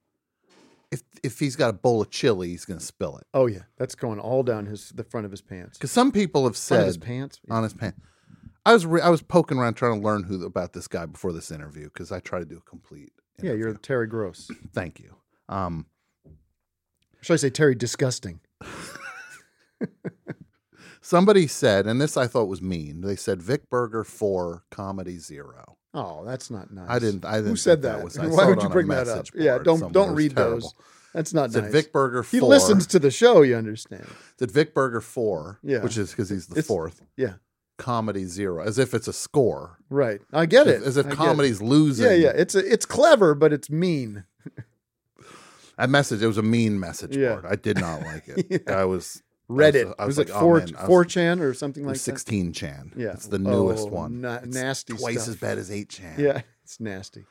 if if he's got a bowl of chili, he's gonna spill it. Oh yeah, that's going all down his the front of his pants. Because some people have Front said of his pants? On his pants. I was re- I was poking around trying to learn who about this guy before this interview because I try to do a complete. Yeah, you're Terry Gross. Thank you. Um, Should I say Terry Disgusting? Somebody said, and this I thought was mean. They said Vic Berger for comedy zero. Oh, that's not nice. I didn't. I didn't. Who think said that? was And I Why saw would it you on a bring that up? message Yeah, board don't somewhere. It don't was read those. terrible. That's not Said nice. Vic Berger He four. listens to the show. You understand? That Vic Berger four, Yeah. which is because he's the It's- fourth. yeah. comedy zero, as if it's a score. Right. I get As if- it. as if I get it. comedy's losing. Yeah, yeah. It's a, it's clever, but it's mean. I message. It was a mean message Yeah. board. I did not like it. I was Reddit. I was, Was, I was it like, oh, four man. I was- four chan or something like that? sixteen chan. Yeah. it's the newest Oh, one. na- It's nasty. twice stuff. as bad as eight chan. Yeah, it's nasty.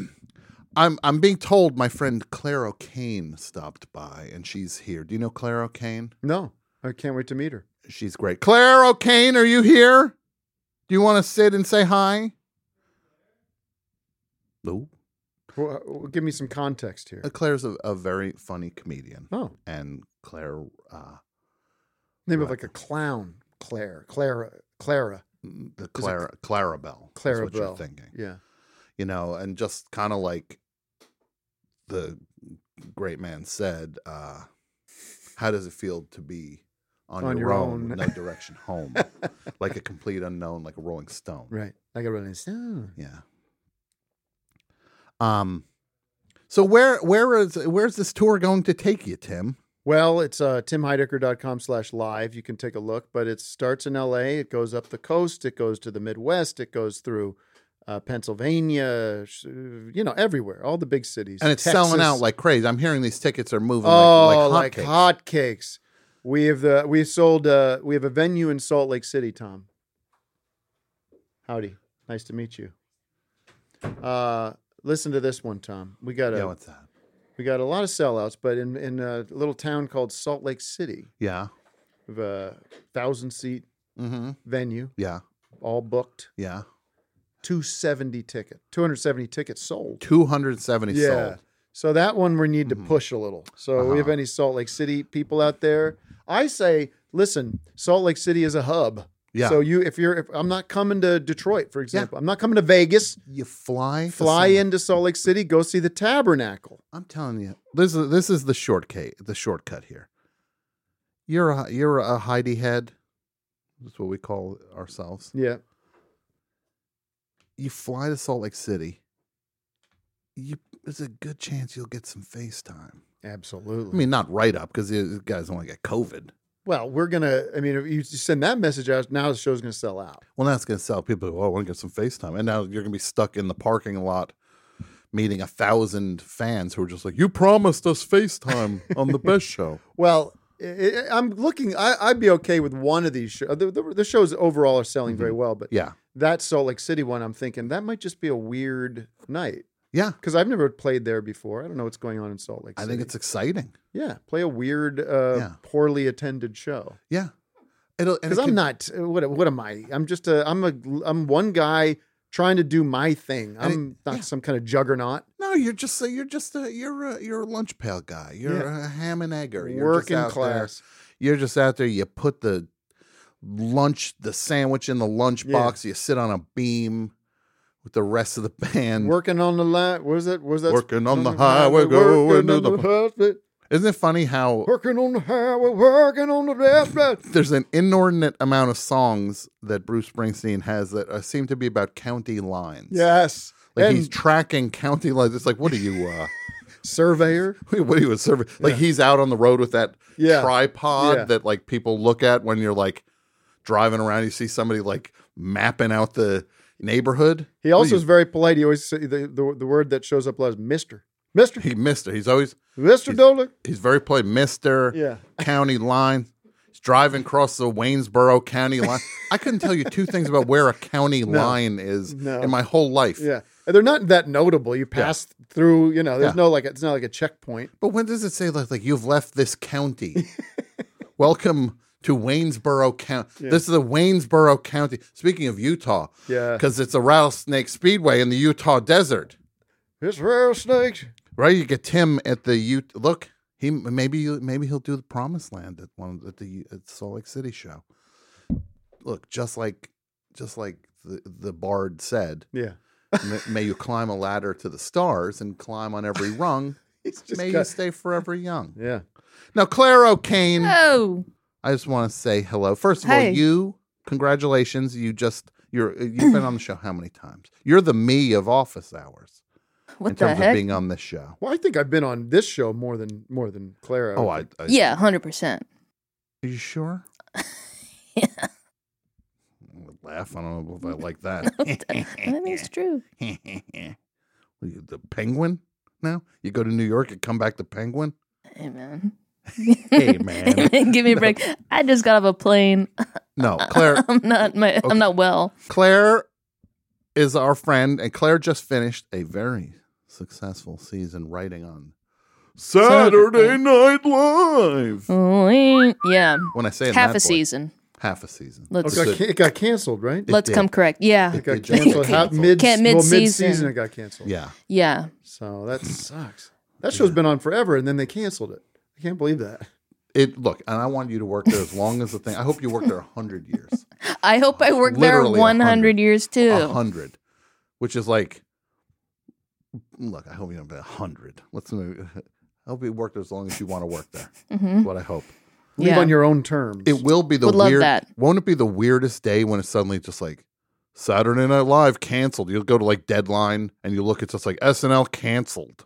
I'm I'm being told my friend Claire O'Kane stopped by and she's here. Do you know Claire O'Kane? No, I can't wait to meet her. She's great. Claire O'Kane, are you here? Do you want to sit and say hi? No. Well, uh, give me some context here. Uh, Claire's a, a very funny comedian. Oh. And Claire uh Name of like a clown, Claire, Clara, Clara, Mm, the Clara Clarabelle. is Clara what you're Bell. thinking. Yeah. You know, and just kind of like the great man said, uh, how does it feel to be on, On your, your own, own. with no direction home? like a complete unknown, like a rolling stone. Right. Like a running stone. Yeah. Um so where where is where's this tour going to take you, Tim? Well, it's uh, timheidecker.com slash live. You can take a look, but it starts in LA. It goes up the coast. It goes to the Midwest. It goes through uh, Pennsylvania, sh- you know, everywhere, all the big cities. And it's selling out like crazy. I'm hearing these tickets are moving oh, like, like like, hotcakes. hotcakes. We have the we sold uh, we have a venue in Salt Lake City, Tom. Howdy, nice to meet you. Uh, listen to this one, Tom. We got a Yeah, what's that? we got a lot of sellouts, but in in a little town called Salt Lake City, Yeah. we have a thousand seat Mhm. venue, Yeah. all booked. Yeah. Two seventy ticket, two hundred seventy tickets sold. 270 sold. Mm-hmm. So that one we need to push a little. So we have Uh-huh. any Salt Lake City people out there, I say, listen, Salt Lake City is a hub. Yeah. So you, if you're, if I'm not coming to Detroit, for example, I'm not coming to Vegas. You fly, fly Salt- into Salt Lake City, go see the Tabernacle. I'm telling you, this is this is the shortcut. The shortcut here. You're a you're a Heidi head. That's what we call ourselves. Yeah. You fly to Salt Lake City. You there's a good chance you'll get some FaceTime. Absolutely. I mean, not right up because these guys don't want to get COVID. Well, we're gonna. I mean, if you send that message out now, the show's gonna sell out. Well, that's going to sell people. who, Oh, I want to get some FaceTime, and now you're going to be stuck in the parking lot meeting a thousand fans who are just like, "You promised us FaceTime on the best show." Well, i i I'm looking. I, I'd be okay with one of these shows. The, the, the shows overall are selling Mm-hmm. very well, but Yeah. that Salt Lake City one, I'm thinking that might just be a weird night. Yeah, because I've never played there before. I don't know what's going on in Salt Lake. I City. think it's exciting. yeah, play a weird, uh, Yeah. poorly attended show. Yeah, it'll and because it I'm could- not. uh, What what am I? I'm just a. I'm a. I'm one guy trying to do my thing. And it- I'm not some kind of juggernaut. No, you're just you're just a you're a you're a lunch pail guy. You're Yeah. a ham and egger. You're just Working out there- class. You're just out there. You put the lunch, the sandwich in the lunch Yeah. box. You sit on a beam with the rest of the band. Working on the line. What is it? Was that Working on the highway, going working to on the- husband, Isn't it funny how working on the highway, working on the left. there's an inordinate amount of songs that Bruce Springsteen has that uh, seem to be about county lines. Yes, Like and he's tracking county lines. It's like, what are you, uh, surveyor. what are you a survey? Like Yeah. he's out on the road with that Yeah. tripod Yeah. that like people look at when you're like driving around. You see somebody like mapping out the neighborhood. He What also are is very polite. He always say the, the the word that shows up a lot is Mister. Mister. you- he missed it. He's always Mister Dolan. he's very polite. Mister Yeah. county line. He's driving across the Waynesboro county line. I couldn't tell you two things about where a county No. line is No. in my whole life. Yeah, and they're not that notable. You pass through. You know, there's Yeah. no like. It's not like a checkpoint. But when does it say like like you've left this county? Welcome to Waynesboro County. Yeah. This is the Waynesboro County. Speaking of Utah, Yeah. because it's a rattlesnake speedway in the Utah desert, It's rattlesnakes. right? You get Tim at the U. Look, he maybe you maybe he'll do the Promised Land at one at the at Salt Lake City show. Look, just like just like the the Bard said, Yeah. may, may you climb a ladder to the stars and climb on every rung. just may you got- stay forever young. Yeah. Now, Claire O'Kane. Oh, I just want to say hello. First of all, Hey. you congratulations. You just you're uh, you've been on the show how many times? You're the me of office hours. What in the terms heck? of being on this show. Well, I think I've been on this show more than more than Clara. Oh, I, I yeah, hundred percent. Are you sure? yeah. Laugh. I don't know if I like that. That is true. What are you, the penguin now? You go to New York and come back to penguin? Hey man. Hey man. Give me a break. I just got off a plane. No, Claire Uh, I'm not my, Okay. I'm not well. Claire is our friend, and Claire just finished a very successful season writing on Saturday Night Live. Yeah. When I say it in half that a voice. season. Half a season. Let's- It got, ca- it got canceled, right? Let's come correct. Yeah. It got canceled. How, mid, Can't well, mid-season. mid-season it got canceled. Yeah. Yeah. So that sucks. That show's been on forever, and then they canceled it. I can't believe that. It look, and I want you to work there as long as the thing. I hope you work there hundred years, I hope I work Literally there 100 years too. hundred, which is like, look, I hope you don't be hundred. Let's move. I hope you work there as long as you want to work there. Mhm. What I hope. Leave Yeah. on your own terms. It will be the Would love weird. that. Won't it be the weirdest day when it's suddenly just like Saturday Night Live canceled? You'll go to like Deadline and you look, it's just like SNL canceled.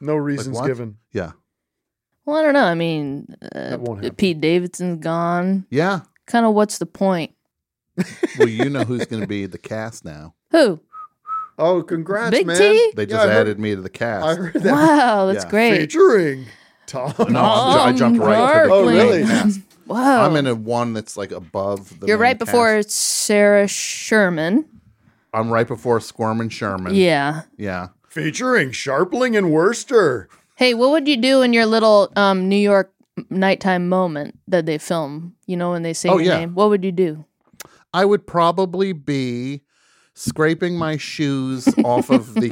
no reasons what? given. Yeah, Well, I don't know. I mean, uh, won't happen. Pete Davidson's gone. yeah. Kind of what's the point? Well, you know who's going to be the cast now. Who? Oh, congrats, Big man! T? They Yeah, just I heard- added me to the cast. I heard that. Wow, that's Yeah. great. Featuring Tom. No, I'm ju- I jumped right to the Oh, really? main cast. Wow. I'm in a one that's like above the. You're main right before cast. Sarah Sherman. I'm right before Squirm and Sherman. Yeah. Yeah. Featuring Sharpling and Worcester. Hey, what would you do in your little um, New York nighttime moment that they film? You know, when they say Oh, your yeah. name, what would you do? I would probably be scraping my shoes off of the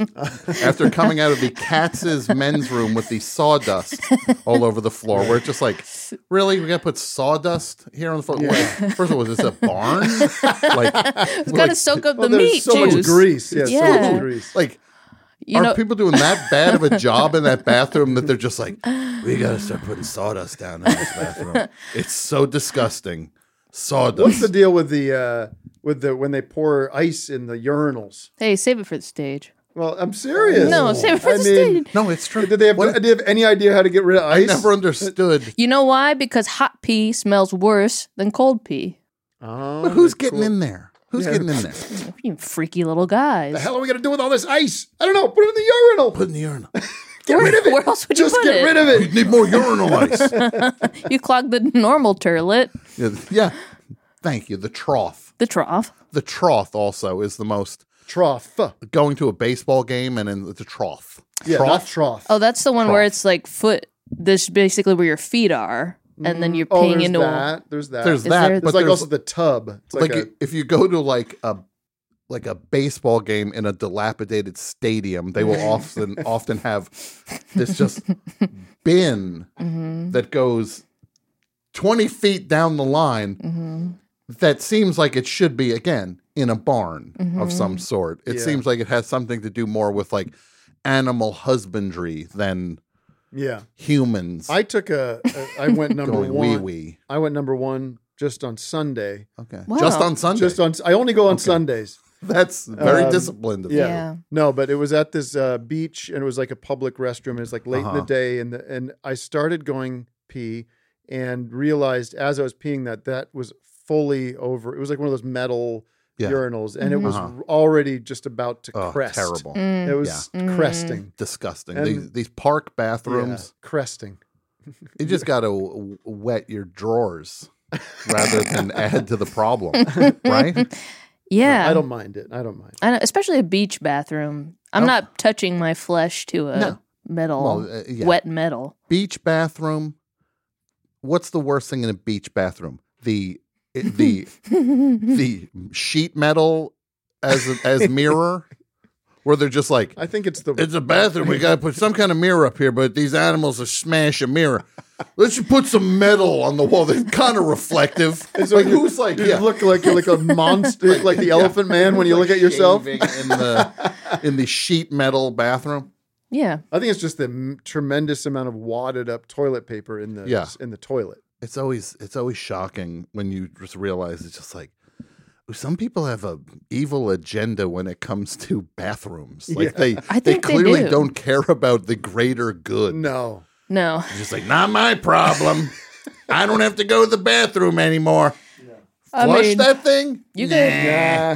after coming out of the Katz's men's room with the sawdust all over the floor. We're just like, really, we gotta put sawdust here on the floor. Wait, first of all, is this a barn? like, oh, It's gotta soak up Well, the Oh, there's meat so much juice. grease. Yeah, so much Yeah. grease. Like, You are know- people doing that bad of a job in that bathroom that they're just like, we gotta start putting sawdust down in this bathroom. It's so disgusting. Sawdust. What's the deal with the uh, with the when they pour ice in the urinals? Hey, save it for the stage. Well, I'm serious. No, save it for I the mean, stage. No, it's true. Did they have, did they have any idea how to get rid of ice? I never understood. You know why? Because hot pee smells worse than cold pee. Oh, But who's getting in there? Who's getting in there? You freaky little guys. The hell are we going to do with all this ice? I don't know. Put it in the urinal. Put it in the urinal. get rid of it. Where else would you Just put get it? rid of it. need more Oh, urinal ice. you clogged the normal toilet, Yeah, yeah. Thank you. The trough. the trough. The trough also is the most trough. Going to a baseball game and in the trough. Yeah, not trough. Oh, that's the one where it's like foot. This basically where your feet are, and then you're Oh, peeing there's into that. There's that. There's Is that. there- There's but like there's- also the tub. It's like, like, a, if you go to like a like a baseball game in a dilapidated stadium, they will Mm-hmm. often often have this just bin Mm-hmm. that goes twenty feet down the line. Mm-hmm. That seems like it should be again in a barn of Mhm. some sort. It Yeah. seems like it has something to do more with like animal husbandry than yeah. humans. I took a. a I went number Going one. wee-wee. I went number one just on Sunday. Okay. Just Wow. on Sunday? Just on. I only go on Sundays. Um, That's very disciplined of you. yeah. Yeah. No, but it was at this uh, beach and it was like a public restroom. It was like late in Uh-huh. the day, and the, and I started going pee and realized as I was peeing that that was fully over. It was like one of those metal. Yeah. Urinals and it was Mhm. r- already just about to Oh, crest. terrible. It was Yeah. cresting. disgusting. And- These, these park bathrooms, Yeah, cresting. you just got to wet your drawers rather than add to the problem, right? Yeah, I don't mind it. I don't mind. I know, especially a beach bathroom. I'm No. not touching my flesh to a Oh. No. metal, Well, uh, yeah. wet metal. Beach bathroom. What's the worst thing in a beach bathroom? The eh, the Mm-hmm. the sheet metal as as mirror, where they're just like I think it's the it's a bathroom. We got to put some kind of mirror up here, but these animals are smash a mirror. Let's just put some metal on the wall. They're kind of reflective. so like you- who's like you yeah. look like you're like a monster, like the Elephant Man when you look at yourself. shaving in the in the sheet metal bathroom. Yeah. I think it's just the m- tremendous amount of wadded up toilet paper in the Yeah. in the toilet. It's always it's always shocking when you just realize it's just like some people have a evil agenda when it comes to bathrooms. Like Yeah. I they they think they clearly do. do. not care about the greater good. No. No. It's just like not my problem. I don't have to go to the bathroom anymore. I Flush mean, that thing. You guys,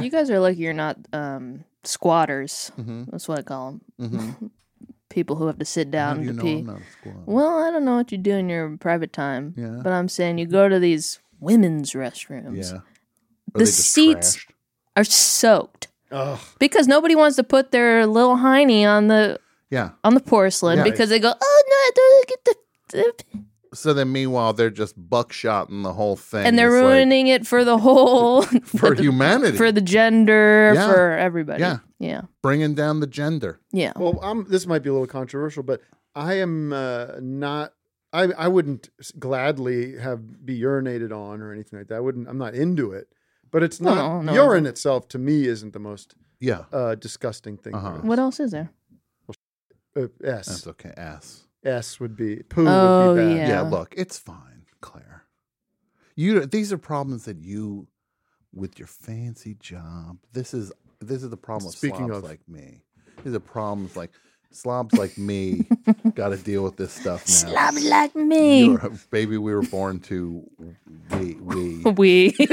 Nah. you guys are lucky you're not um, squatters. Mhm. That's what I call them. Mhm. People who have to sit down do you to know pee. I'm not a squatter? Well, I don't know what you do in your private time. Yeah. But I'm saying you go to these women's restrooms. Yeah. Are they The just seats are soaked Ugh. because nobody wants to put their little hiney on the Yeah. on the porcelain Yeah. because they go, oh no, I don't get the, So then, meanwhile, they're just buckshotting the whole thing, and they're It's like, ruining it for the whole for humanity, for the gender Yeah. for everybody. Yeah. yeah, bringing down the gender. yeah. Well, i this might be a little controversial, but I am uh, not. I I wouldn't s- gladly have be urinated on or anything like that. I wouldn't. I'm not into it. But it's No, not no, no. urine itself to me isn't the most yeah uh, disgusting thing. Uh-huh. What else is there? Uh, S. That's okay. Ass. S would be poo Oh, would be bad. yeah. Yeah, look, it's fine, Claire. You these are problems that you, with your fancy job, this is this is the problem. Speaking Speaking slobs of- like me, these are problems like slobs like me. Got to deal with this stuff now. Slobs like me. You're- baby. We were born to we we. We.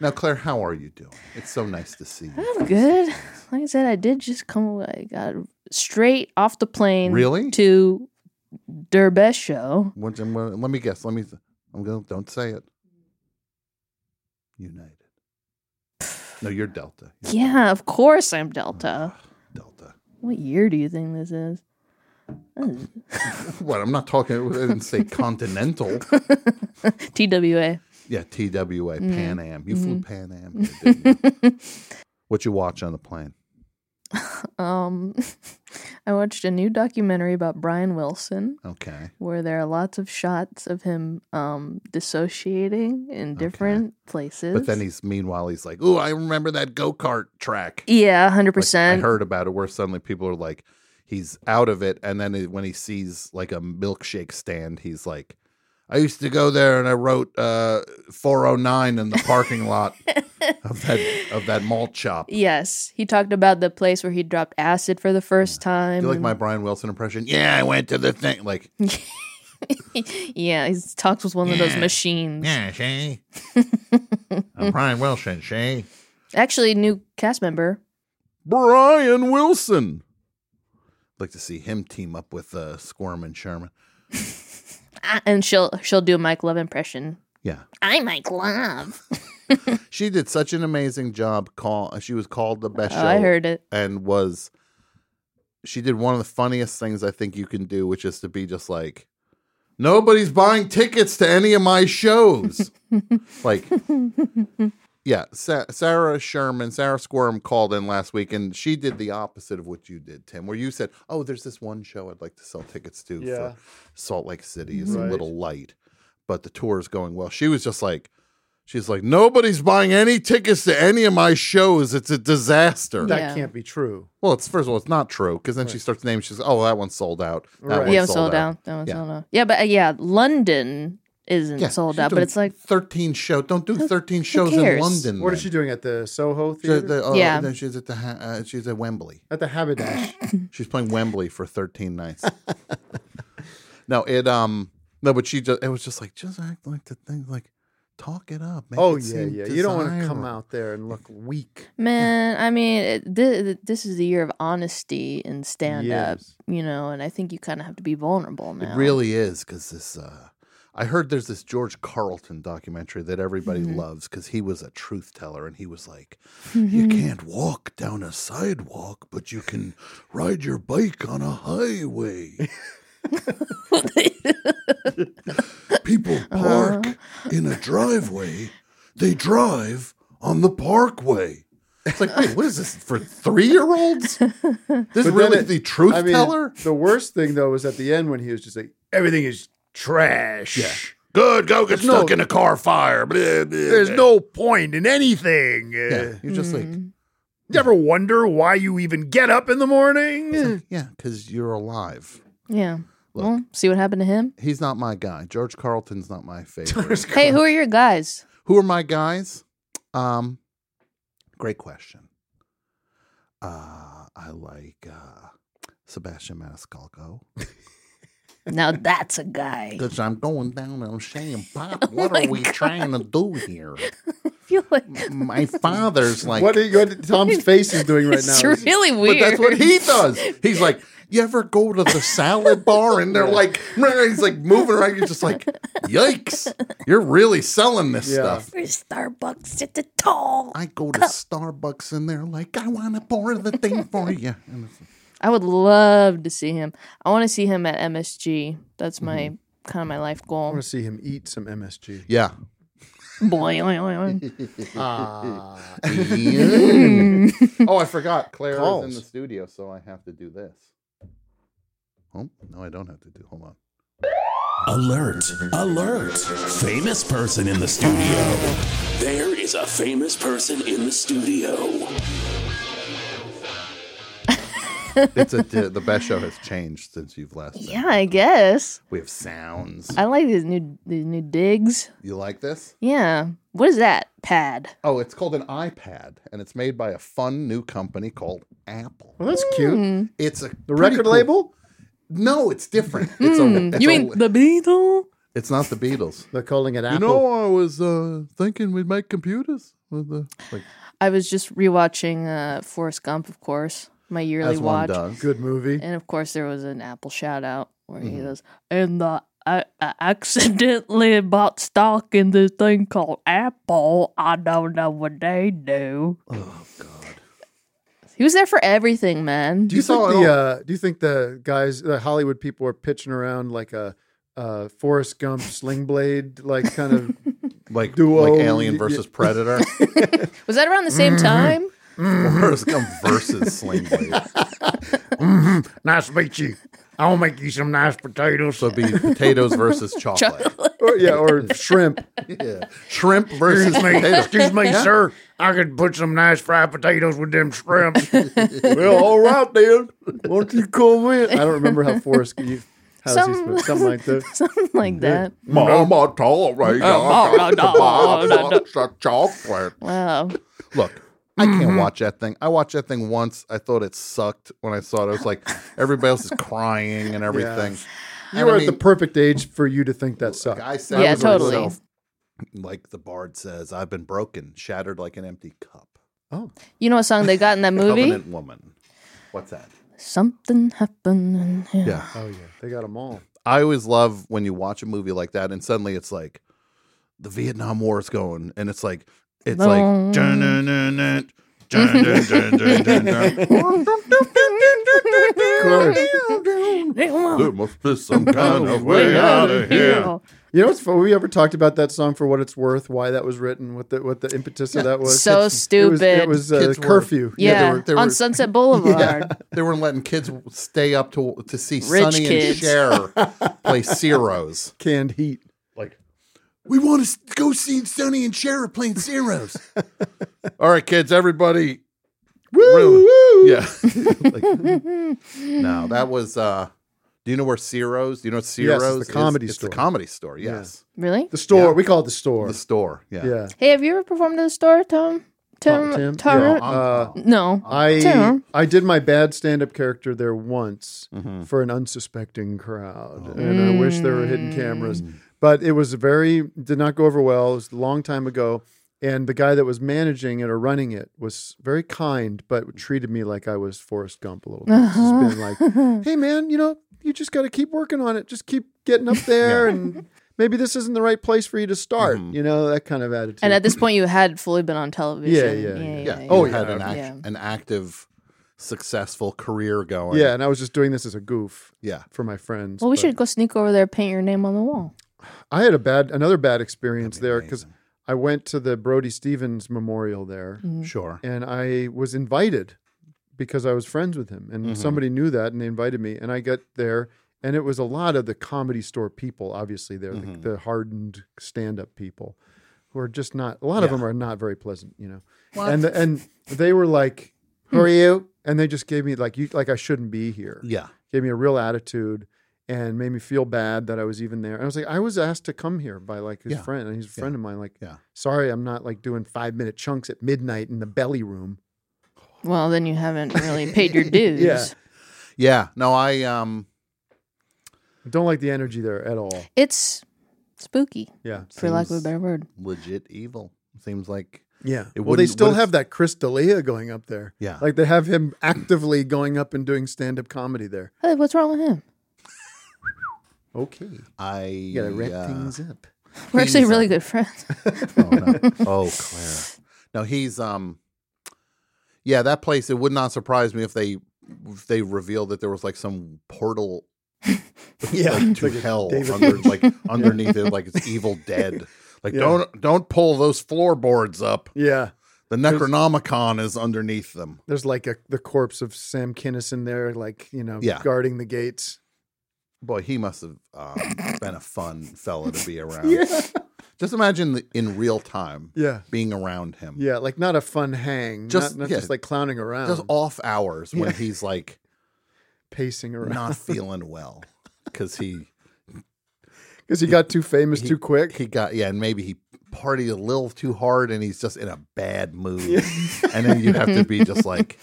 now, Claire, how are you doing? It's so nice to see you. I'm good. Like I said, I did just come. I got straight off the plane. Really? To Derbez show. What- and what- let me guess. Let me. I'm gonna. Don't say it. United. No, you're Delta. Yeah, of course I'm Delta. Delta. What year do you think this is? This What? I'm not talking. I didn't say Continental. is TWA. Yeah, TWA, Mhm. Pan Am. You flew Mhm. Pan Am. here, didn't you? what you watch on the plane? Um, I watched a new documentary about Brian Wilson. Okay. Where there are lots of shots of him um dissociating in different places. But then he's meanwhile he's like, "Ooh, I remember that go kart track." Yeah, hundred Like, I percent. heard about it. Where suddenly people are like, he's out of it, and then it- when he sees like a milkshake stand, he's like, "I used to go there, and I wrote uh, 409 in the parking lot of that of that malt shop." Yes, he talked about the place where he dropped acid for the first time. Do you like and- my Brian Wilson impression? Yeah, I went to the thing. Like, yeah, he talks with one of those Yeah. Uh, machines. yeah, she. I'm Brian Wilson, she. Actually, new cast member. Brian Wilson. I'd like to see him team up with uh, Squirm and Sherman. Ah, and she'll she'll do a Mike Love impression. Yeah. I Mike Love. She did such an amazing job. Call uh, she was called the best Oh, show. I heard it. and was she did one of the funniest things I think you can do, which is to be just like nobody's buying tickets to any of my shows. like, yeah, Sa- Sarah Sherman, Sarah Squirm called in last week, and she did the opposite of what you did, Tim, where you said, "Oh, there's this one show I'd like to sell tickets to Yeah. for Salt Lake City. It's Right. a little light, but the tour is going well." She was just like. She's like, nobody's buying any tickets to any of my shows. It's a disaster. That can't be true. Well, it's first of all, it's not true because then she starts naming. She's oh, that one's sold out. That Right. one's Yeah, sold, out. That one's sold out. Yeah, but uh, yeah, London isn't Yeah, sold she's out, but doing it's like thirteen show. Don't do thirteen shows in cares? London. What is she doing at the Soho The, Theater? the, oh, Yeah. no, she's at the ha- uh, she's at Wembley. at the Haberdash. She's playing Wembley for thirteen nights. no, it um no, but she just it was just like just act like the thing like talk it up. Make oh it yeah, seem yeah. You don't want to come desirable. out there and look weak. man. I mean, it, this, this is the year of honesty and stand up, you know. And I think you kind of have to be vulnerable now. It really is because this. Uh, I heard there's this George Carlton documentary that everybody Mhm. loves because he was a truth teller and he was like, "You can't walk down a sidewalk, but you can ride your bike on a highway." People park in a driveway; they drive on the parkway. It's like, wait, what is this for three-year-olds? This But then really it- the truth I mean, teller? The worst thing though was at the end when he was just like, everything is trash. Good, go get There's no- stuck in a car fire. Blah, blah, There's blah. no point in anything. Yeah, Uh, you're just like, you ever wonder why you even get up in the morning? yeah, because you're alive. Yeah. well, see what happened to him. He's not my guy. George Carlton's not my favorite. Hey, who are your guys? Who are my guys? Um, great question. Uh, I like uh, Sebastian Maniscalco. Now that's a guy. Because I'm going down and I'm saying, Pop, Oh what my are we God. trying to do here? feel like My father's like, what, are you, what Tom's face is doing right now. It's really But that's what weird. he does. He's like, you ever go to the salad bar and they're like, he's like moving around. You're just like, yikes, you're really selling this stuff. For Starbucks at the tall. I go to Starbucks and they're like, I want to pour the thing for you. And it's like, I would love to see him. I want to see him at MSG. That's my Mm-hmm. kind of my life I goal. want to see him eat some MSG. Yeah. Boy, oy, oy, oy. Ah. Ian. oh, I forgot. Claire Calls. is in the studio, so I have to do this. Oh, no, I don't have to do. Hold on. Alert, alert. Famous person in the studio. There is a famous person in the studio. It's a, the best show has changed since you've last. been. yeah, I guess. We have sounds. I like these new these new digs. You like this? Yeah. What is that pad? Oh, it's called an iPad, and it's made by a fun new company called Apple. Well, that's cute. Mm. It's a The pretty record cool- label? No, it's different. It's a, it's Hmm. you a- mean the Beatles? it's not the Beatles. They're calling it Apple. I was uh, thinking we'd make computers with the like I was just rewatching uh, Forrest Gump, of course, my yearly as one watch, does. Good movie. and of course there was an Apple shout out where Mm-hmm. he goes, "And the, I, I accidentally bought stock in this thing called Apple. I don't know what they do." Oh God! He was there for everything, man. Do you saw think it the all. uh, do you think the guys the Hollywood people are pitching around like a uh, Forrest Gump sling blade like kind of Like Duo- like Alien versus Predator. uh, Was that around the same Mm-hmm. time? Forrest Gump versus Sling Blade. Mhm. Nice to meet you. I'll make you some nice potatoes. So it'd be potatoes versus chocolate. Or, yeah, or shrimp. Yeah. Shrimp versus excuse me, potatoes. excuse me, Yeah. sir. I could put some nice fried potatoes with them shrimps. well, all right then. Won't you come in? I don't remember how Forrest you how does he Some- speak? something like that. Something like that. Mm-hmm. Mama told me I Oh, no, no, got no, the box of chocolate. Wow. Mm-hmm. Look, I can't watch that thing. I watched that thing once. I thought it sucked when I saw it. I was like, everybody else is crying and everything. You And I are at mean- the perfect age for you to think that sucks. I said, Yeah, was totally. myself, like the bard says, I've been broken, shattered like an empty cup. You know what song they got in that movie? Covenant woman. What's that? Something happened. in here. Yeah. Oh yeah, they got them all. I always love when you watch a movie like that and suddenly it's like the Vietnam War is going and it's like it's like Dun. dun, dun, dun, dun, dun, dun, dun, dun, dun, dun. There must be some kind of way out of here. You know what's funny? We ever talked about that song for what it's worth, why that was written, what the what the impetus of that was. So It stupid. was, it was, uh, Kids were- curfew. Yeah, Yeah, they were- they were- on Sunset Boulevard. They weren't letting kids stay up to to see Rich Sonny kids. and Cher play Zeros. Canned heat. Like we want to go see Sonny and Cher are playing Zeros. All right, kids, everybody. Woo, Yeah. No, that was. uh Do you know where Ciro's? Do you know what Yes, Ciro's? it's the is? comedy It's the store. comedy store. Yes. Really? The store. We call it the store. The store. Yeah. Um, Yeah. Hey, have you ever performed at the store, Tom? Tom? Tim? Tom? Yeah, uh, no. I Tim. I did my bad stand up character there once Mhm. for an unsuspecting crowd, Oh. and I wish there were hidden cameras. Mm. But it was a very did not go over well. It was a long time ago, and the guy that was managing it or running it was very kind, but treated me like I was Forrest Gump a little bit. It's Uh-huh. just been like, hey man, you know, you just got to keep working on it. Just keep getting up there, and maybe this isn't the right place for you to start. Mm-hmm. You know, that kind of attitude. And at this point, you had fully been on yeah, television. yeah, yeah, Oh, Oh, you had yeah. an, act- Yeah. an active, successful career going. Yeah, and I was just doing this as a goof. Yeah. For my friends. Well, we but should go sneak over there, and paint your name on the wall. I had a bad another bad experience there because I went to the Brody Stevens Memorial there. Mm-hmm. Sure. And I was invited because I was friends with him. And Mhm. somebody knew that and they invited me. And I got there and it was a lot of the comedy store people, obviously there, Mhm. the, the hardened stand up people who are just not a lot of Yeah. them are not very pleasant, you know. What? And the, and they were like, Who are you? And they just gave me like you like I shouldn't be here Yeah. gave me a real attitude and made me feel bad that I was even there. And I was like, I was asked to come here by like his Yeah. friend, and he's a friend of mine. Like, Yeah. sorry, I'm not like doing five minute chunks at midnight in the belly room. Well, then you haven't really paid your dues. Yeah. No, I um. I don't like the energy there at all. It's spooky, Yeah, for lack of a better word. Legit evil. Seems like. yeah. It well, they wouldn't- still wouldn't- have that Chris D'Elia going up there. Yeah. like they have him actively going up and doing stand up comedy there. Hey, what's wrong with him? Okay, I. you gotta wrap uh, things up. We're he's, actually uh, really good friends. oh, no. oh, Claire. No, he's um. Yeah, that place. It would not surprise me if they if they revealed that there was like some portal. Yeah. like, to Like a hell David under, Lynch. like underneath it, like it's Evil Dead. Like Yeah. don't don't pull those floorboards up. Yeah, The Necronomicon is underneath them. there's like a the corpse of Sam Kinison there, like you know, Yeah. guarding the gates. Boy, he must have um, been a fun fella to be around. Yeah. Just imagine the, in real time. Yeah. being around him. Yeah, like not a fun hang, Just- just not, not yeah. just like clowning around, Just off hours when Yeah. he's like pacing around. not feeling well because he Because he got too famous he- too quick. He got yeah, and maybe he partied a little too hard, and he's just in a bad mood. and then you have to be just like,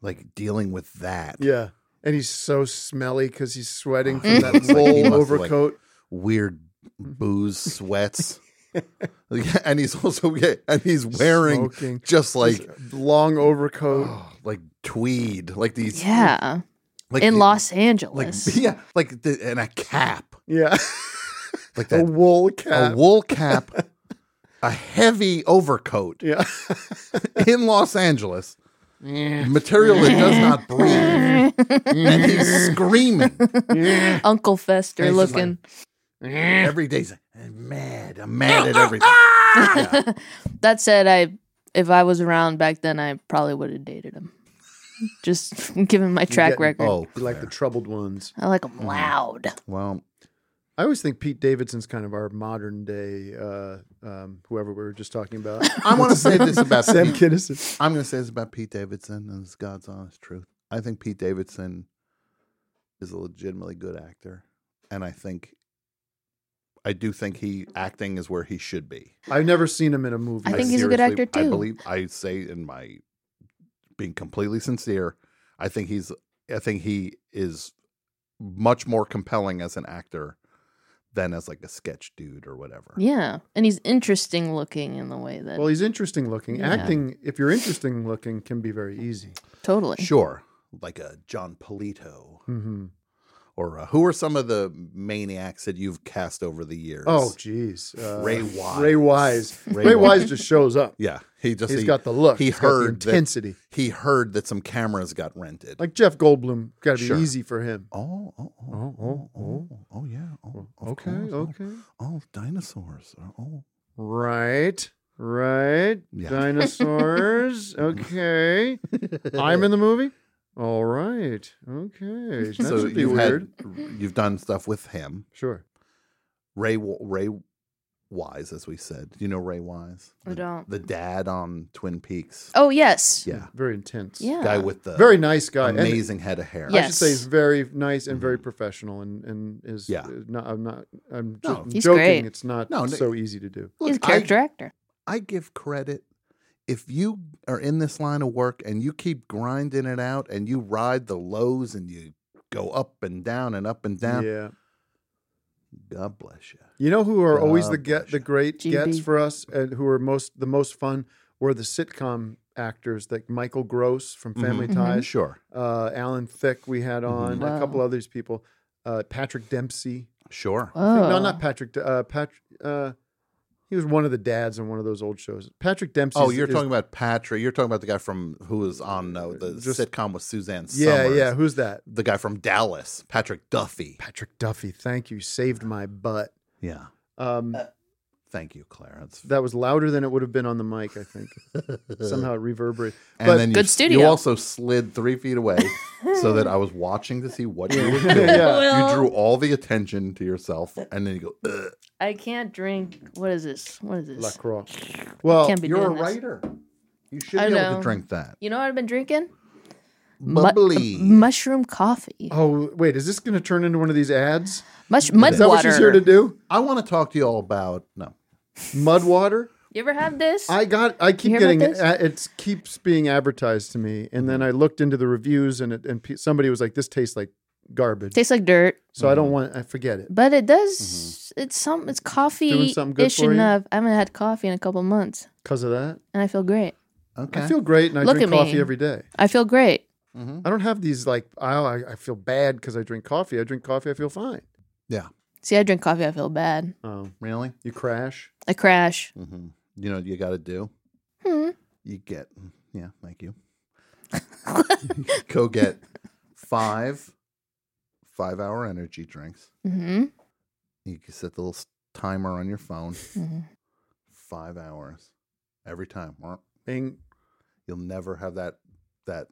like dealing with that. Yeah. And he's so smelly because he's sweating He from that looks like he wool must have, like, overcoat. weird Mm-hmm. booze sweats. Yeah, and he's also yeah, and he's wearing Smoking. just like Oh, long overcoat. like tweed, like these yeah. like in the- Los like Angeles. yeah, like the, and a cap, yeah. like a that, wool cap. a wool cap, a heavy overcoat yeah. in Los Angeles, material that does not breathe, and he's screaming. Mm-hmm. Uncle Fester And he's just looking. Every day's like, I'm mad. I'm mad at everything. "Ah!" that said, I if I was around back then, I probably would have dated him. Just given my You're track getting- record. Oh, you like the troubled ones. I like 'em Mm. loud. Well, I always think Pete Davidson's kind of our modern day uh, um, whoever we were just talking about. I want to say this about Sam Pete. Kinison. I'm going to say this about Pete Davidson, and it's God's honest truth. I think Pete Davidson is a legitimately good actor, and I think, I do think he acting is where he should be. I've never seen him in a movie. I think he's a good seriously- actor, I too. believe I say in my being completely sincere, I think he's I think he is much more compelling as an actor than as like a sketch dude or whatever. Yeah, and he's interesting looking in the way that. Well, he's interesting looking. Yeah. Acting, if you're interesting looking, can be very easy. Totally. Sure. Like a John Polito hmm or uh, who are some of the maniacs that you've cast over the years? Oh, jeez. Uh, Ray Wise. Ray Wise. Ray Wise just shows up. Yeah, he just He's he, got the look. He He's got the heard that- intensity. he heard that some cameras got rented. Like Jeff Goldblum, got to be Sure. easy for him. Oh, oh, oh, oh, oh, oh, yeah. Oh, okay, okay. Oh, dinosaurs. Oh, Right, right. Yeah. Dinosaurs. okay. I'm in the movie. All right. Okay. That so should be you've had- weird. you've done stuff with him. Sure. Ray Wa- Ray Wise, as we said. Do you know Ray Wise? I don't. The dad on Twin Peaks. Oh yes. Yeah. Very intense. Yeah. Guy with the Very nice guy. And- Amazing head of hair. Mm-hmm. I should say he's very nice and very professional, and and is yeah. Not, I'm not. I'm No. just He's joking. great. It's not No, no. so easy to do. Look, he's a character I- actor. I give credit if you are in this line of work and you keep grinding it out and you ride the lows and you go up and down and up and down. Yeah. God bless you. You know who are always God the get the great GB. gets for us, and who are most the most fun were the sitcom actors like Michael Gross from Family Mhm. Mhm. Ties, Sure. Mm-hmm. uh, Alan Thicke we had on, Wow. a couple others people, uh, Patrick Dempsey. Sure. I think- No, Oh. not Patrick. Uh, Patrick. Uh, he was one of the dads on one of those old shows. Patrick Dempsey. Oh, you're is- talking about Patrick. You're talking about the guy from who was on uh, the sitcom with Suzanne. Yeah, Summers. yeah, who's that? The guy from Dallas, Patrick Duffy. Patrick Duffy. Thank you. Saved my butt. Yeah. Uh, Um, Thank you, Clarence. that was louder than it would have been on the mic. I think somehow it reverberated. And then you, You also slid three feet away so that I was watching to see what you were doing. Yeah. You drew all the attention to yourself, and then you go. Ugh. I can't drink. What is this? What is this? Lacroix. Well, Can't be you're doing a this. writer. You should I be able know. to drink that. You know what I've been drinking? Mu- uh, Bubbly. mushroom coffee. Oh wait, is this going to turn into one of these ads? Mush- mud Is that what she's here to water. do? I want to talk to you all about no mud water. You ever have this? I got. I You keep hear about getting this? it. It keeps being advertised to me, and then I looked into the reviews, and it, and pe- somebody was like, "This tastes like garbage." Tastes like dirt. So I don't want. I forget it. But it does. It's some. It's coffee Mm-hmm. something good ish for you? enough. I haven't had coffee in a couple months, Because of that, and I feel great. Okay. I feel great, and I Look drink at me. coffee every day. I feel great. I don't have these like. Oh, I, I feel bad because I drink coffee. I drink coffee. I feel fine. See, I drink coffee. I feel bad. Oh, really? You crash. I crash. hmm You know what you got to do? Hmm. You get mm, yeah, thank you. go get five five hour energy drinks. Mm-hmm. You can set the little s- timer on your phone. Mhm. Five hours every time. Womp. Bing. You'll never have that that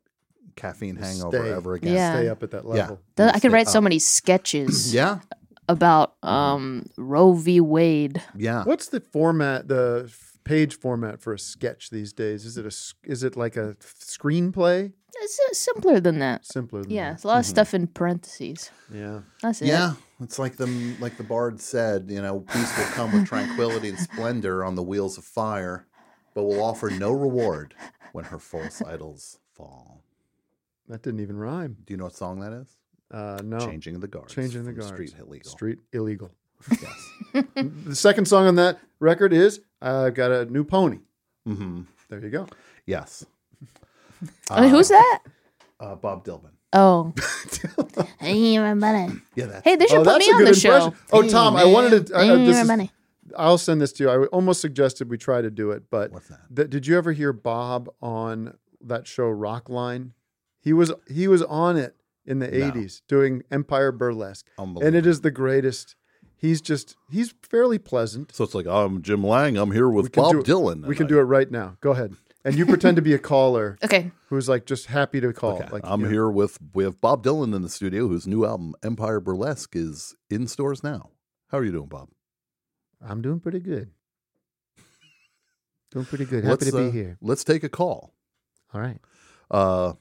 caffeine Just hangover stay- ever again. Yeah. Stay up at that Yeah. level. Th- I could Stay write Oh. so up. many sketches. Yeah. About um Roe v. Wade. Mm-hmm. Yeah. What's the format? The f- page format for a sketch these days? Is it a? s- Is it like a screenplay? It's uh, simpler than that. Simpler. Than Yeah, that. it's a lot of Mm-hmm. stuff in parentheses. Mm-hmm. Yeah. That's it. Yeah, it's like the like the bard said, you know, peace will come with tranquility and splendor on the wheels of fire, but will offer no reward when her false idols fall. That didn't even rhyme. Do you know what song that is? Uh, no. Changing the guards. Changing the from guards. Street illegal. Street illegal. Yes. the second song on that record is "I've Got a New Pony." Mm-hmm. There you go. Yes. I mean, who's that? Uh, Bob Dylan. Oh. hey, everybody. Yeah, that's- Hey, they should Oh, put that's me a on good the show. impression. Oh, Tom, I wanted to. I, Hey, I, this is, everybody. I'll send this to you. I almost suggested we try to do it, but th- did you ever hear Bob on that show Rock Line? He was he was on it in the No. '80s doing Empire Burlesque, and it Unbelievable. is the greatest. He's just he's fairly pleasant. So it's like I'm Jim Lang. I'm here with can Bob do it- Dylan. We can do it right now. Go ahead. And you pretend to be a caller. Okay. Who's like just happy to call. Okay, Like I'm you know. here with we have Bob Dylan in the studio, whose new album Empire Burlesque is in stores now. How are you doing, Bob? I'm doing pretty good. Doing pretty good. Let's, happy to be uh, here. Let's take a call. All right. Uh,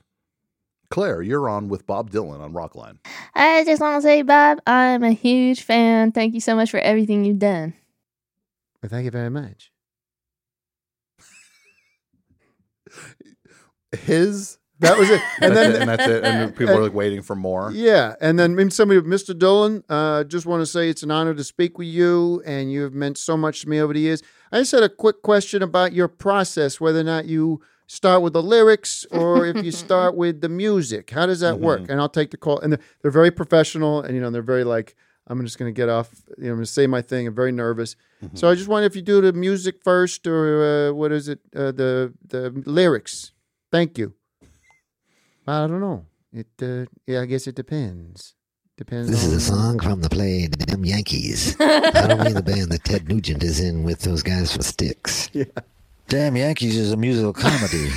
Claire, you're on with Bob Dylan on Rockline. I just want to say, Bob, I'm a huge fan. Thank you so much for everything you've done. Well, thank you very much. His that was it, and That's then it, and that's it. And people are like waiting for more. Yeah, and then maybe somebody, Mr. Dylan, uh, just want to say it's an honor to speak with you, and you have meant so much to me over the years. I just had a quick question about your process, whether or not you start with the lyrics or if you start with the music. How does that work? And I'll take the call. And they're, they're very professional, and you know they're very like, I'm just going to get off. You know, I'm going to say my thing. I'm very nervous, so I just wonder if you do the music first or uh, what is it? Uh, the the lyrics. Thank you. I don't know. It uh, yeah, I guess it depends. Depends. This is on- a song from the play The Damn Yankees. I don't mean the band that Ted Nugent is in with those guys with sticks. Damn Yankees is a musical comedy,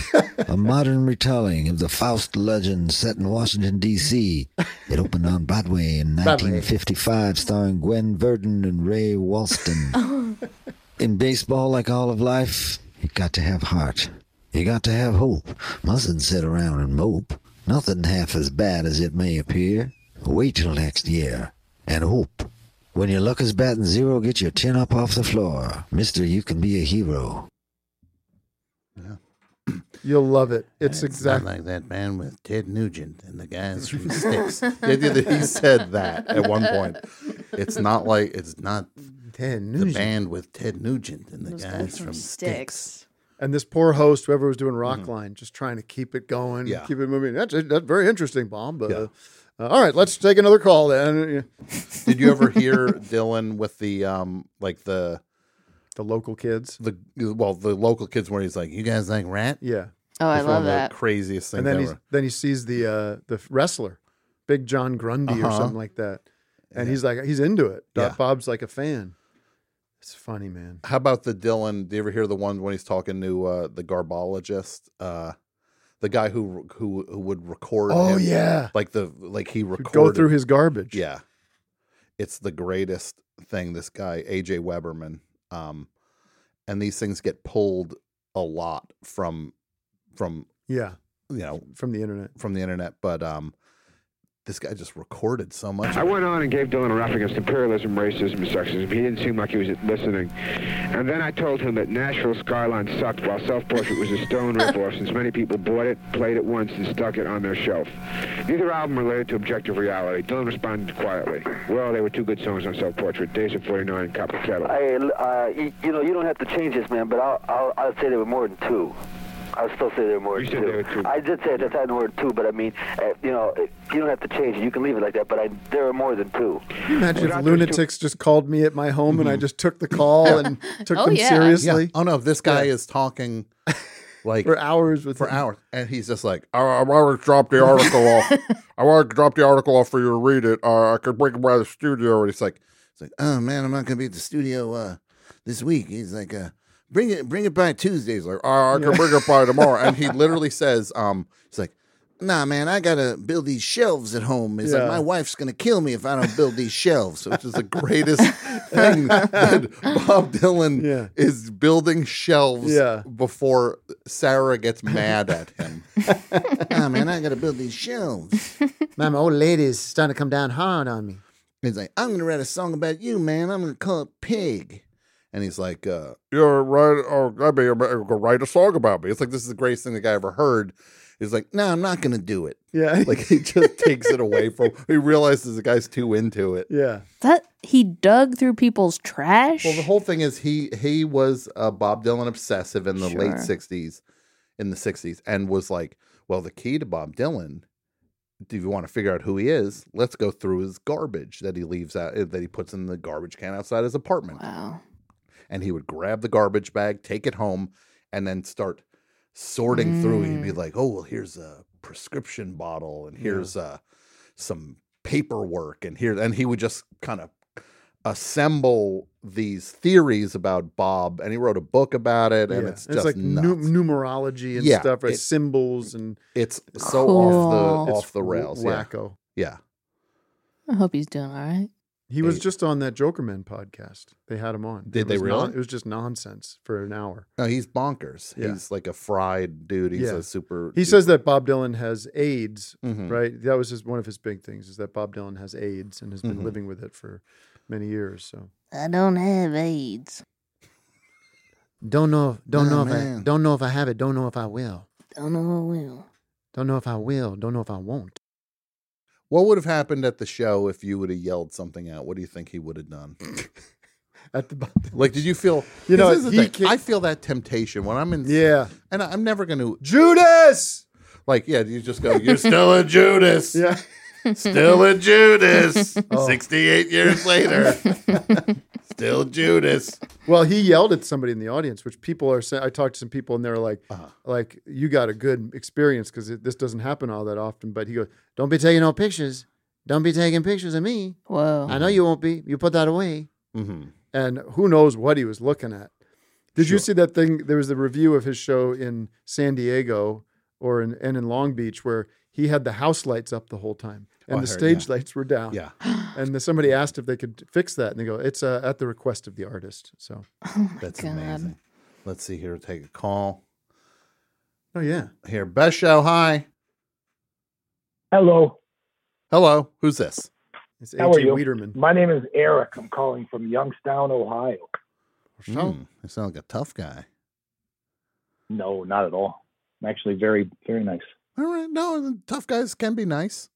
a modern retelling of the Faust legend set in Washington, D.C. It opened on Broadway in Broadway. 1955, starring Gwen Verdon and Ray Walston. In baseball, like all of life, you got to have heart. You got to have hope. Mustn't sit around and mope. Nothing half as bad as it may appear. Wait till next year and hope. When your luck is batting zero, get your chin up off the floor. Mister, you can be a hero. You'll love it. It's exactly exactly like that man with Ted Nugent and the guys from Styx. yeah, dude, he said that at one point. It's not like it's not Ted the band with Ted Nugent and the guys, from, Styx. And this poor host, whoever was doing Rockline, just trying to keep it going, Yeah. keep it moving. That's that's very interesting, Bob. Uh, uh, all right, let's take another call then. Did you ever hear Dylan with the um like the the local kids? The well, the local kids where he's like, "You guys like rat?" Yeah. Oh, I It's one love of the that. Craziest thing and then, he's, ever. then he sees the uh, the wrestler, Big John Grundy or Uh-huh. something like that, and he's like he's into it. Do- Yeah. Bob's like a fan. It's funny, man. How about the Dylan? Do you ever hear the one when he's talking to uh, the garbologist, uh, the guy who who who would record? Oh, him, yeah. like the like he recorded go through his garbage. Yeah, it's the greatest thing. This guy AJ Weberman, um, and these things get pulled a lot from from Yeah. you know from the internet from the internet, but um, this guy just recorded so much. I went on and gave Dylan a rap against imperialism, racism, and sexism. He didn't seem like he was listening. And then I told him that Nashville Skyline sucked while Self Portrait was a stone ripoff since many people bought it, played it once, and stuck it on their shelf. Neither album related to objective reality. Dylan responded quietly. Well, they were two good songs on Self Portrait, Days of 49 and Copper Kettle. Hey, l- uh, you, you know, you don't have to change this, man, but I'll, I'll, I'll say there were more than two. I'll still say there were more than two. I did say at the time there were two, but I mean, uh, you know, it- you don't have to change it. You can leave it like that, but I, there were more than two. Can you imagine if lunatics just called me at my home and I just took the call and took them seriously? Yeah. Oh no, this guy is talking like for hours with for hours, and he's just like, I, I want to drop the article off. I want to drop the article off for you to read it. Uh, I could bring it by the studio, and it's like, it's like, oh man, I'm not gonna be at the studio uh, this week. He's like, uh, bring it, bring it by Tuesday. He's like, oh, I can Yeah. bring it by tomorrow, and he literally says, um, he's like. Nah, man, I gotta build these shelves at home. It's Yeah. like my wife's gonna kill me if I don't build these shelves, which is the greatest thing that Bob Dylan is building shelves Yeah. before Sarah gets mad at him. ah, man, I gotta build these shelves. Man, my old lady's starting to come down hard on me. He's like, I'm gonna write a song about you, man. I'm gonna call it Pig. And he's like, uh, you're right. Or I mean, you're gonna write a song about me. It's like this is the greatest thing the guy ever heard. He's like, no, I'm not gonna do it. Yeah, like he just takes it away from. He realizes the guy's too into it. Yeah. That he dug through people's trash. Well, the whole thing is he he was a Bob Dylan obsessive in the late Sure. '60s, in the '60s, and was like, well, the key to Bob Dylan, if you want to figure out who he is, let's go through his garbage that he leaves out eh, that he puts in the garbage can outside his apartment. Wow. And he would grab the garbage bag, take it home, and then start sorting through. He'd Mm. be like, oh, well, here's a prescription bottle, and Yeah. here's uh, some paperwork, and here, and he would just kind of assemble these theories about Bob, and he wrote a book about it, and Yeah. it's just like nuts. nu- numerology and Yeah, stuff, right? it- Symbols and it's so off the It's off the rails. yeah. Wacko. Yeah. I hope he's doing all right. He was just on that Joker Man podcast. They had him on. Did It they was really? non- it was just nonsense for an hour. No, he's bonkers. Yeah. He's like a fried dude. He's a super. He says that Bob Dylan has AIDS, Mhm. right? That was his, one of his big things is that Bob Dylan has AIDS and has been Mhm. living with it for many years. So I don't have AIDS. don't know, don't Oh, know if I- don't know if I have it. Don't know if I will. Don't know I will. Don't know if I will. Don't know if I won't. What would have happened at the show if you would have yelled something out? What do you think he would have done? at the like, did you feel? You know, 'cause this is the he thing, I feel that temptation when I'm in. Yeah, and I- I'm never going to Judas. Like, yeah, you just go. You're still a Judas. Yeah. Still a Judas. Oh. 68 years later. still Judas. Well, he yelled at somebody in the audience, which people are saying. I talked to some people, and they're like, Uh-huh. "Like you got a good experience because this doesn't happen all that often." But he goes, "Don't be taking no pictures. Don't be taking pictures of me. Whoa! I know you won't be. You put that away." Mm-hmm. And who knows what he was looking at? Did you see that thing? There was the review of his show in San Diego or in, and in Long Beach where he had the house lights up the whole time Oh, and I the heard, stage yeah. lights were down. Yeah. and the, somebody asked if they could fix that, and they go, "It's uh, at the request of the artist." So. That's amazing. Let's see here. Take a call. Oh yeah. Here, best show. Hi. Hello. Hello. Who's this? It's How are you? My name is Eric. I'm calling from Youngstown, Ohio. Hmm, Oh. you sound like a tough guy. No, not at all. I'm actually very, very nice. All right. No, tough guys can be nice.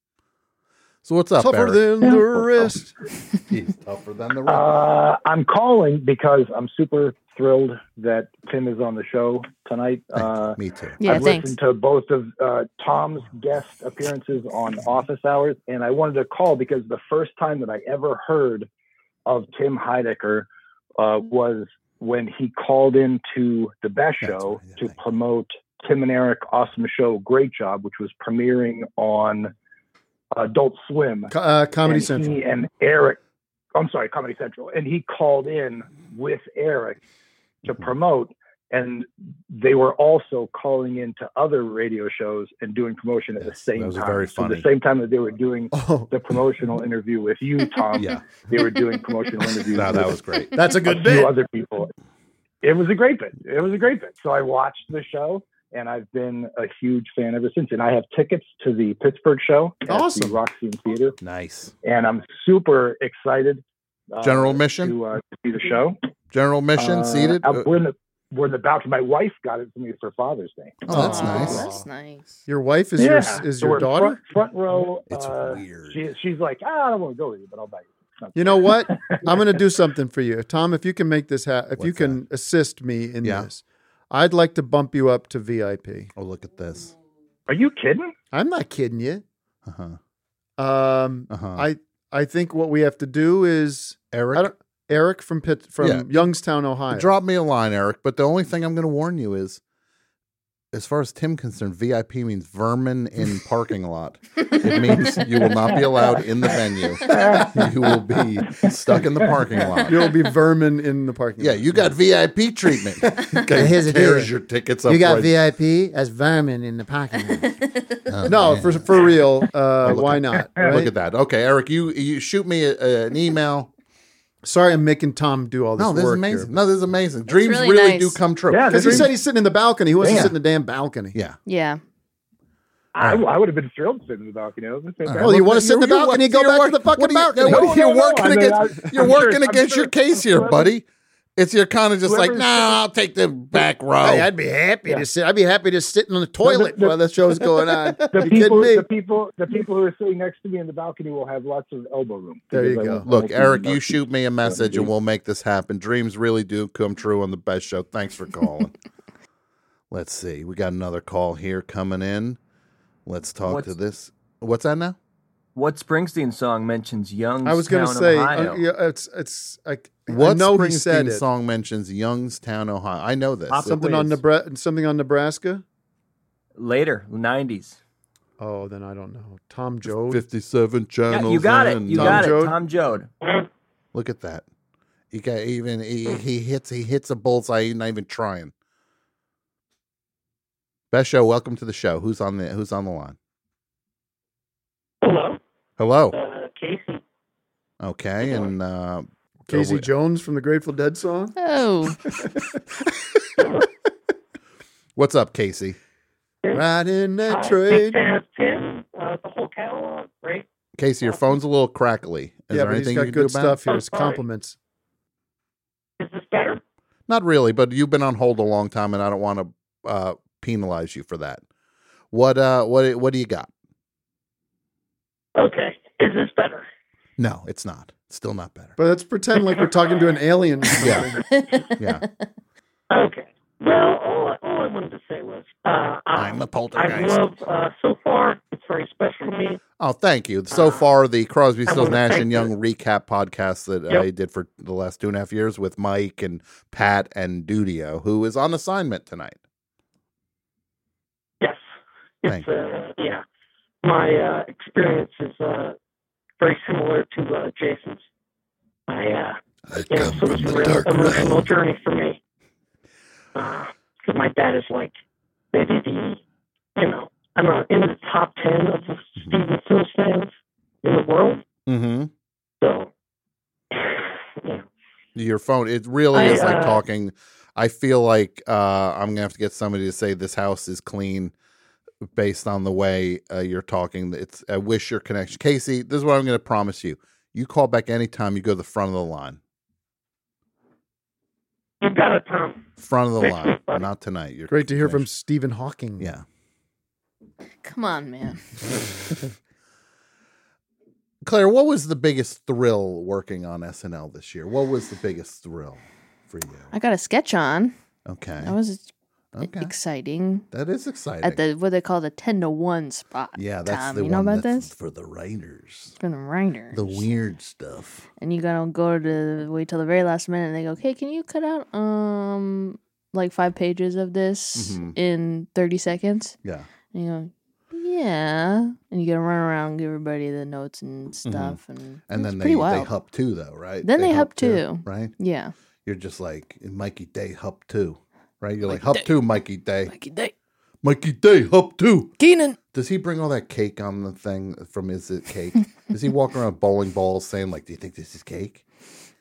So what's up? Tougher Eric? than the rest. He's tougher than the rest. Uh, I'm calling because I'm super thrilled that Tim is on the show tonight. Uh, Me too. Yeah, I've thanks. listened to both of uh, Tom's guest appearances on Office Hours, and I wanted to call because the first time that I ever heard of Tim Heidecker uh, was when he called in to the Best Show to promote Tim and Eric Awesome Show Great Job, which was premiering on Adult Swim. Co- uh, Comedy and Central. He and Eric, I'm sorry, Comedy Central, and he called in with Eric to Mm-hmm. promote, and they were also calling into other radio shows and doing promotion at the same those are time. very So funny. the same time that they were doing the promotional interview with you, Tom, Oh. Yeah. they were doing promotional interviews. No, that with was great. That's a good few bit. Other people, it was a great bit. It was a great bit. So I watched the show. And I've been a huge fan ever since. And I have tickets to the Pittsburgh show at the Awesome. Roxy Theater Nice. and I'm super excited. uh, General Mission? to, uh, to see the show. General Mission Uh, seated. uh, we're in the we're in the balcony. My wife got it for me for Father's Day. Oh, that's nice. That's nice. Your wife is yeah. your is So your we're in daughter. front, front row. It's weird. She, she's like, ah, I don't want to go with you, but I'll buy you. You know what? I'm going to do something for you, Tom. If you can make this happen, if you can assist me in this, I'd like to bump you up to VIP. Oh, look at this! Are you kidding? I'm not kidding you. Uh Um, Uh-huh. I I think what we have to do is Eric Eric from Pitt from Yeah. Youngstown, Ohio. huh. Drop me a line, Eric. But the only thing I'm going to warn you is, as far as Tim concerned, VIP means vermin in parking lot. It means you will not be allowed in the venue. You will be stuck in the parking lot. You'll be vermin in the parking yeah, you got VIP treatment. Now, here's the tears deal. your tickets up. lot. You got right- VIP as vermin in the parking Oh, lot. no, man. for for real. Uh, Oh, look why at- not? Look right? at that. Okay, Eric, you you shoot me a, a- an email. Sorry, I'm making Tom do all this No, this is work amazing. here. No, this is amazing. Dreams really really, nice. do come true. Yeah, because he Dreams- said he's sitting in the balcony. He wasn't Yeah. sitting in the damn balcony. Yeah. Yeah. I, I would have been thrilled to sit in the balcony. It was fantastic. Well, you want to sit in the balcony? Go back to the fucking balcony. you're working against, you're working I'm against your case here, buddy. It's you're kind of just like, Whoever's- nah, I'll take the back row. Hey, I'd be happy to sit. I'd be happy to sit in the toilet while the show's going on. The you people, kidding me? the people, the people who are sitting next to me in the balcony will have lots of elbow room. There you Because I go. won't- Look, won't be Eric, dark. you shoot me a message and we'll make this happen. Dreams really do come true on the best show. Thanks for calling. Let's see. We got another call here coming in. Let's talk to What's- this. What's that now? What Springsteen song mentions Youngstown, I was going to say, Ohio? uh, yeah, it's it's. I, I What know he Springsteen said it. song mentions Youngstown, Ohio? I know this. Something on Nebraska. Something on Nebraska. Later, 90s. Oh, then I don't know. Tom Joad. Fifty-seven Yeah, channels. you got it. in. You got it. Tom Joad. Look at that. You got even he, he hits he hits a bullseye. He's not even trying. Best show. Welcome to the show. Who's on the Who's on the line? Hello. Hello. Uh, Casey. Okay, and uh, Casey we- Jones from the Grateful Dead song. Oh. what's up, Casey? Riding that Hi. train. Tim, Tim, uh, the whole catalog, right? Casey, your phone's a little crackly. Is yeah, there but he's anything got you can good do about stuff here. It's compliments. Not really, but you've been on hold a long time, and I don't want to uh, penalize you for that. What uh, what what do you got? Okay. Is this better? No, it's not. It's still not better. But let's pretend like we're talking to an alien. or Yeah. something. Yeah. Okay. Well, all I, all I wanted to say was uh, I'm a I poltergeist. love uh, so far. It's very special to me. Oh, thank you. So far, the Crosby, I Stills, wanna Nash thank and Young recap podcast that Yep. I did for the last two and a half years with Mike and Pat and Dudio, who is on assignment tonight. Thank It's uh, yeah, my uh, experience is uh, very similar to uh, Jason's. I uh, you know, so it's a real emotional journey for me. Because my dad is like maybe the you know I'm uh, in the top ten of the Steven Stills fans in the world. Mm-hmm. So Your phone, it really I, is like uh, talking. I feel like uh, I'm gonna have to get somebody to say this house is clean based on the way uh, you're talking. It's I wish your connection, Casey. This is what I'm gonna promise you. You call back anytime you go to the front of the line. you got it, Tom. Front of the line, not tonight. You're Great to hear from Stephen Hawking. Yeah. Come on, man. Claire, what was the biggest thrill working on SNL this year? What was the biggest thrill for you? I got a sketch on. Okay. That was exciting. That is exciting. At the what they call the ten to one spot. yeah, that's uh, Tom. the you one know about that's this? for the writers. It's been a rinder. The weird stuff. and you gotta go to wait till the very last minute and they go hey can you cut out um like five pages of this Mhm. in 30 seconds Yeah. and you go yeah and you gotta run around and give everybody the notes and stuff and Mm-hmm. And then it's pretty they, they wild. hup too, though, right? Then they hup too. Right? yeah You're just like, Mikey Day hup too, right? You're like, hup too, Mikey Day. Mikey Day. Mikey Day hup too. Keenan. Does he bring all that cake on the thing from Is It Cake? Does he walk around with bowling balls saying, like, do you think this is cake?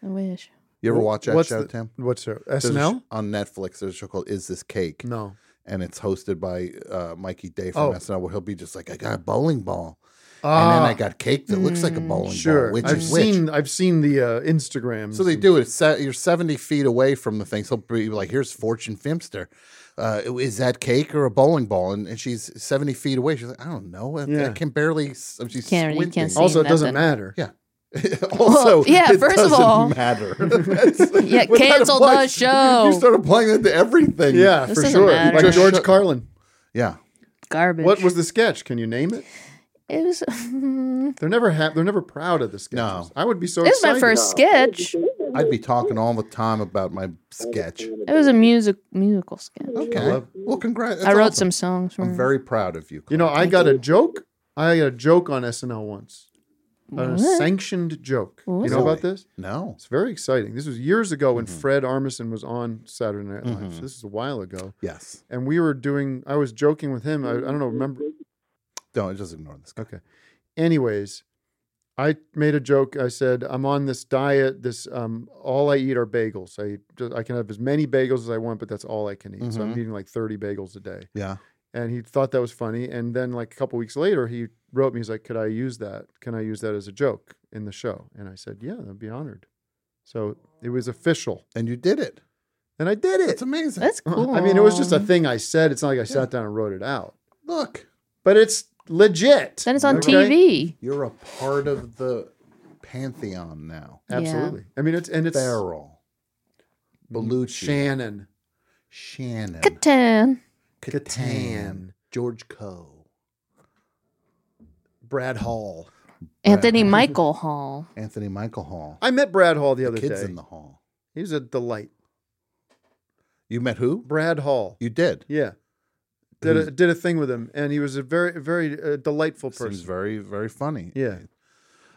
i wish You ever Wh- watch that what's show, the- Tim? what's her- There's a SNL? sh- on Netflix, there's a show called "Is This Cake?" No. and it's hosted by uh, Mikey Day from Oh. SNL, where he'll be just like, "I got a bowling ball, and Ah. Mm, then I got cake that looks like a bowling Sure. ball." Which I've is which? seen I've seen the uh, Instagram. So they do it. Se- you're 70 feet away from the thing. So he'll be like, here's Fortune Fimster. Uh, is that cake or a bowling ball? And, and she's 70 feet away. She's like, I don't know. I, I Yeah. can barely. s- and She's Can't- you can't squinting. see Also, it doesn't nothing. matter. Yeah. Well, also, yeah, it first of doesn't all- matter. yeah Without cancel applying- the show You start applying that to everything. Yeah, This for doesn't sure. matter. Like Just George shut- Carlin. Yeah. garbage What was the sketch? Can you name it? it was it They're never ha- they're never proud of the sketches. I would be so was excited. my first sketch it I'd be talking all the time about my sketch. was a music musical sketch Okay. well, congrats. i wrote some songs from I'm very proud of you. You know, I Thank got you. a joke. I got a joke on SNL once. A What? sanctioned joke. What You was know about it? this? No. Mm-hmm. It's very exciting. This was years ago when Fred Armisen was on Saturday Night Live. Mhm. So this is a while ago. Yes. And we were doing I was joking with him. I, I don't know, remember Don't just ignore this. Okay. Anyways, I made a joke. I said, I'm on this diet. This um, all I eat are bagels. I just, I can have as many bagels as I want, but that's all I can eat. So I'm Mhm. eating like 30 bagels a day. Yeah. And he thought that was funny. And then like a couple weeks later, he wrote me. He's like, "Could I use that? Can I use that as a joke in the show?" And I said, "Yeah, I'd be honored." So it was official. And you did it. And I did it. Uh, It's amazing. That's Uh-huh. I mean, it was just a thing I said. It's not like I sat down and wrote it out. Look. But it's legit. Then it's on okay? TV. You're a part of the pantheon now. Yeah. Absolutely. I mean, it's and it's Farrell, Belucci, Shannon, Shannon, Catan. Catan, George Coe, Brad Hall. Anthony Michael Hall. Anthony Michael Hall. I met Brad Hall the other kids day. in the hall. He was a delight. You met who? Brad Hall. You did. Yeah. Did Who's- a, did a thing with him, and he was a very very uh, delightful person. Seems very very funny. Yeah.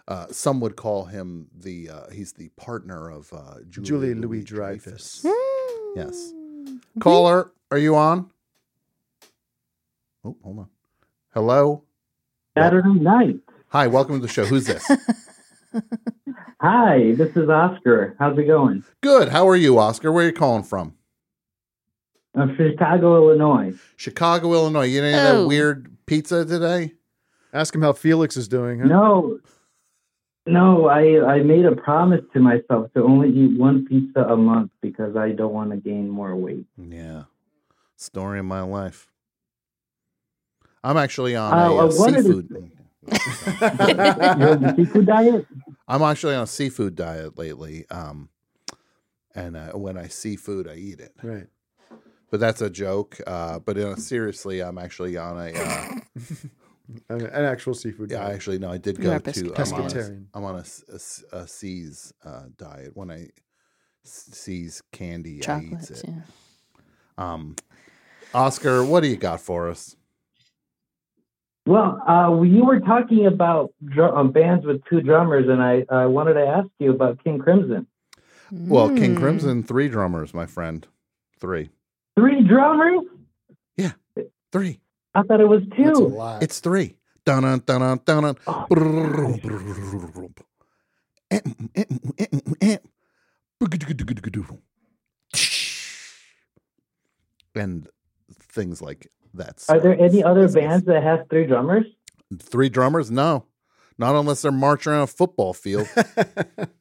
Uh, some would call him the uh, he's the partner of uh, Julie, Julie Louis Dreyfus. Hmm. Yes. Caller, are you on? Oh, hold on. Hello. Saturday night. Hi, welcome to the show. Who's this? Hi, this is Oscar. How's it going? Good. How are you, Oscar? Where are you calling from? I'm from Uh, Chicago, Illinois. Chicago, Illinois. You didn't have Oh. that weird pizza today? Ask him how Felix is doing. Huh? No, no, I I made a promise to myself to only eat one pizza a month because I don't want to gain more weight. Yeah. Story of my life. I'm actually on Uh, a, uh, uh, what is- seafood. seafood diet? I'm actually on a seafood diet lately. Um, and uh, when I see food, I eat it. Right. But that's a joke. Uh, but uh, seriously, I'm actually on a uh, An, an actual seafood. Yeah, actually, no, I did You go are to. I'm on, a, pescatarian. I'm on a, s- a s- a seas uh, diet. When I s- sees candy, I eats Chocolates, it. yeah. Um, Oscar, what do you got for us? Well, uh, you were talking about dr- uh, bands with two drummers, and I, I wanted to ask you about King Crimson. Well, King Crimson, three drummers, my friend, three. Three drummers? Yeah, three. I thought it was two. Oh, It's three. Dun dun dun dun dun. And things like that. Are there any other bands that have three drummers? Three drummers? No. Not unless they're marching around a football field.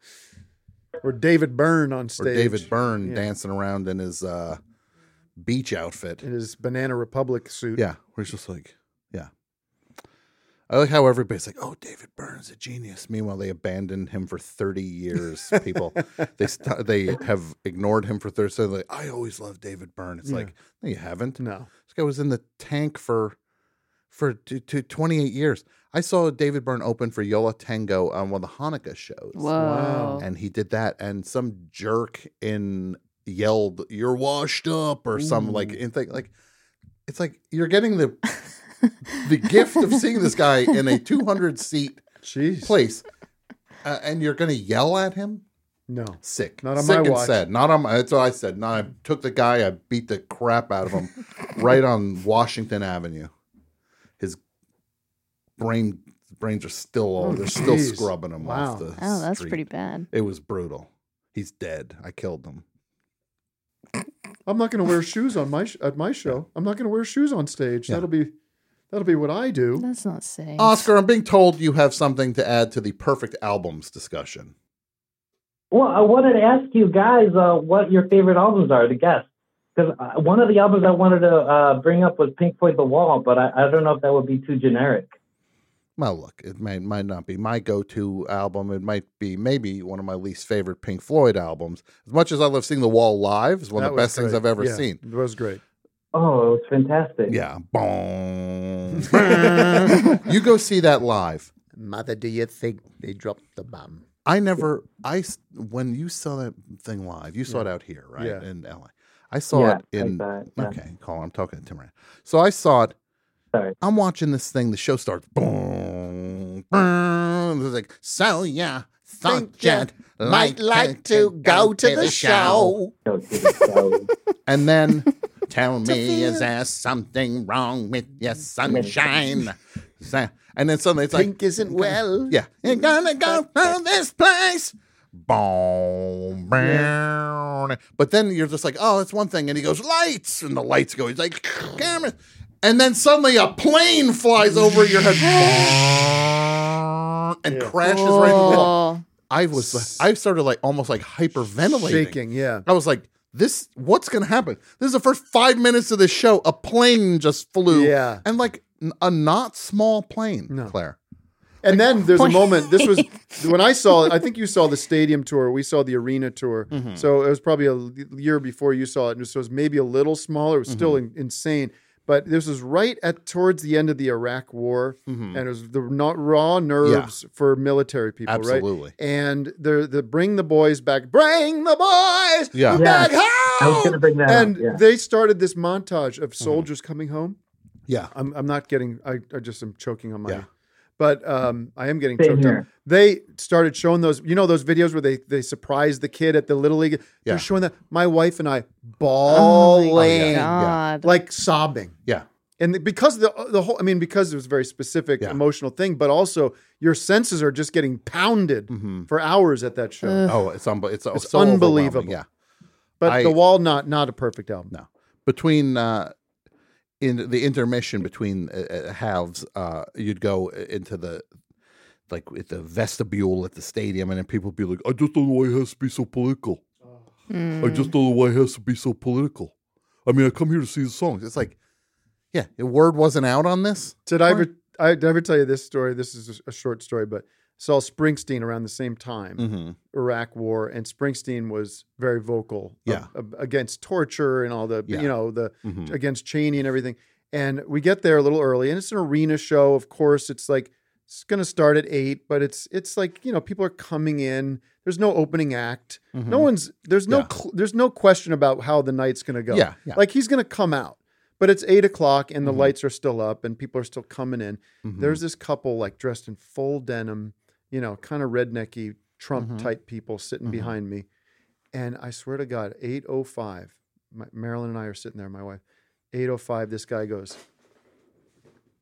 or David Byrne on stage. Or David Byrne Yeah. dancing around in his uh, beach outfit. In his Banana Republic suit. Yeah. Where he's just like, yeah. I like how everybody's like, oh, David Byrne's a genius. Meanwhile, they abandoned him for 30 years, people. they st- they have ignored him for 30 So they're like, I always loved David Byrne. It's Yeah. like, no, you haven't. No. This guy was in the tank for for t- t- 28 years. I saw David Byrne open for Yola Tango on one of the Hanukkah shows. Wow. Whoa. And he did that, and some jerk in yelled, "You're washed up," or some like in thing. Like it's like you're getting the the gift of seeing this guy in a 200 seat place, uh, and you're gonna yell at him. No, sick, Not on sick my and watch. sad. Not on my. That's what I said. Not. I took the guy. I beat the crap out of him, right on Washington Avenue. His brain brains are still all. Oh, they're still jeez. scrubbing him Wow. off the. Oh, that's street. pretty bad. It was brutal. He's dead. I killed him. I'm not going to wear shoes on my sh- at my show. I'm not going to wear shoes on stage. That'll be that'll be what I do. That's not safe. Oscar, I'm being told you have something to add to the perfect albums discussion. Well, I wanted to ask you guys uh, what your favorite albums are to guess. Because uh, one of the albums I wanted to uh, bring up was Pink Floyd The Wall, but I, I don't know if that would be too generic. Well, look, it may, might not be my go to album. It might be maybe one of my least favorite Pink Floyd albums. As much as I love seeing The Wall live, it's one of That the was best things great. I've ever Yeah, seen. It was great. Oh, it was fantastic. Yeah. Boom. you go see that live. Mother, do you think they dropped the bomb? I never, I, s- when you saw that thing live, you saw it Yeah. out here, right? Yeah. In LA. I saw Yeah, it in, I saw it, yeah. okay, call, I'm talking to Tim Ryan. So I saw it. I'm watching this thing. The show starts. Boom, boom. There's like, so yeah, Think Sanjad you might like to go to the show. and then tell me, is there something wrong with your sunshine? Sa- And then suddenly it's like, Pink isn't well. yeah, You're gonna go from this place. boom, boom. But then you're just like, oh, it's one thing. And he goes, lights. And the lights go. He's like, camera. And then suddenly a plane flies over your head and crashes right into the wall. I was, like- I started like almost like hyperventilating. Shaking, yeah. I was like, this, what's going to happen? This is the first five minutes of the show. A plane just flew. Yeah. And like n- a not small plane, Claire. And then there's a moment. This was when I saw it. I think you saw the stadium tour. We saw the arena tour. Mhm. So it was probably a l- year before you saw it. And so it was maybe a little smaller. It was still Mm-hmm. in, insane. But this was right at towards the end of the Iraq War, Mhm. and it was the not raw nerves for military people, right? Absolutely. And the the bring the boys back, bring the boys Yeah. back Yes. home. I was gonna bring that up, And yeah. they started this Mm-hmm. montage of soldiers coming home. Yeah. I'm, I'm not getting. I, I just am choking on my. Yeah. But um, I am getting Same choked up. here. They started showing those, you know, those videos where they they surprise the kid at the little league. They're showing that my wife and I Oh bawling, God. like sobbing. Yeah. And because the the whole, I mean, because it was a very specific emotional thing, but also your senses are just getting pounded for hours at that show. Ugh. Mm-hmm. Oh, it's unbe- it's- oh, so unbelievable. overwhelming, yeah. but I- the wall not not a perfect album. No, between uh, in the intermission between uh, uh, halves, uh, you'd go into the like with the vestibule at the stadium, and then people would be like, "I just don't know why it has to be so political. I just Mm. don't know why it has to be so political. I mean, I come here to see the songs. It's like, yeah, the word wasn't out on this. Did I Or- ever I did I ever tell you this story? This is a short story, but saw Springsteen around the same time, Mhm. Iraq War, and Springsteen was very vocal, a- Yeah. a- against torture and all the Yeah. you know the Mhm. against Cheney and everything. And we get there a little early, and it's an arena show. Of course, it's like it's going to start at eight, but it's it's like you know people are coming in. There's no opening act. No Mhm. one's there's no cl- there's no question about how the night's going to go. Yeah, yeah. like he's going to come out. But it's eight o'clock and the Mhm. lights are still up and people are still coming in. Mhm. There's this couple like dressed in full denim, you know, kind of rednecky Trump type people sitting Mhm. behind me. And I swear to God, 805, my, Marilyn and I are sitting there, my wife, 805, this guy goes,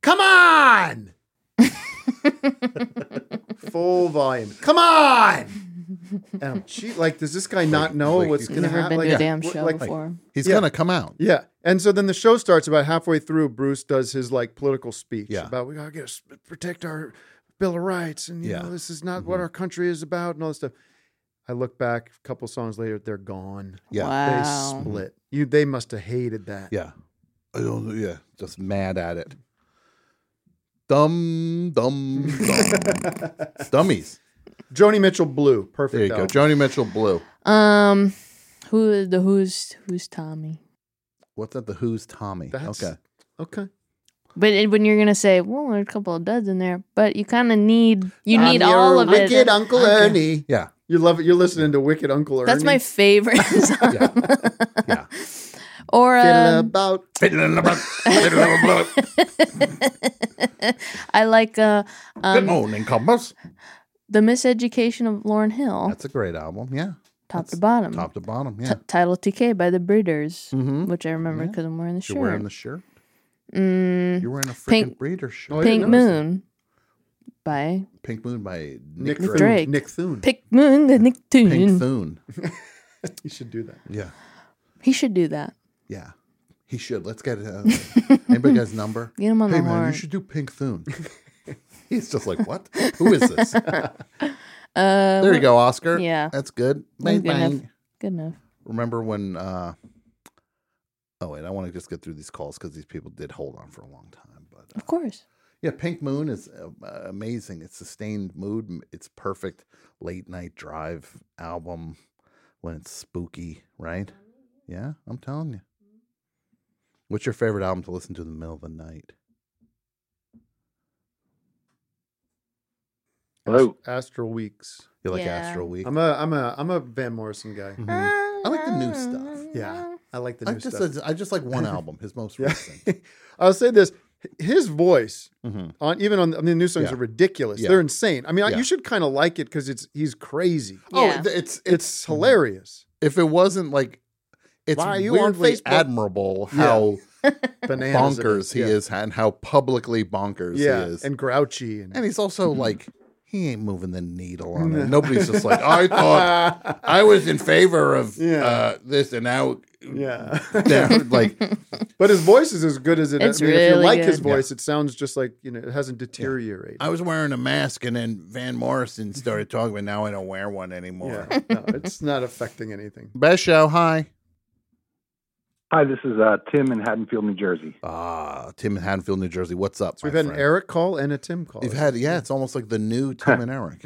Come on! full volume. Come on! And I'm gee, like, does this guy not know like, what's he's going to never happen? been to a Like, damn what- show like- before. He's Yeah. gonna come out. Yeah. And so then the show starts about halfway through. Bruce does his like political speech Yeah. about we got to get us- protect our Bill of Rights and you Yeah. Mm-hmm. know this is not what our country is about and all this stuff. I look back a couple songs later, they're gone. Yeah. They Wow. split. You they must have hated that. Yeah. I don't know. Yeah. Just mad at it. Dumb, dumb, dumb. Dummies. Joni Mitchell Blue. Perfect. There you go. album. Joni Mitchell Blue. Um, who the who's who's Tommy? What's that? The Who's Tommy. That's- okay. Okay. But it- when you're gonna say, well, there's a couple of duds in there, but you kind of need you I'm need your all of it. wicked Uncle Okay. Ernie. Yeah. You love it. You're listening to Wicked Uncle Ernie. That's my favorite song. Or Fiddle um, about. Fiddle about. I like uh, Good um, morning, compass. the Miseducation of Lauren Hill, That's a great album. Yeah. top to bottom. Top to bottom. T- Yeah. title TK by the Breeders, Mm-hmm. which I remember because I'm wearing the shirt. You're wearing the shirt. Mm, You're wearing a freaking Pink- breeder Oh, shirt. Pink Moon by Pink Moon by Nick Nick, Nick Drake. Drake. Nick Thune. Pink Moon, the Nick Thune. Pink Thune. You should do that. Yeah. He should do that. Yeah. He should. Let's get uh, anybody got his number. Get him on hey, the man, horn. you should do Pink Thune. He's just like, what? Who is this? Uh, there you go, Oscar. Yeah. that's good. That Bang, was good enough. bang. Good enough. Remember when? uh Oh wait, I want to just get through these calls because these people did hold on for a long time. uh, Of course. Yeah, Pink Moon is uh, uh, amazing. It's sustained mood. M- It's perfect late night drive album when it's spooky, right? Yeah, I'm telling you. What's your favorite album to listen to in the middle of the night? Hello. Astral Weeks. You like Yeah. Astral Weeks? Mm-hmm. I'm a I'm a I'm a Van Morrison guy. I like the new stuff. Yeah, I like the I new just, stuff. I just like one album, his most Yeah. recent. I'll say this: his voice Mhm. on even on I mean, the new songs Yeah. are ridiculous. Yeah. They're insane. I mean, I Yeah. you should kind of like it because it's he's crazy. Oh, Yeah. th- it's- it's hilarious. If it wasn't like, it's Why are you on weirdly Facebook? admirable Yeah. how Bananas it bonkers he yeah. is and how publicly bonkers Yeah, he is. and grouchy, and, And he's also like, he ain't moving the needle on No. it. Nobody's just like, I thought I was in favor of Yeah. uh, this, and now yeah, down, like, but his voice is as good as it. It's I mean, if you really like his good. voice, it sounds just like you know it hasn't deteriorated. I was wearing a mask, and then Van Morrison started talking, but now I don't wear one anymore. Yeah, no, it's not affecting anything. Best show, hi. Hi, this is uh, Tim in Haddonfield, New Jersey. Ah, Tim in Haddonfield, New Jersey. What's up? We've had an Eric call and a Tim call. You've had, yeah, it's almost like the new Tim and Eric.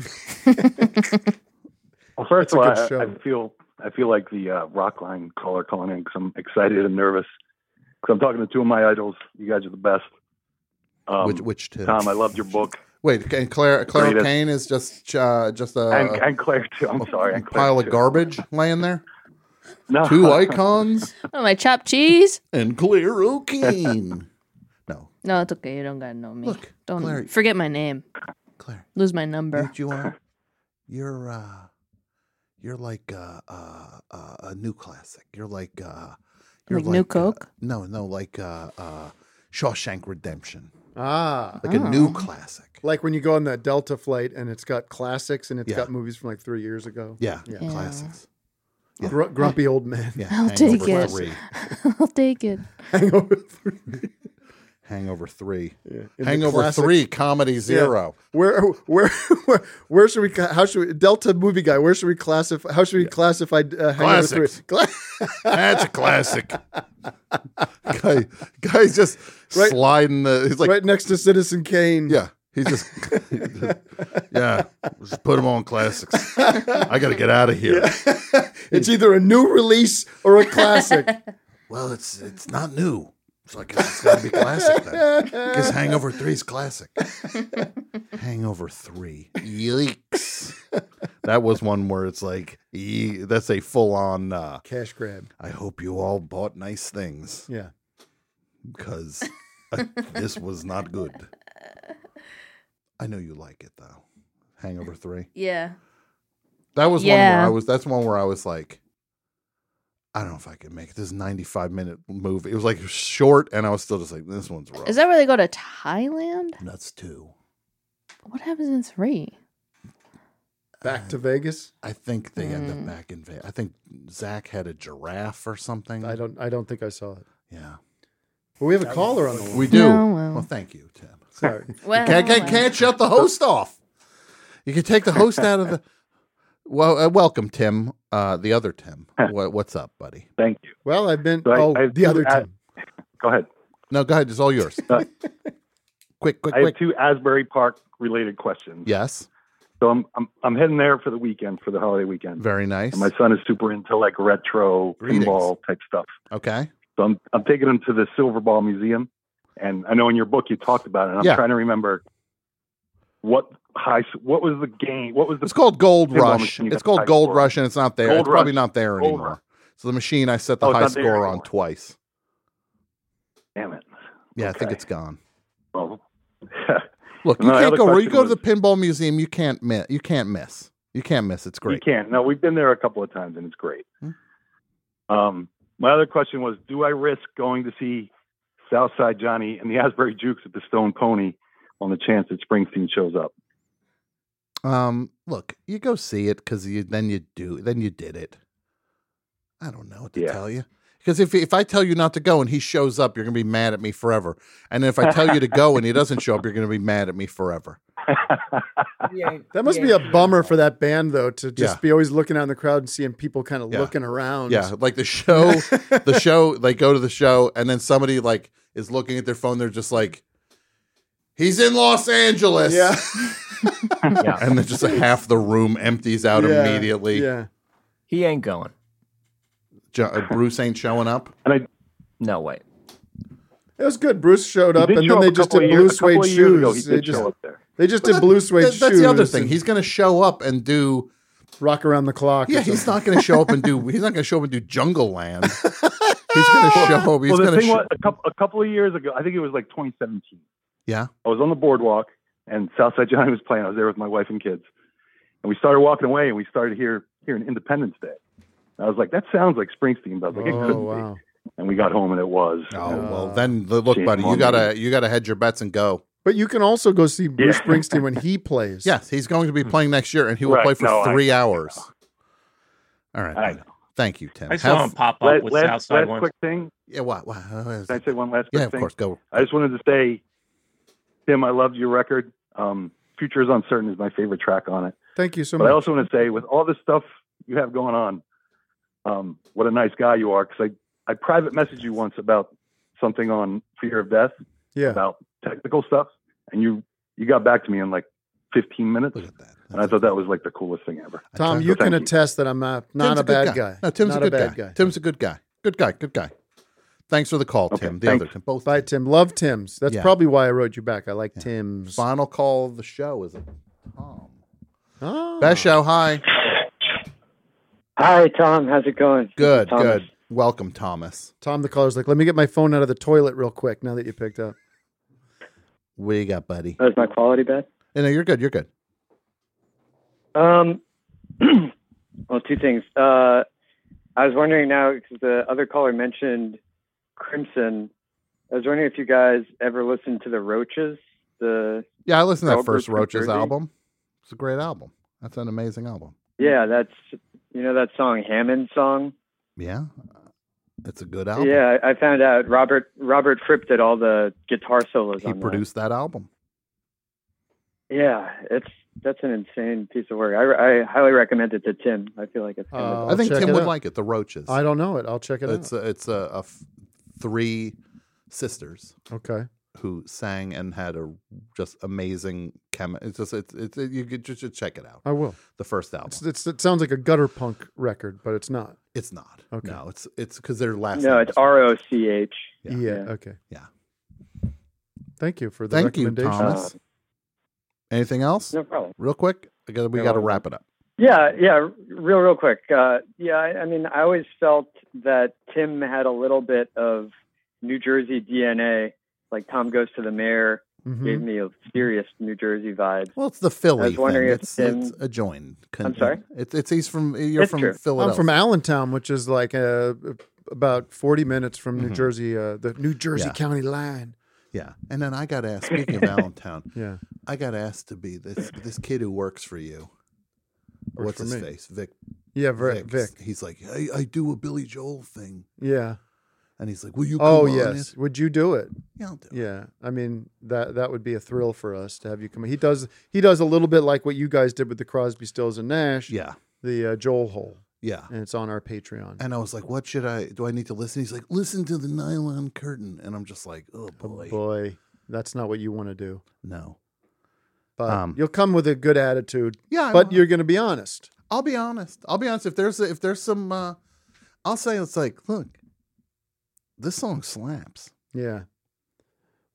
Well, first That's a of all, good I, show. I feel I feel like the uh, rock line caller calling in because I'm excited and nervous because I'm talking to two of my idols. You guys are the best. Um, Which- which two? Tom, I loved your book. Wait, and Claire, Claire Greatest. Kane is just uh, just a, and, and Claire too. I'm sorry. And Claire pile too. of garbage laying there. No. Two icons Oh, my chopped cheese. and Claire O'Keen. No. No, it's okay. You don't gotta know me. Look, don't Clary- forget my name. Claire. Lose my number. Don't you want? You're uh, you're like uh, uh, uh, a new classic. You're like uh, you're Like New Coke. no, no, like uh, uh, Shawshank Redemption. Ah, Like a new Oh. classic. Like when you go on that Delta flight and it's got classics and it's Yeah. got movies from like three years ago. Yeah, yeah, Yeah. classics. Gr- grumpy old man. Yeah, I'll take it. I'll take it. Hangover three. Hangover three. in the Hangover classic- three. Comedy Yeah. zero. Where, where, where, where should we? ca- How should we? Delta movie guy. Where should we classify? How should we classify uh, Hangover three? Classics. That's a classic. Guy, guy's just sliding the. He's like right next to Citizen Kane. Yeah, he's just. yeah, just put them on classics. I got to get out of here. It's either a new release or a classic. Well, it's it's not new, so I guess it's got to be classic then. Because Hangover Three is classic. Hangover Three. Yikes! That was one where it's like ye- that's a full on uh, Cash grab. I hope you all bought nice things Yeah. because uh, this was not good. I know you like it though. Hangover Three. Yeah. That was one where Yeah. I was. That's one where I was like, I don't know if I can make it. This ninety-five minute movie. It was like short, and I was still just like, this one's rough. Is that where they go to Thailand? That's two. What happens in three? Back to Vegas. I think they end up back in Vegas. I think Zach had a giraffe or something. I don't. I don't think I saw it. Yeah. But we have a caller on the line. We do. well. thank you, Tim. Sorry. Well, can't, can't, can't shut the host off. You can take the host out of the. Well, uh, welcome, Tim. Uh, the other Tim. What, what's up, buddy? Thank you. Well, I've been. So I- oh, I have the two other ad- time. Go ahead. Uh, No, go ahead. It's all yours. quick, quick, I have quick. two Asbury Park related questions. Yes. So I'm, I'm I'm heading there for the weekend for the holiday weekend. Very nice. And my son is super into like retro Greetings. pinball type stuff. Okay. So I'm I'm taking him to the Silver Ball Museum, and I know in your book you talked about it. And I'm Yeah. trying to remember what high what was the game? What was the It's called Gold pinball Rush. machine you It's got called high Gold score? Rush, and it's not there. Gold it's probably Rush. not there Gold anymore. Rush. So the machine I set the Oh, it's high not there score on twice. Damn it! Yeah, I think it's gone. Well, Look, you My can't other go. You question go to the pinball museum. You can't miss. You can't miss. You can't miss. It's great. Hmm. You can't. No, we've been there a couple of times and it's great. Um, my other question was, do I risk going to see Southside Johnny and the Asbury Jukes at the Stone Pony on the chance that Springsteen shows up? Um, look, you go see it because you then you do then you did it. I don't know what to tell you because if if I tell you not to go and he shows up, you're gonna be mad at me forever. And if I tell you to go and he doesn't show up, you're gonna be mad at me forever. That must be a bummer for that band though to just Yeah. be always looking out in the crowd and seeing people kind of Yeah. looking around. Yeah, like the show, the show. They go to the show, and then somebody like is looking at their phone. They're just like, "He's in Los Angeles." Yeah. and then just like, half the room empties out Yeah, immediately. Yeah, He ain't going. Jo- uh, Bruce ain't showing up. And I, no way. It was good. Bruce showed He up, did and show then up they a just couple did of years- blue a couple suede of years ago, shoes. he did they just, show up there. They just But did that- blue suede that- shoes. That's the other thing. and He's going to show up and do rock around the clock. or Yeah, he's something. not going to show up and do. He's not going to show up and do Jungle Land. he's going to show up. He's well, the going to. thing Show, was, a couple, a couple of years ago, I think it was like 2017. yeah. I was on the boardwalk and Southside Johnny was playing. I was there with my wife and kids, and we started walking away and we started here hearing Independence Day. And I was like, that sounds like Springsteen, but I was like, it Oh couldn't wow! be. And we got home and it was. Oh well, then the look, buddy. You on gotta you gotta hedge your bets and go. But you can also go see Bruce Yeah. Springsteen when he plays. Yes, Hmm. he's going to be playing next year, and he will Right, play for no, I- three hours. All right. buddy. Thank you, Tim. I saw Have- him pop up Last- with last- Southside last once. quick thing. Yeah. What? what, what is Can it? I say one last quick yeah. Of thing? course. Go. I just wanted to say, Tim, I loved your record. Um, Future is Uncertain is my favorite track on it. Thank you so but much. I also want to say, with all the stuff you have going on, um, what a nice guy you are. Because I, I private messaged you once about something on Fear of Death, Yeah. about technical stuff, and you you got back to me in like 15 minutes. Look at that. and I thought that was like the coolest thing ever. Tom, you can attest that I'm not, not Tim's a bad guy. No, Tim's Not a good bad guy. Tim's a good guy. Good guy. Good guy. Thanks for the call, Tim. The thanks. other Tim. Both. Bye, Tim. Love Tim's. That's Yeah. probably why I wrote you back. I like Tim's. Final call of the show is a Best show. Hi. Hi, Tom. How's it going? Good. Thomas. Good. Welcome, Thomas. Tom, the caller's like, let me get my phone out of the toilet real quick now that you picked up. What do you got, buddy? That's my quality bad. No, no, you're good. You're good. Um, well, two things. Uh, I was wondering now because the other caller mentioned Crimson. I was wondering if you guys ever listened to the Roaches. The Yeah, I listened to girl that first group from Roaches Jersey? album. It's a great album. That's an amazing album. Yeah, that's you know that song Hammond song. Yeah, it's a good album. Yeah, I I found out Robert Robert Fripp did all the guitar solos. he on that. produced that album. Yeah, it's that's an insane piece of work. I, I highly recommend it to Tim. I feel like it's. kind of- I think Tim would like it. The Roaches. I don't know it. I'll check it it's A, it's a, a f- three sisters. Okay. Who sang and had a just amazing chem. It's just it's it's you could just, just check it out. I will. The first album. It's, it's, it sounds like a gutter punk record, but it's not. It's not. Okay. No, it's it's because their last. No, name it's is- R O C H. Yeah. Okay. Uh, Yeah. Thank you for the Thank you, recommendation. Thomas. Anything else? No problem. Real quick, I got we got to wrap it up. Yeah, yeah, real, real quick. Uh, yeah, I, I mean, I always felt that Tim had a little bit of New Jersey DNA. Like Tom Goes to the Mayor Mhm. gave me a serious New Jersey vibe. Well, it's the Philly. I was wondering thing. if it's, Tim. it's a join. I'm sorry? It's it's he's from you're It's from true. I'm Philadelphia. I'm from Allentown, which is like uh, about 40 minutes from New Mhm. Jersey, uh, the New Jersey Yeah. County line. Yeah. And then I got asked, speaking of Allentown, Yeah. I got asked to be this this kid who works for you. What's for his me. face? Vic. Yeah, Vic- Vic. He's like, I, I do a Billy Joel thing. Yeah. And he's like, Will you Oh come on yes. it? Would you do it? Yeah, I'll do it. Yeah. I mean that that would be a thrill for us to have you come. He does he does a little bit like what you guys did with the Crosby, Stills, and Nash. Yeah. The uh, Joel Hole. Yeah. And it's on our Patreon. And I was like, What should I do? I need to listen? He's like, Listen to the nylon curtain. And I'm just like, Oh boy. Boy, that's not what you want to do. No. But Um, you'll come with a good attitude. Yeah, I But will. you're going to be honest. I'll be honest. I'll be honest. If there's if there's some, uh, I'll say it's like, look, this song slaps. Yeah.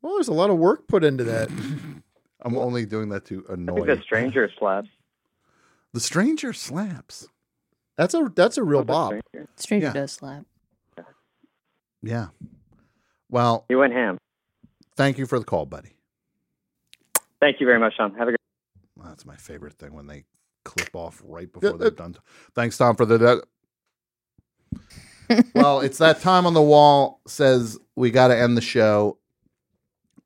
Well, there's a lot of work put into that. I'm only doing that to I annoy. think the Stranger slaps. The Stranger slaps. That's a that's a real bop. Stranger Yeah. does slap. Yeah. Well, you went ham. Thank you for the call, buddy. Thank you very much, Sean. Have a good. That's my favorite thing when they clip off right before they're done. Thanks, Tom, for the. that- well, it's that time on the wall says we got to end the show.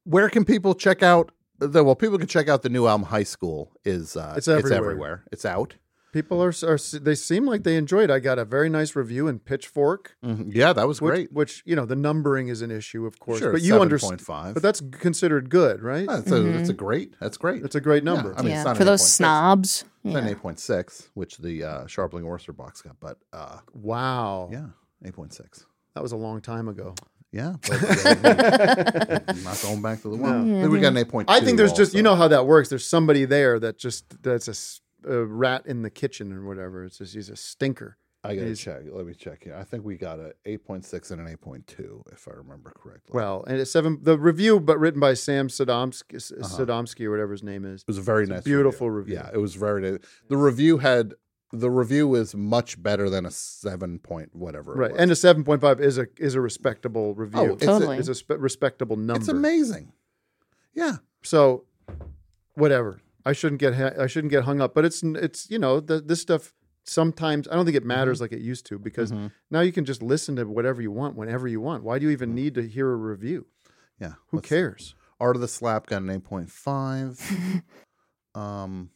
Where can people check out the? Well, people can check out the new album. High School is uh, It's everywhere. It's out. People are, are they seem like they enjoyed. it. I got a very nice review in Pitchfork. Mhm. Yeah, that was which, great. Which you know the numbering is an issue, of course. Sure, but it's you understand. 7.5. But that's considered good, right? That's a, that's a great. That's great. It's a great Yeah, number. I mean, it's not Mm-hmm. for an those 8.6. snobs. It's Yeah. an eight point six, which the uh, Sharpling Orser box got, but uh, wow, yeah, eight point six. That was a long time ago. Yeah, but, uh, not going back to the one. Then we got an eight point. I think there's just you know how that works. There's somebody there that just that's a s- a, rat in the kitchen or whatever. It's just he's a stinker. I gotta He's- check. Let me check here. I think we got a eight point six and an eight point two, if I remember correctly. Well, and it's seven. The review, but written by Sam Sadomsky, S- Uh-huh. Sadomsky or whatever his name is. It was a very nice, beautiful review. Yeah, it was very. nice. The review had the review is much better than a seven point whatever. it right, was. and a seven point five is a is a respectable review. Oh, it's totally. a, it's a spe- respectable number. it's amazing. Yeah. So, whatever. I shouldn't get ha- I shouldn't get hung up, but it's it's you know the, this stuff. Sometimes I don't think it Mm-hmm. matters like it used to because Mhm. now you can just listen to whatever you want whenever you want. Why do you even need to hear a review? Mm-hmm. Yeah. Who cares? Art of the Slap got an 8.5. um,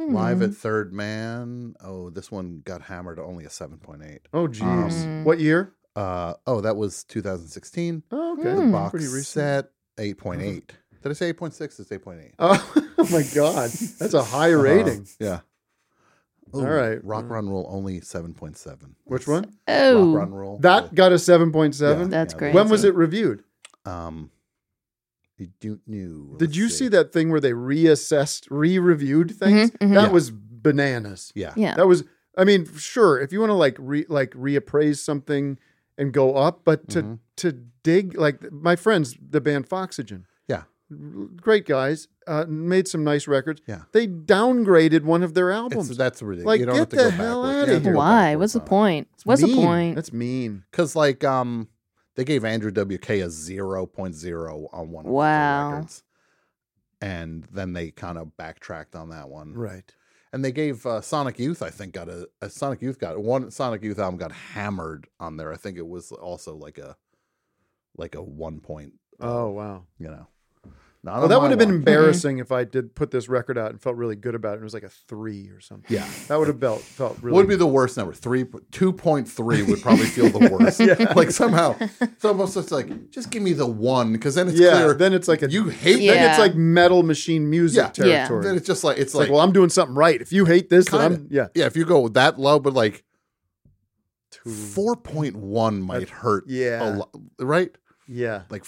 Hmm. Live at Third Man. Oh, this one got hammered to only a 7.8. Oh, geez. What year? Um, Uh, oh, that was 2016. Oh, okay. The Hmm. box Pretty recent. set, 8.8. Did I say 8.6? It's 8.8. Oh, my God, that's a high Uh-huh. rating. yeah. All right. Rock Run Rule only 7.7. Which one? Oh. Rock Run Rule. That got a seven point seven. Yeah, That's yeah, great. When was it reviewed? Um, I don't know. Did you see that thing where they reassessed, re-reviewed things? Mhm, mhm. That Yeah. was bananas. Yeah. Yeah. That was I mean, sure, if you want to like re like reappraise something and go up, but Mm-hmm. to to dig like my friends, the band Foxygen. Yeah. Great guys, uh, made some nice records. Yeah. They downgraded one of their albums. It's, that's ridiculous. Like, you don't get have to the go hell backwards. You outta don't have to here. go Why? What's the point? What's the mean. point? That's mean. Because like um, they gave Andrew WK a 0.0 on one. Of Wow. His records. and then they kind of backtracked on that one, Right. And they gave uh, Sonic Youth, I think, got a, a Sonic Youth got one Sonic Youth album got hammered on there. I think it was also like a like a one point. Oh wow. Um, You know, Well, that would have been embarrassing if I did put this record out and felt really good about it. And it was like a three or something. Yeah. that would have felt felt Oh, really. would be the worst number. Three two point three would probably feel the worst. Yeah. Like somehow, it's almost it's like just give me the one because then it's yeah, clear. then it's like a you hate. Then it's like metal machine music territory. Then it's just like it's, It's like, well, I'm doing something right. If you hate this, then Kinda. I'm yeah. yeah. If you go that low, but like four point one might hurt. yeah. a lot, right. Yeah, like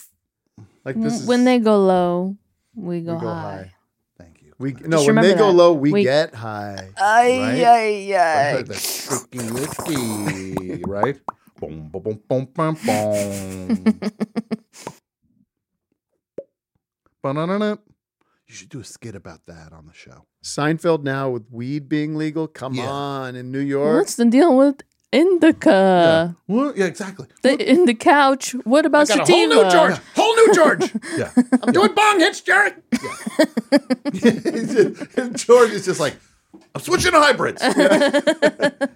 like this is Mm, when they go low, we go, go high. we no when Just they remember go that. low, we, We- get high. Ay, Right? ay, ay. Like the freaking whiskey, right? Boom, boom, boom, boom, boom, boom. Ba-na-na-na. You should do a skit about that on the show. Seinfeld now with weed being legal. Come on, in New York. What's the deal with indica? Well, yeah, exactly. The, in the couch. What about got a whole sativa? new George. Whole new George. yeah. I'm doing bong hits, Jerry. George is just like, I'm switching to hybrids.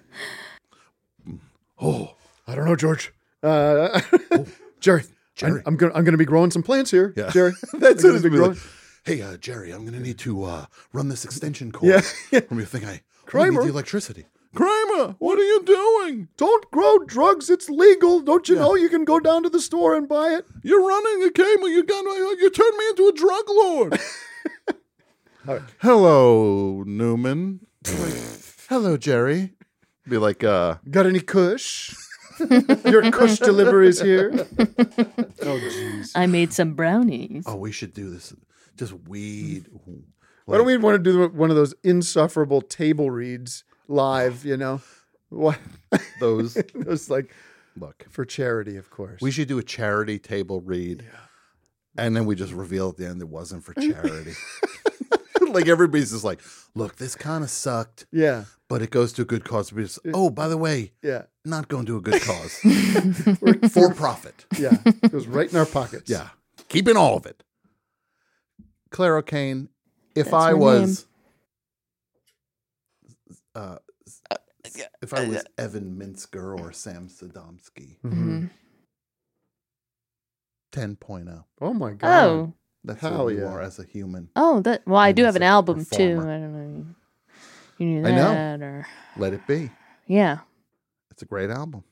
Oh, I don't know, George. Uh, Jerry, Jerry, I, am gonna I'm gonna be growing some plants here. Oh, Yeah. Jerry, That's I'm what gonna it's be been like. growing- Hey, uh, Jerry, I'm going to need to uh, run this extension cord from your thing. I I need Kramer. the electricity. Kramer, what are you doing? Don't grow drugs. It's legal. Don't you know you can go down to the store and buy it? You're running a cable. You got uh, you turned me into a drug lord. Hello, Newman. Hello, Jerry. Be like, uh, Got any Kush? Your Kush delivery is here. oh, jeez. I made some brownies. Oh, we should do this. Just weed. Why don't we want to do one of those insufferable table reads live? You know, what Those. those like Look. for charity, of course. We should do a charity table read. And then we just reveal at the end it wasn't for charity. like everybody's just like, look, this kind of sucked. Yeah. But it goes to a good cause. We just, oh, by the way, yeah, not going to a good cause. for profit. Yeah, it goes right in our pockets. Yeah. Keeping all of it. Clara Kane, if That's I her was uh, if uh, I was Evan Minsker or Sam Sadomsky, Mm-hmm. Mhm. 10.0. Oh my god. Oh. That's Hell how you yeah. are as a human. Oh, that. Well, I do have an album too. performer. I don't know. You knew I know. that, or Let it be. yeah. It's a great album.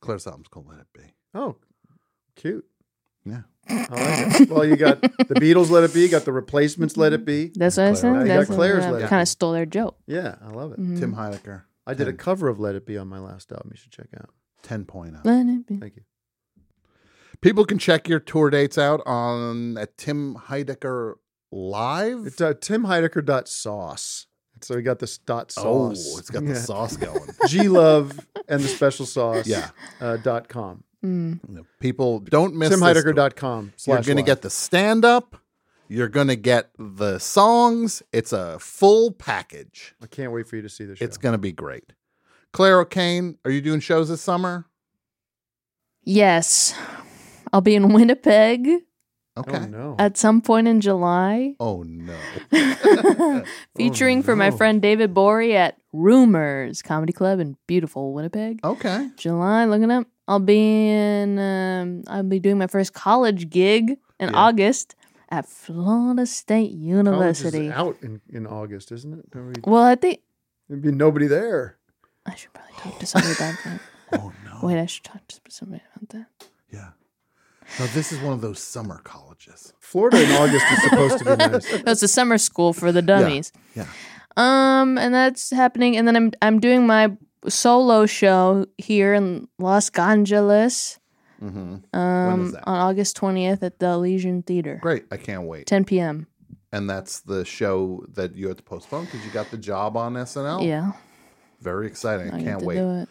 Claire's album's called Let It Be. Oh, cute. Yeah. I like it. Well, you got the Beatles, Let It Be. You got the Replacements, Let It Be. That's what I said. You got That's Claire's, Let It Kind Be. of stole their joke. Yeah, I love it. Mhm. Tim Heidecker. I did a 10. cover of Let It Be on my last album. You should check out. 10.0. Let it be. Thank you. oh. People can check your tour dates out on at Tim Heidecker Live. It's uh, Tim Heidecker dot sauce. So we got this dot Oh, sauce. it's got the sauce going. G Love and the special sauce. Yeah. Uh, dot com. Mm. People don't miss this tour. TimHeidecker.com. You're going to get the stand up. You're going to get the songs. It's a full package. I can't wait for you to see this. It's going to be great. Claire O'Kane, are you doing shows this summer? Yes, I'll be in Winnipeg Oh, Okay. at some point in July, Oh, no. featuring for my no. friend David Bory at Rumors Comedy Club in beautiful Winnipeg. Okay. July, looking up. I'll be in. Um, I'll be doing my first college gig in August at Florida State College is University. out in, in August, isn't it? Don't we- Well, I think There'd be nobody there. talk to somebody about that. oh no! Wait, I should talk to somebody about that. Now, this is one of those summer colleges. Florida in August is supposed to be nice. That's a summer school for the dummies. Yeah. Um, and that's happening. And then I'm I'm doing my solo show here in Los Angeles. Mm-hmm. Um, that? on August twentieth at the Elysian Theater, Great. I can't wait. ten p.m. And that's the show that you had to postpone because you got the job on SNL. Yeah, Very exciting. I get can't to wait. do it.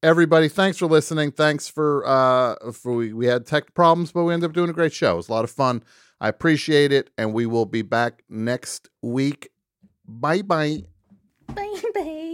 Everybody, thanks for listening. Thanks for uh for we, we had tech problems, but we ended up doing a great show. It was a lot of fun. I appreciate it, and we will be back next week. Bye bye. Bye, bye.